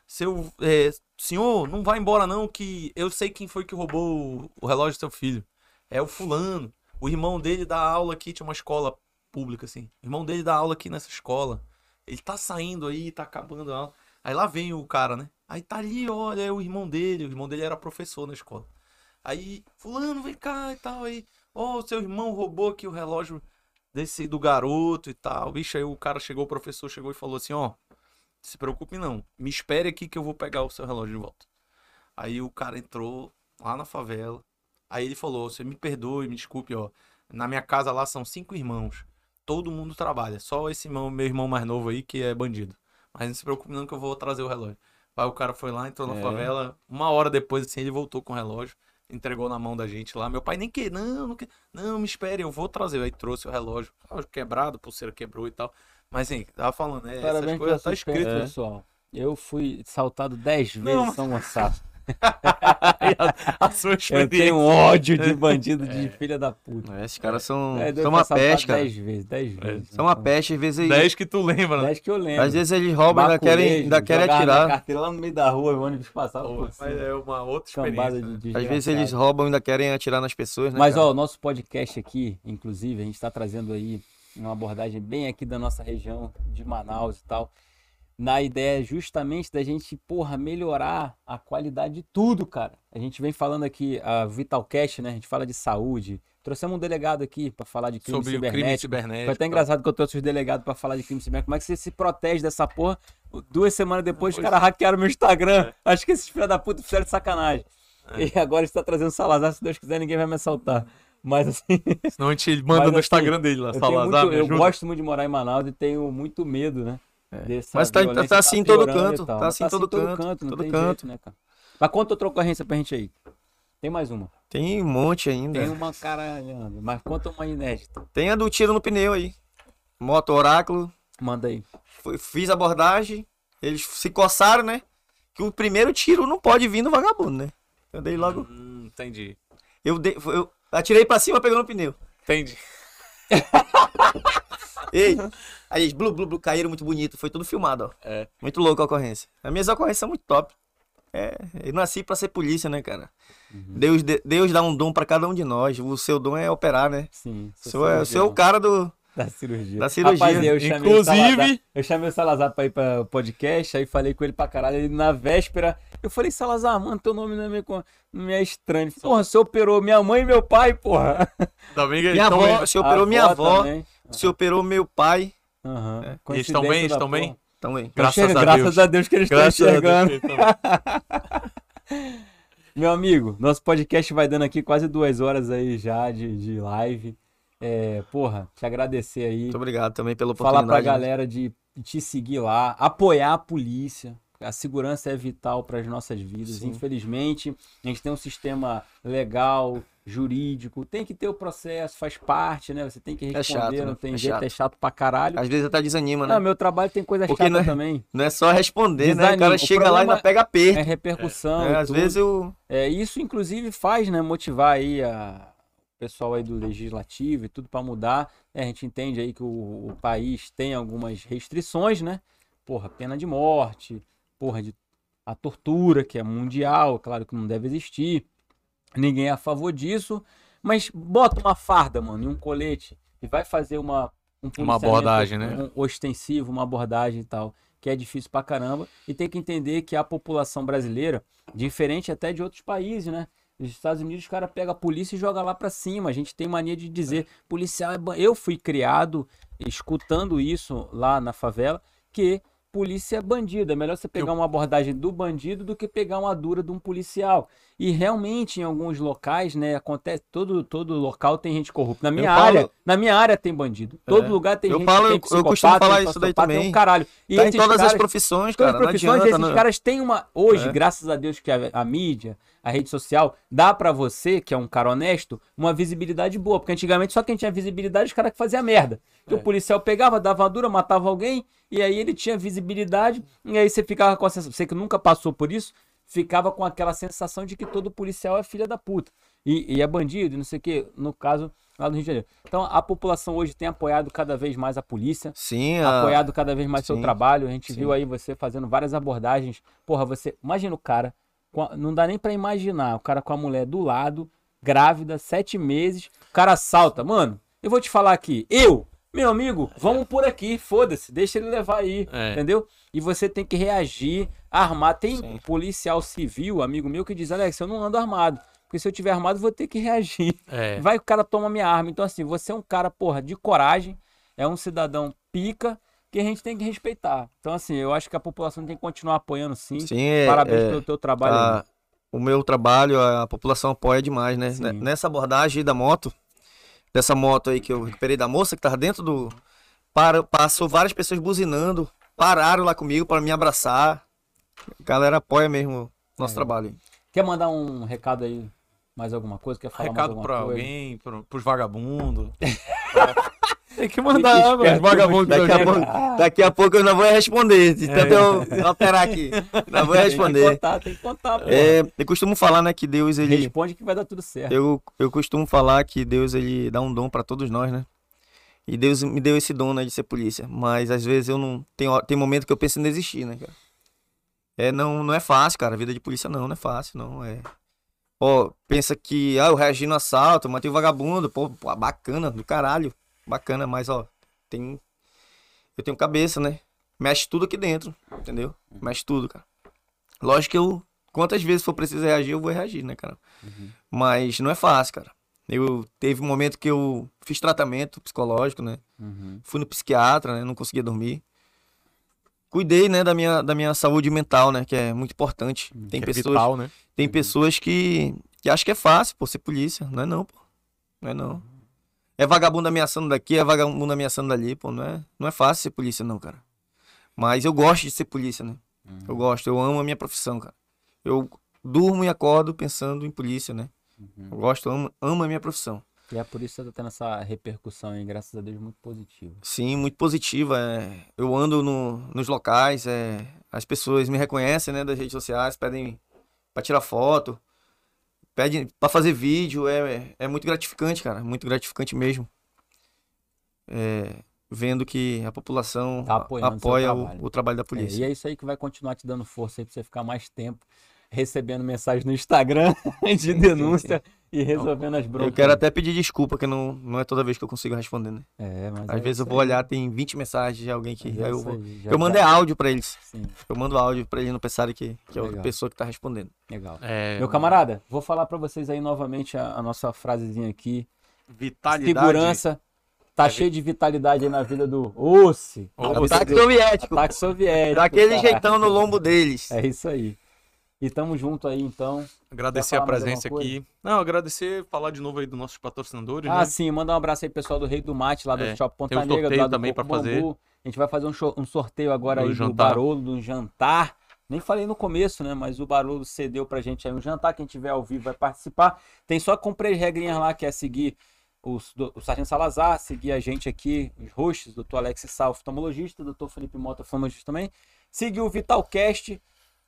Seu. é, senhor, não vai embora não, que eu sei quem foi que roubou o- o relógio do seu filho. É o fulano. O irmão dele dá aula aqui, tinha uma escola pública, assim. O irmão dele dá aula aqui nessa escola. Ele tá saindo aí, tá acabando a aula. Aí lá vem o cara, né? Aí tá ali, olha, é o irmão dele. O irmão dele era professor na escola. Aí, fulano, vem cá e tal. Aí, ó, o seu irmão roubou aqui o relógio desse do garoto e tal. Bicho, aí o cara chegou, o professor chegou e falou assim, ó, se preocupe não. Me espere aqui que eu vou pegar o seu relógio de volta. Aí o cara entrou lá na favela. Aí ele falou, você me perdoe, me desculpe, ó. Na minha casa lá são cinco irmãos. Todo mundo trabalha. Só esse irmão, meu irmão mais novo aí, que é bandido. Mas não se preocupe não que eu vou trazer o relógio. Aí o cara foi lá, entrou na
É.
favela. Uma hora depois, assim, ele voltou com o relógio. Entregou na mão da gente lá. Meu pai nem quer, não, não quer. Não, me espere, eu vou trazer. Aí trouxe o relógio. Relógio quebrado, pulseira quebrou e tal. Mas, assim, tava falando, né? essas
Parabéns pela
coisas tá
sua
escrito,
experiência,
né?
pessoal. Eu fui saltado 10 vezes
Não.
em São Gonçalo. É.
a sua
Eu
experiência.
tenho ódio de bandido de filha da puta.
É, esses caras são,
É, eu
são
fui
uma
assaltado
peste, cara.
10 vezes, 10 vezes.
São é uma peste, às vezes eles,
10 que tu lembra, né?
10 que eu lembro.
às vezes eles roubam e ainda querem, ainda querem
jogava minha
atirar.
né, carteira lá no meio da rua, o ônibus passava
Pô,
por
Mas
cima.
é uma outra
Tá né? Cambada
experiência.
de
né?
desgraçado.
Às vezes eles roubam e ainda querem atirar nas pessoas, né?
Mas,
cara?
ó, o nosso podcast aqui, inclusive, a gente está trazendo aí uma abordagem bem aqui da nossa região de Manaus e tal. Na ideia justamente da gente, porra, melhorar a qualidade de tudo, cara. A gente vem falando aqui, a Vitalcast, né? A gente fala de saúde. Trouxemos um delegado aqui para falar de crime
Sobre o
cibernético.
crime
Foi
cibernético.
até engraçado que eu trouxe os delegados pra falar de crime cibernético. Como é que você se protege dessa porra? Duas semanas depois, os
Pois é.
caras hackearam meu Instagram. Acho que esses filha da puta fizeram de sacanagem.
É.
E agora está trazendo Salazar. Se Deus quiser, ninguém vai me assaltar. Mas assim,
Senão a gente
Mas,
manda no
assim,
Instagram dele lá,
eu, tenho
Tá, Salazar,
muito-
me
eu
ajuda.
gosto muito de morar em Manaus e tenho muito medo, né? dessa
Mas tá- tá- tá
violência que
assim em todo
piorando e
canto,
tal.
tá assim em todo canto,
não
todo
tem
canto.
jeito, né, cara? Mas conta outra ocorrência pra gente aí. Tem mais uma.
Tem um monte
É.
ainda.
Tem um uma cara, Leandro, mas conta uma inédita.
Tem a do tiro no pneu aí. Moto Oráculo.
Manda aí.
Fui- Fiz abordagem. Eles se coçaram, né? Que o primeiro tiro não pode vir no vagabundo, né? Eu dei logo.
Hum, entendi.
Eu, dei, eu atirei pra cima, pegou no pneu.
Entendi.
Ei! Aí eles blu, blu, blu, caíram muito bonito. Foi tudo filmado, ó.
É.
Muito louco a ocorrência. As minhas ocorrências são muito top. É, eu nasci pra ser polícia, né, cara?
Uhum.
Deus, de- Deus dá um dom pra cada um de nós. O seu dom é operar, né?
Sim.
O
sou
seu é, o seu é
cirurgião.
o cara do.
Da cirurgia.
Da cirurgia.
Rapaz, eu chamei o
Inclusive-
Salazar- eu chamei o Salazar pra ir pra podcast, aí falei com ele pra caralho. Ele na véspera, eu falei, Salazar, mano, teu nome não é, meio, co- não é estranho. Ele, Porra, você operou minha mãe e meu pai, porra.
Ainda Tá bem que eles
Minha
estão
tá
avó,
bem.
você operou
A
minha avó,
também.
você operou meu pai. Então,
Aham.
É. Eles estão bem, eles
Coincidência da
estão bem?
porra.
Também.
Graças
Enxerga-
a
graças
Deus.
a Deus que eles estão
Graças a Deus,
enxergando.
eles tão bem.
Meu amigo, nosso podcast vai dando aqui quase duas horas aí já de, de live. É, porra, te agradecer aí.
Muito obrigado também pela
falar
oportunidade.
pra
né?
galera de te seguir lá, apoiar a polícia. A segurança é vital para as nossas vidas.
Sim.
Infelizmente, a gente tem um sistema legal, jurídico, tem que ter o processo, faz parte, né? Você tem que responder,
É chato, né?
não tem
É
jeito,
chato.
é chato pra caralho.
Às vezes até desanima, né?
Não, meu trabalho tem coisa
Porque
chata
não é-
também.
Não é só
Ah,
responder, né? O
Desanima.
cara
O
chega lá e
problema
ainda pega
É
perto.
repercussão.
né?
e
Às
tudo.
vezes eu.
É, isso inclusive faz, né, motivar aí a- pessoal aí do legislativo e tudo para mudar. É, a gente entende aí que o, o país tem algumas restrições, né? Porra, pena de morte, porra, de, a tortura, que é mundial, claro que não deve existir. Ninguém é a favor disso. Mas bota uma farda, mano, e um colete. E vai fazer uma. Um policiamento,
abordagem, né?
um ostensivo, uma abordagem e tal. Que é difícil pra caramba. E tem que entender que a população brasileira, diferente até de outros países, né? Nos Estados Unidos, os caras pegam a polícia e joga lá pra cima. A gente tem mania de dizer, policial é. ba- Eu fui criado escutando isso lá na favela, que polícia é bandido. É melhor você pegar uma abordagem do bandido do que pegar uma dura de um policial. E realmente, em alguns locais, né, acontece. Todo, todo local tem gente corrupta. Na minha
falo-
área, na minha área tem bandido. Todo
É.
lugar tem
Eu
gente
falo-
que tem
eu- eu costumo
psicopata,
falar
tem
isso daí
sociopata, tem
também.
um caralho. E
tá em
esses
todas as
caras-
profissões,
todas
cara.
as
Não
profissões,
adianta,
esses
não-
caras têm uma. Hoje,
É.
graças a Deus, que a, a mídia, a rede social, dá pra você, que é um cara honesto, uma visibilidade boa. Porque antigamente só quem tinha visibilidade, os caras que faziam merda. Que
É.
o policial pegava, dava uma dura, matava alguém, e aí ele tinha visibilidade, e aí você ficava com a sensação. Você que nunca passou por isso, ficava com aquela sensação de que todo policial é filha da puta. E, e é bandido, e não sei o quê, no caso lá no Rio de Janeiro. Então a população hoje tem apoiado cada vez mais a polícia
Sim, a-
apoiado cada vez mais seu
sim,
trabalho. A gente
sim.
viu aí você fazendo várias abordagens. Porra, você. Imagina o cara. com a- Não dá nem pra imaginar. O cara com a mulher do lado, grávida, sete meses. O cara salta. Mano, eu vou te falar aqui. Eu, meu amigo, vamos por aqui. Foda-se. Deixa ele levar aí.
É.
Entendeu? E você tem que reagir, armar. Tem
Sim.
policial civil, amigo meu, que diz: Alex, eu não ando armado. Porque se eu tiver armado, eu vou ter que reagir.
É.
Vai que o cara toma minha arma. Então, assim, você é um cara, porra, de coragem, é um cidadão pica que a gente tem que respeitar. Então, assim, eu acho que a população tem que continuar apoiando sim.
sim, é-
Parabéns
é-
pelo teu trabalho.
a- o meu trabalho, a população apoia demais, né?
Sim.
Ne- Nessa abordagem aí da moto, dessa moto aí que eu recuperei da moça que tava dentro do. Para, passou várias pessoas buzinando, pararam lá comigo para me abraçar. A galera apoia mesmo o
É.
nosso trabalho.
Quer mandar um recado aí? Mais alguma coisa? Quer falar mais
Recado
alguma
pra
coisa?
alguém, pro, pros vagabundos. Tem que
Fique
mandar,
esperto,
mano. Vagabundo né? É.
Daqui a,
Legal.
pouco, daqui a pouco eu não vou responder, de tanto eu alterar aqui. Não vou
Tem que
responder.
contar, tem que contar, pô.
É, eu costumo falar, né, que Deus, ele.
Responde que vai dar tudo certo.
Eu, eu costumo falar que Deus ele dá um dom para todos nós, né? E Deus me deu esse dom né, de ser polícia, mas às vezes eu não tem hora- tem momento que eu penso em desistir, né, cara? É não não é fácil, cara. A vida de polícia não, não é fácil, não é. Ó, pensa que ah, eu reagi no assalto, matei o vagabundo, pô, pô, bacana do caralho, bacana, mas ó, tem eu tenho cabeça, né? Mexe tudo aqui dentro, entendeu? Mexe tudo, cara. Lógico que eu quantas vezes for preciso reagir, eu vou reagir, né, cara? Mas não é fácil, cara. Eu teve um momento que eu fiz tratamento psicológico, né?
Uhum.
Fui no psiquiatra, né? Não conseguia dormir. Cuidei, né, da minha, da minha saúde mental, né? Que é muito importante. Tem,
É
pessoas,
vital, né?
tem pessoas que, que acham que é fácil, pô, ser polícia. Não é não, pô. Não é não. É vagabundo ameaçando daqui, é vagabundo ameaçando dali, pô. Não é, não é fácil ser polícia, não, cara. Mas eu gosto de ser polícia, né? Eu gosto, eu amo a minha profissão, cara. Eu durmo e acordo pensando em polícia, né?
Uhum.
Eu gosto, amo, amo a minha profissão.
E é por isso que você tá tendo essa repercussão aí, graças a Deus, muito positiva.
Sim, muito positiva. é. Eu ando no- nos locais, é, as pessoas me reconhecem, né, das redes sociais, pedem para tirar foto, pedem para fazer vídeo. É, é muito gratificante, cara, muito gratificante mesmo. É, vendo que a população
Tá
a-
apoiando seu
apoia o-
trabalho.
o, trabalho da
É,
polícia.
e é isso aí que vai continuar te dando força aí pra você ficar mais tempo recebendo mensagem no Instagram de denúncia e resolvendo as broncas. né?
eu quero até pedir desculpa, que não, não é toda vez que eu consigo responder, né?
É, mas
Às
é
vezes
isso
eu vou
aí,
olhar, tem 20 mensagens de alguém que.
mas
aí
é
eu,
isso
vou-
aí, já
eu mando é
dá-
áudio para eles.
Sim,
Eu mando áudio pra eles não pensarem que, que é outra
Legal.
pessoa que tá respondendo.
legal.
É,
Meu camarada, vou falar pra vocês aí novamente a, a nossa frasezinha aqui.
vitalidade.
Segurança. Tá
É vi-
cheio de vitalidade aí na vida do Ossi.
Ô,
Cara,
Ossi.
tá-
Ataque soviético.
Ataque soviético.
Daquele
cara.
jeitão no lombo deles.
É isso aí. E tamo junto aí então. Quer
Agradecer a
falar mais
presença
alguma coisa?
aqui. Não, agradecer, falar de novo aí dos nossos patrocinadores,
Ah,
né?
sim, manda um abraço aí, pessoal do Rei do Mate, lá do
É,
Shop
tem um
Ponta Negra, do
sorteio
lado
também
do Coco
pra fazer.
Bambu. A gente vai fazer um, show- um sorteio agora
Do
aí
jantar.
do Barolo, do jantar. Nem falei no começo, né? Mas o Barolo cedeu pra gente aí um jantar. Quem tiver ao vivo vai participar. Tem só cumprir as regrinhas lá, que é seguir o, do- o Sargento Salazar, seguir a gente aqui, os hosts, doutor Alex Sal, oftalmologista, doutor Felipe Mota, oftalmologista também. Seguir o Vitalcast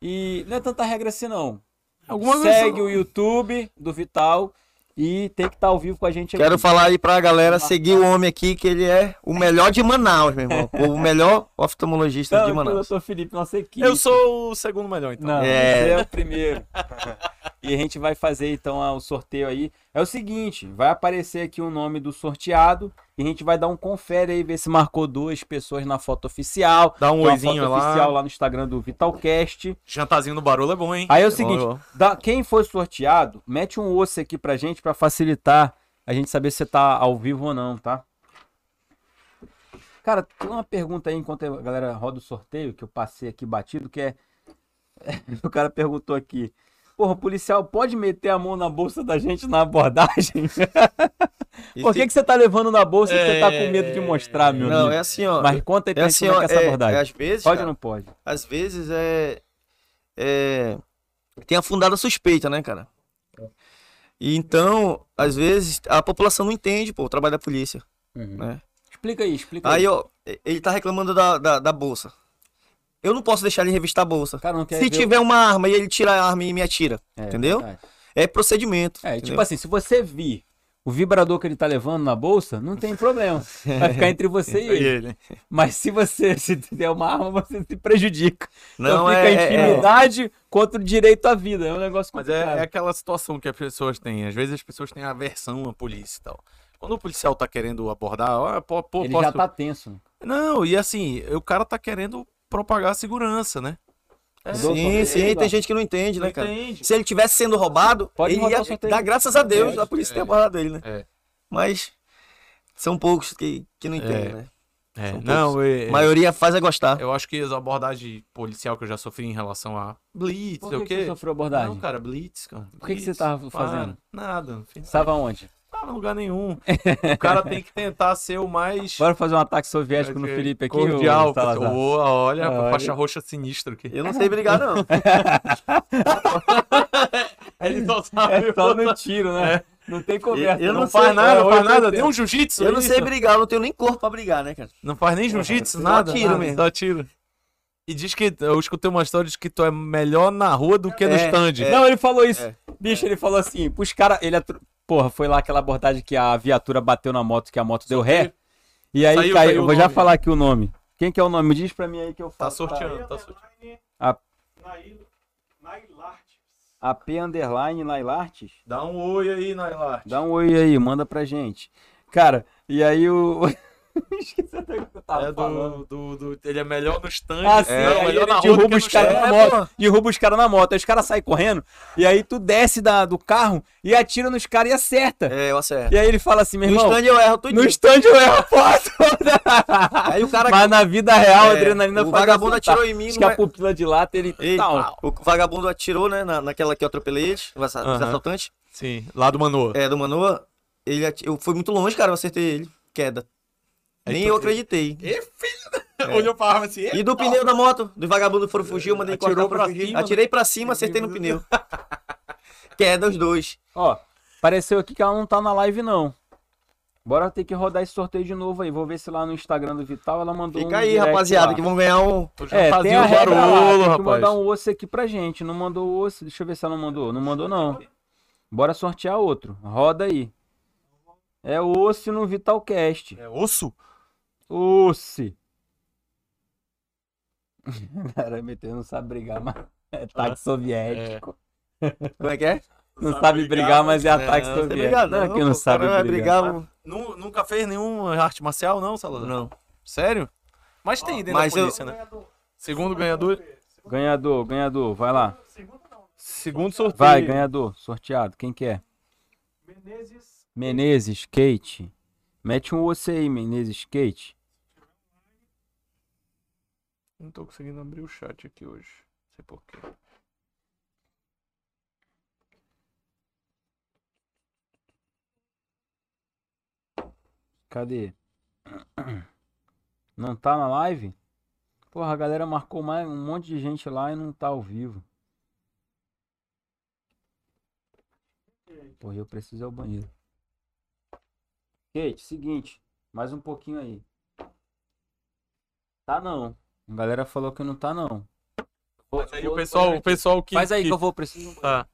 e não é tanta regra assim não.
Alguma vez
Segue
eu-
o YouTube do Vital e tem que estar ao vivo com a gente aqui.
Quero falar aí pra
Tá
galera seguir o homem aqui, que ele é o melhor de Manaus, meu irmão. O melhor oftalmologista
Não,
de
eu
Manaus.
doutor Felipe, nossa equipe.
Eu sou o segundo melhor, então.
Não,
É.
você é o primeiro. e a gente vai fazer então a- o sorteio aí. É o seguinte, vai aparecer aqui o nome do sorteado e a gente vai dar um confere aí, ver se marcou duas pessoas na foto oficial.
Dá um
Tem uma
oizinho
foto
lá.
oficial lá no Instagram do Vitalcast.
Jantazinho no barulho é bom, hein?
Aí é o seguinte,
Ó, ó.
dá- quem foi sorteado, mete um osso aqui pra gente pra facilitar a gente saber se você tá ao vivo ou não, tá? Cara, tem uma pergunta aí enquanto a galera roda o sorteio, que eu passei aqui batido, que é. O cara perguntou aqui. Porra, o policial pode meter a mão na bolsa da gente na abordagem? Por que, que você tá levando na bolsa se você tá com medo de mostrar, meu
É, Não,
amigo?
é assim, ó.
Mas conta aí
é
pra gente
assim,
como
ó.
é que é essa
é-
abordagem.
é às vezes,
Pode ou
cara,
não pode?
às vezes é, é- tem a fundada suspeita, né, cara? E então, às vezes, a população não entende, pô, o trabalho da polícia, né?
Explica aí, explica aí.
Aí, ó, ele tá reclamando da, da, da bolsa. Eu não posso deixar ele revistar a bolsa.
Cara, não quer
Se
ver o-
tiver uma arma e ele tira a arma e me atira,
É,
entendeu?
verdade.
É procedimento.
É,
entendeu?
tipo assim, se você vir o vibrador que ele tá levando na bolsa, não tem problema. Vai ficar entre você e
E
ele.
ele?
Mas se você se der uma arma, você se prejudica. Então
não
fica
é,
a
é- é-
intimidade contra o direito à vida. É um negócio
Mas é, é
complicado.
aquela situação que as pessoas têm. Às vezes as pessoas têm aversão à polícia e tal. Quando o policial tá querendo abordar, ó, pô, pô,
ele
posso-
já tá tenso. né?
Não, e assim, o cara tá querendo propagar a segurança, né? É,
Rodolfo,
Sim, sim, tem gente que não entende,
não
né, cara?
entende.
Se ele tivesse sendo roubado,
Pode
ele
rodar
ia
o sorteio.
dar graças a Deus
Pode,
a polícia
é.
ter abordado ele, né?
É.
Mas são poucos que, que não entendem,
É.
né?
É,
São
não,
A
é,
maioria faz é gostar.
eu acho que as abordagens policial que eu já sofri em relação a blitz,
Por
sei
que,
o
que você
quê.
sofreu abordagem?
Não, cara, blitz, cara.
O que que você
Blitz,
tava
para,
fazendo?
Nada, não fiz nada.
Estava onde?
Não tava em lugar nenhum. O cara tem que tentar ser o mais
Bora fazer um ataque soviético no Felipe aqui? ô
cordial.
Salazar?
Ô, olha,
Olha.
faixa roxa sinistra aqui.
Eu não sei brigar, não.
Ele não
É
sabe.
só no tiro, né? Não tem conversa.
Eu- eu
É. não
não
faz
sei,
nada,
é,
não
hoje
faz
eu
nada.
tenho-
Nem um jiu-jitsu.
Eu não
é
sei
isso?
brigar, eu não tenho nem corpo pra brigar, né, cara?
Não faz nem jiu-jitsu,
Só
nada.
tiro
nada,
mesmo.
Só tiro. E diz que. Eu escutei uma história de que tu é melhor na rua do que no
É,
stand.
Não, ele falou isso.
É.
Bicho, ele falou assim, pros caras. Ele atro... Porra, foi lá aquela abordagem que a viatura bateu na moto, que a moto deu ré. E aí
Saiu,
caiu.
saiu
Eu
o
vou já
nome.
falar aqui o nome. Quem que é o nome? Diz pra mim aí que eu
Tá
falo.
sorteando, tá sorteando.
A-
Nail, Nailart.
AP Underline Lailartes.
Dá um oi aí, Nailart.
Dá um oi aí, manda pra gente. Cara, e aí o. Esqueci até o que eu tava
É
falando.
do, do, do- ele é melhor no stand.
Ah, sim,
é,
aí
melhor
ele
na rua do que
derruba
no
os caras
stand.
na
É,
moto. Derruba os caras na moto. Aí os caras saem correndo. E aí tu desce da, do carro e atira nos caras e acerta.
É, eu acerto.
E aí ele fala assim, meu
No
irmão.
stand eu erro tudo.
No stand eu erro a foto.
Aí o cara.
Mas na vida real, a
É,
adrenalina
o
faz
vagabundo
acertar.
atirou em mim,
Diz
não é?
que a
vai-
pupila de lata, ele...
Ei,
Tal.
o vagabundo atirou, né? na- naquela que eu atropelei eles, os assa- os
Aham.
assaltantes.
Sim, lá do Manoa.
É, do Manoa. Ele ati- Eu fui muito longe, cara. Eu acertei ele. Queda.
Aí
Nem
tu-
eu acreditei. É.
E filho, olhou pra arma assim.
E do pneu da moto, dos vagabundos foram fugir, eu mandei
Atirou
cortar pra
pra
fugir.
cima, né?
Atirei pra cima, acertei no pneu. Queda os dois.
Ó, apareceu aqui que ela não tá na live, não. Bora ter que rodar esse sorteio de novo aí. Vou ver se lá no Instagram do Vital ela mandou um
Fica aí,
direct
rapaziada,
lá.
que vão ganhar um.
É, tem a
um
regra lá,
barulho,
tem que
rapaz.
mandar um osso aqui pra gente. Não mandou o osso, deixa eu ver se ela mandou. Não mandou, não. Bora sortear outro. Roda aí. É osso no Vitalcast.
É osso?
Osse. Cara, meteu, não sabe brigar, mas é ataque soviético.
Como é que é?
Não sabe brigar, mas é ataque
Não,
soviético.
obrigado,
não, é que
pô,
não
o
sabe
cara vai
brigar.
brigar. um-
Nu- nunca fez nenhuma arte marcial, não, Salazar? Não. Sério? Mas tem dentro
Mas
da
eu-
polícia, né? Segundo ganhador.
Ganhador, ganhador, vai lá.
Segundo sorteio.
Vai, ganhador, sorteado. Quem que é?
Menezes,
Menezes, Kate. Mete um osso aí, Menezes, Kate.
Não tô conseguindo abrir o chat aqui hoje. Não sei porquê.
Cadê? Não tá na live? Porra, a galera marcou mais um monte de gente lá e não tá ao vivo. Porra, eu preciso ir ao banheiro. Kate, seguinte, mais um pouquinho aí. Tá não. A galera falou que não tá não. Vou-
Mas aí
vou-
o pessoal, o pessoal que. tá.
Faz aí que
que...
eu vou, preciso.
Tá.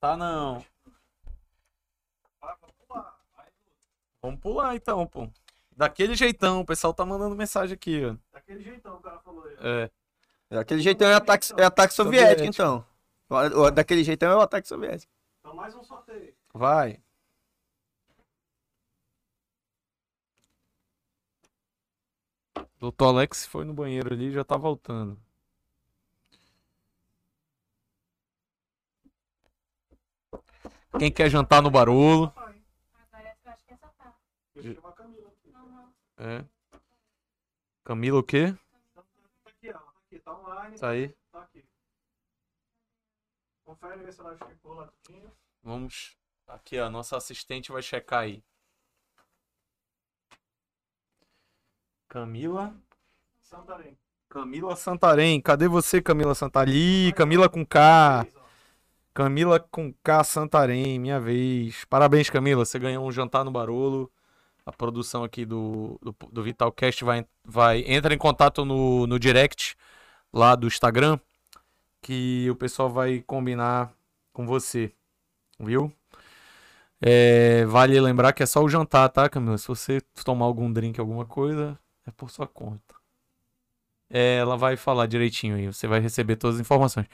Tá não. Vamos pular então, pô. Daquele jeitão, o pessoal tá mandando mensagem aqui, ó.
Daquele jeitão o cara falou aí.
É.
Daquele jeitão é ataque, é ataque soviético,
Soviético.
então. O- o- Daquele jeitão é o ataque soviético.
Então mais um sorteio.
Vai. Doutor Alex foi no banheiro ali e já tá voltando. Quem quer jantar no barulho?
Eu chamo a Camila aqui.
É. Camila, o quê?
Tá aqui, ó. Tá aqui, tá online,
Tá aí.
tá aqui. Confere ver se ela chegou lá tudinho.
Vamos. Aqui, ó. Nossa assistente vai checar aí. Camila.
Santarém.
Camila Santarém. Cadê você, Camila Santarém? Ali, Camila com K.
Três, ó.
Camila com K Santarém, minha vez. Parabéns, Camila. Você ganhou um jantar no Barolo. A produção aqui do, do, do Vitalcast vai, vai. Entra em contato no, no direct lá do Instagram. Que o pessoal vai combinar com você. Viu? É, vale lembrar que é só o jantar, tá, Camila? Se você tomar algum drink, alguma coisa, é por sua conta. É, ela vai falar direitinho aí. Você vai receber todas as informações.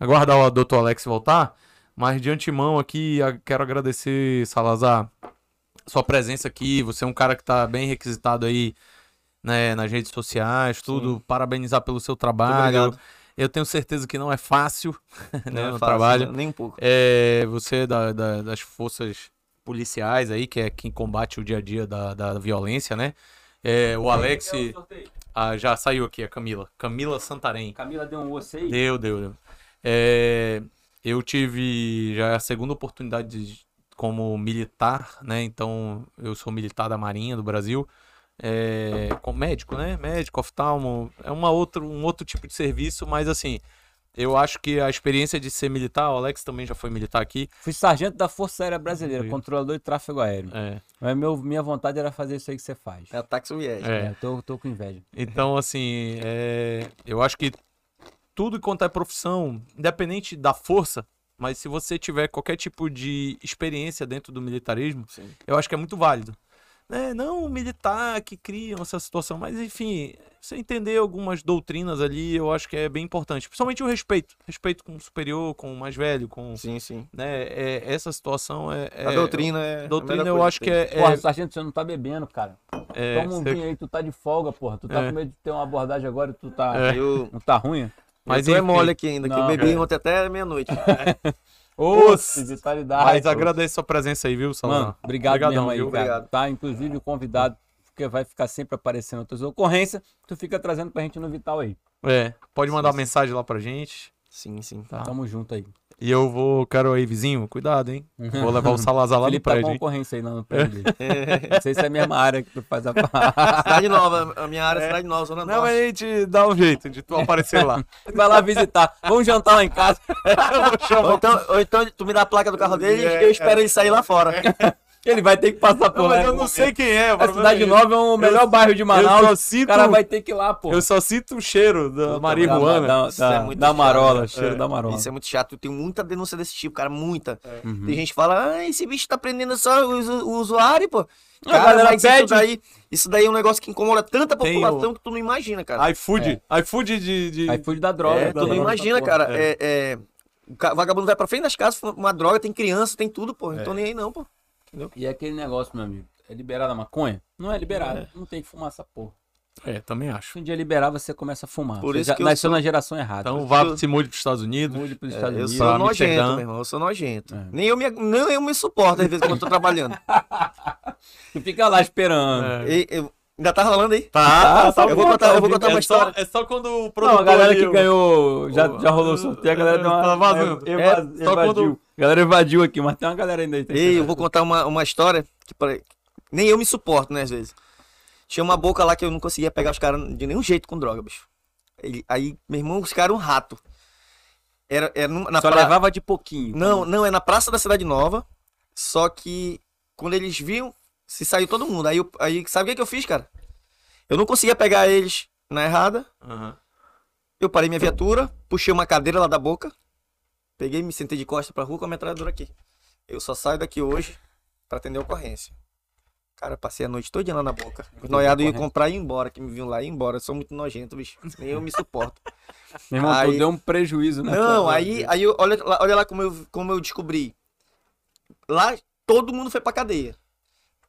Aguardar o doutor Alex voltar. Mas de antemão aqui, a- quero agradecer, Salazar, sua presença aqui. Você é um cara que tá bem requisitado aí né, nas redes sociais, tudo. Parabenizar pelo seu trabalho.
obrigado.
Eu tenho certeza que não é fácil,
Não
né,
é
o
fácil,
trabalho.
né? Nem um pouco.
É, você é da, da- das forças policiais aí, que é quem combate o dia a dia da, da violência, né? É, o Alex
É o sorteio.
ah, já saiu aqui, a Camila. Camila Santarém.
Camila deu um osso aí.
Deu, deu, deu. É, eu tive já a segunda oportunidade de- como militar, né? Então, eu sou militar da Marinha do Brasil. É, com médico, né? Médico, oftalmo. É uma outro, um outro tipo de serviço, mas assim, eu acho que a experiência de ser militar, o Alex também já foi militar aqui.
Fui sargento da Força Aérea Brasileira,
Sim.
controlador de tráfego aéreo.
É,
Mas meu, minha vontade era fazer isso aí que você faz.
É ataque soviético.
é.
É, tô, tô com inveja.
Então, assim, é, eu acho que tudo quanto é profissão, independente da força, mas se você tiver qualquer tipo de experiência dentro do militarismo,
Sim.
eu acho que é muito válido. Né? Não o militar que cria essa situação, mas enfim, você entender algumas doutrinas ali, eu acho que é bem importante. Principalmente o respeito. Respeito com o superior, com o mais velho, com.
Sim, sim.
Né? é- essa situação é. é-
A doutrina é. a
doutrina
melhor
eu
coisa
acho que
tem.
é.
Porra,
é,
sargento, você não tá bebendo, cara.
é,
Toma um
você-
vinho aí, tu tá de folga, porra. Tu tá
É.
com medo de ter uma abordagem agora e tu tá.
É.
Eu,
Não tá ruim?
Mas
mas eu tô é
enfim.
mole aqui ainda, que
Não,
eu bebi
cara.
ontem até meia-noite.
Oxe, vitalidade.
Mas agradeço sua presença aí, viu, Salão?
Mano, obrigado
Obrigadão,
mesmo aí,
viu?
cara.
Obrigado.
Tá, inclusive o convidado, porque vai ficar sempre aparecendo outras ocorrências, tu fica trazendo pra gente no Vital aí.
É, pode mandar
Sim,
uma mensagem lá pra gente.
Sim, sim.
Tá.
Tamo junto aí.
E eu vou, quero aí, vizinho, cuidado, hein? Vou levar o Salazar lá no
Felipe tá
prédio,
com
hein?
ocorrência aí lá no prédio dele. Não sei se é a mesma área que tu faz a parte.
Cidade Nova, a minha área é Cidade Nova, Zona
Não,
Norte.
mas a gente dá um jeito de tu aparecer lá.
Vai lá visitar. Vamos jantar lá em casa.
Ou então, ou então tu me dá a placa do
É,
carro dele e eu espero ele sair lá fora.
Ele vai ter que passar por
Não,
lá.
mas eu não sei quem é. o
A
problema é
Cidade
esse.
Nova é o melhor bairro de
Eu só
Manaus. O
sinto,
um.
cara vai ter que ir lá, pô.
eu só sinto o cheiro da
Puta,
marihuana.
Da,
Isso é
da, da,
muito
da marola,
chato,
cheiro da marola.
Isso é muito chato. Eu tenho muita denúncia desse tipo, cara, muita.
É.
Uhum.
Tem gente que fala, ah, esse bicho tá prendendo só o, usu- o usuário, pô. Cara,
galera
mas
pede.
isso daí, isso daí é um negócio que incomoda tanta
Tem
população que tu não imagina, cara.
iFood. É. iFood de. de-
Aí fui da droga. da
É, tu não
droga,
imagina,
porra.
cara. É, é, o ca- vagabundo vai pra frente das casas, fuma droga, tem criança, tem tudo, pô. Não tô nem aí, não, pô.
E é aquele negócio, meu amigo. É liberada a maconha? Não é liberada. Não tem que fumar essa porra.
É, também acho.
Se um dia liberar, você começa a fumar.
Por
Você
isso
já
que eu
nasceu
sou-
na geração errada.
Então vá, se mude pros Estados Unidos. É,
Mude pros
Eu
Estados Unidos.
sou
pra
nojento,
Amsterdã.
meu irmão. Eu sou nojento.
É.
Nem eu me, não, eu me suporto às vezes quando eu tô trabalhando.
Tu fica lá esperando. Ah,
É.
E- eu- ainda tá rolando aí?
Tá,
eu vou contar- eu vou contar uma
é só,
história.
é só quando o
Não,
produtor.
a galera
ali,
que
o-
ganhou. Já,
o-
já rolou o sorteio, a galera deu uma.
Tá vazando.
eva-
É,
evadiu.
só quando-
A galera evadiu aqui, mas tem uma galera ainda aí. tá
Ei, eu vou contar uma, uma história que pare- nem eu me suporto, né, às vezes. Tinha uma boca lá que eu não conseguia pegar os caras de nenhum jeito com droga, bicho. Ele- aí, meu irmão, os caras eram um rato. Era, era numa- na
Só
pra-
levava de pouquinho.
Não, não, é na Praça da Cidade Nova. Só que quando eles viam, se saiu todo mundo. Aí, eu- aí sabe o que, que eu fiz, cara? Eu não conseguia pegar eles na errada.
Aham.
Eu parei minha viatura, puxei uma cadeira lá da boca, peguei, me sentei de costas pra rua com a metralhadora aqui. Eu só saio daqui hoje pra atender a ocorrência. Cara, passei a noite toda lá na boca. Os noiados iam
correto.
comprar e ir embora, que me viam lá e ir embora. Eu sou muito nojento, bicho. Nem eu me suporto.
Meu irmão, tu
Aí-
deu um prejuízo, né?
Não, aí, aí eu- olha, lá- olha lá como eu, como eu descobri. Lá todo mundo foi pra cadeia.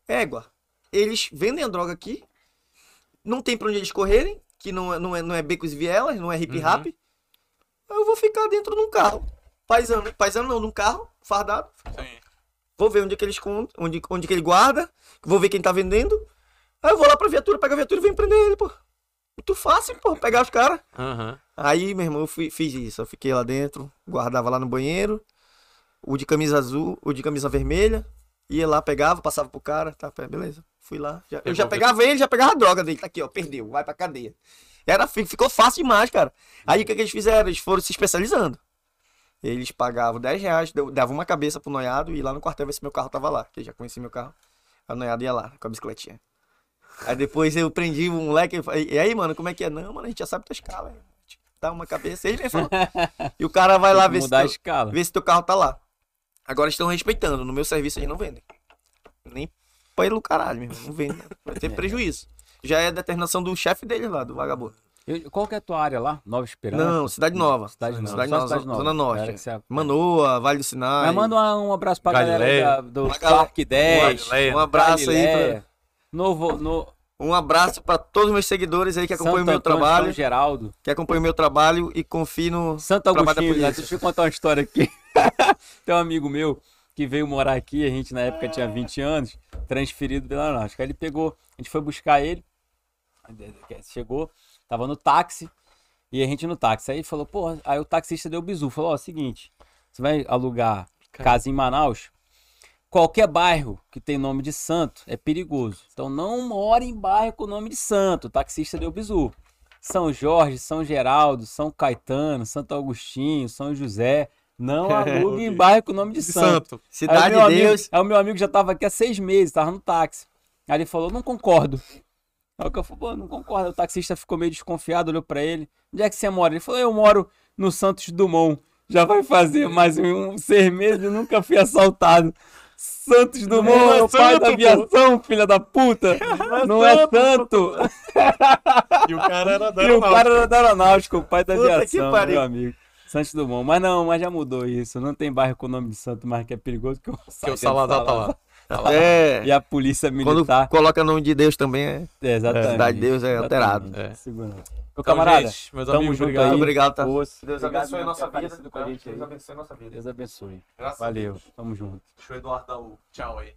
Égua. Eles vendem a droga aqui. Não tem pra onde eles correrem, que não, é- não, é, não é becos e vielas, não é hip rap. Aí eu vou ficar dentro de um carro. Paisano, paisano não, num carro, fardado. Vou ver onde é que eles contam, onde, onde que ele guarda. Vou ver quem tá vendendo. Aí eu vou lá pra viatura, pego a viatura e vou empreender ele, pô. Muito fácil, pô, pegar os caras.
Aham.
Aí, meu irmão, eu fui- fiz isso. Eu fiquei lá dentro, guardava lá no banheiro. O de camisa azul, o de camisa vermelha. Ia lá, pegava, passava pro cara. Tá, pe- beleza. Fui lá. já- eu já
Devolveu.
pegava ele, já pegava a droga dele. Tá aqui, ó, perdeu, vai pra cadeia. Era, fi- ficou fácil demais, cara. Aí o que, que eles fizeram? Eles foram se especializando. Eles pagavam 10 reais, deu- davam uma cabeça pro noiado e ia lá no quartel ver se meu carro tava lá. Que eu já conheci meu carro. A noiado ia lá com a bicicletinha. Aí depois eu prendi um moleque e falei, e aí, mano, como é que é? Não, mano, a gente já sabe tua escala. velho. Te Dá uma cabeça. Ele mesmo falou. E o cara vai
Tem
lá
que
ver se,
mudar a
teu,
escala.
ver se teu carro tá lá. Agora estão respeitando. No meu serviço eles não vendem. Nem pelo caralho, meu irmão. Não vende. Vai
É.
ter prejuízo. Já é a determinação do chefe dele lá, do vagabundo.
Eu- qual que é a tua área lá? Nova Esperança?
Não, Cidade Nova.
Cidade Nova.
Cidade
Só
Nova,
Cidade Nova.
Zona Norte,
Era
é.
que você-
Manoa, Vale do Sinai.
Mas manda um, um abraço pra
Galileia.
galera da- do
Uma galera-
Parque 10.
Galileia.
Um abraço aí.
Galileia,
pra-
Novo, no,
Um abraço pra todos os meus seguidores aí que acompanham o
Santo
meu
Antônio,
trabalho.
São Geraldo.
Que acompanham o meu trabalho e confiem no.
Santo
Trabalho da
Agostinho, né?
polícia.
deixa eu contar uma história aqui. Tem um amigo meu que veio morar aqui, a gente na época tinha 20 anos, transferido pela Náutica. Aí ele pegou, a gente foi buscar ele, chegou, tava no táxi, e a gente no táxi. Aí ele falou, pô, aí o taxista deu bizu, falou, ó, seguinte, você vai alugar casa em Manaus, qualquer bairro que tem nome de santo é perigoso. Então não mora em bairro com nome de santo, o taxista deu bizu. São Jorge, São Geraldo, São Caetano, Santo Agostinho, São José. Não alugue em bairro com É, o nome de santo.
Santo.
Aí o
Cidade
meu amigo-
Deus.
Aí o meu amigo já tava aqui há seis meses, tava no táxi. Aí ele falou, não concordo. Aí eu falei, pô, não concordo. O taxista ficou meio desconfiado, olhou pra ele. Onde é que você mora? Ele falou, eu moro no Santos Dumont. Já vai fazer mais um seis meses e nunca fui assaltado. Santos Dumont
Não é
é o pai
santo,
da
pô.
aviação, filha da puta. Não é tanto.
E o cara era da
E o
aeronáutica.
cara era da aeronáutica, o pai da
Puta que
aviação,
pariu.
meu amigo. Santos Dumont. Mas não, mas já mudou isso. Não tem bairro com o nome de santo mais que é perigoso que o
Que o Salazar tá lá.
É.
E tá? a polícia
Quando
militar.
coloca o nome de Deus também, é.
É, exatamente.
Cidade de Deus é alterado.
É.
Segurando. Meu
Então,
camarada,
gente, meus
tamo
amigos,
junto
obrigado.
aí.
Obrigado, tá?
Poxa,
Deus
obrigado
abençoe a
mesmo
nossa
por ter
vida,
aparecido com
Tá?
a gente aí.
Deus abençoe a nossa vida.
Deus abençoe.
Graças a
Valeu, tamo junto.
Deixa o Eduardo dar o tchau aí.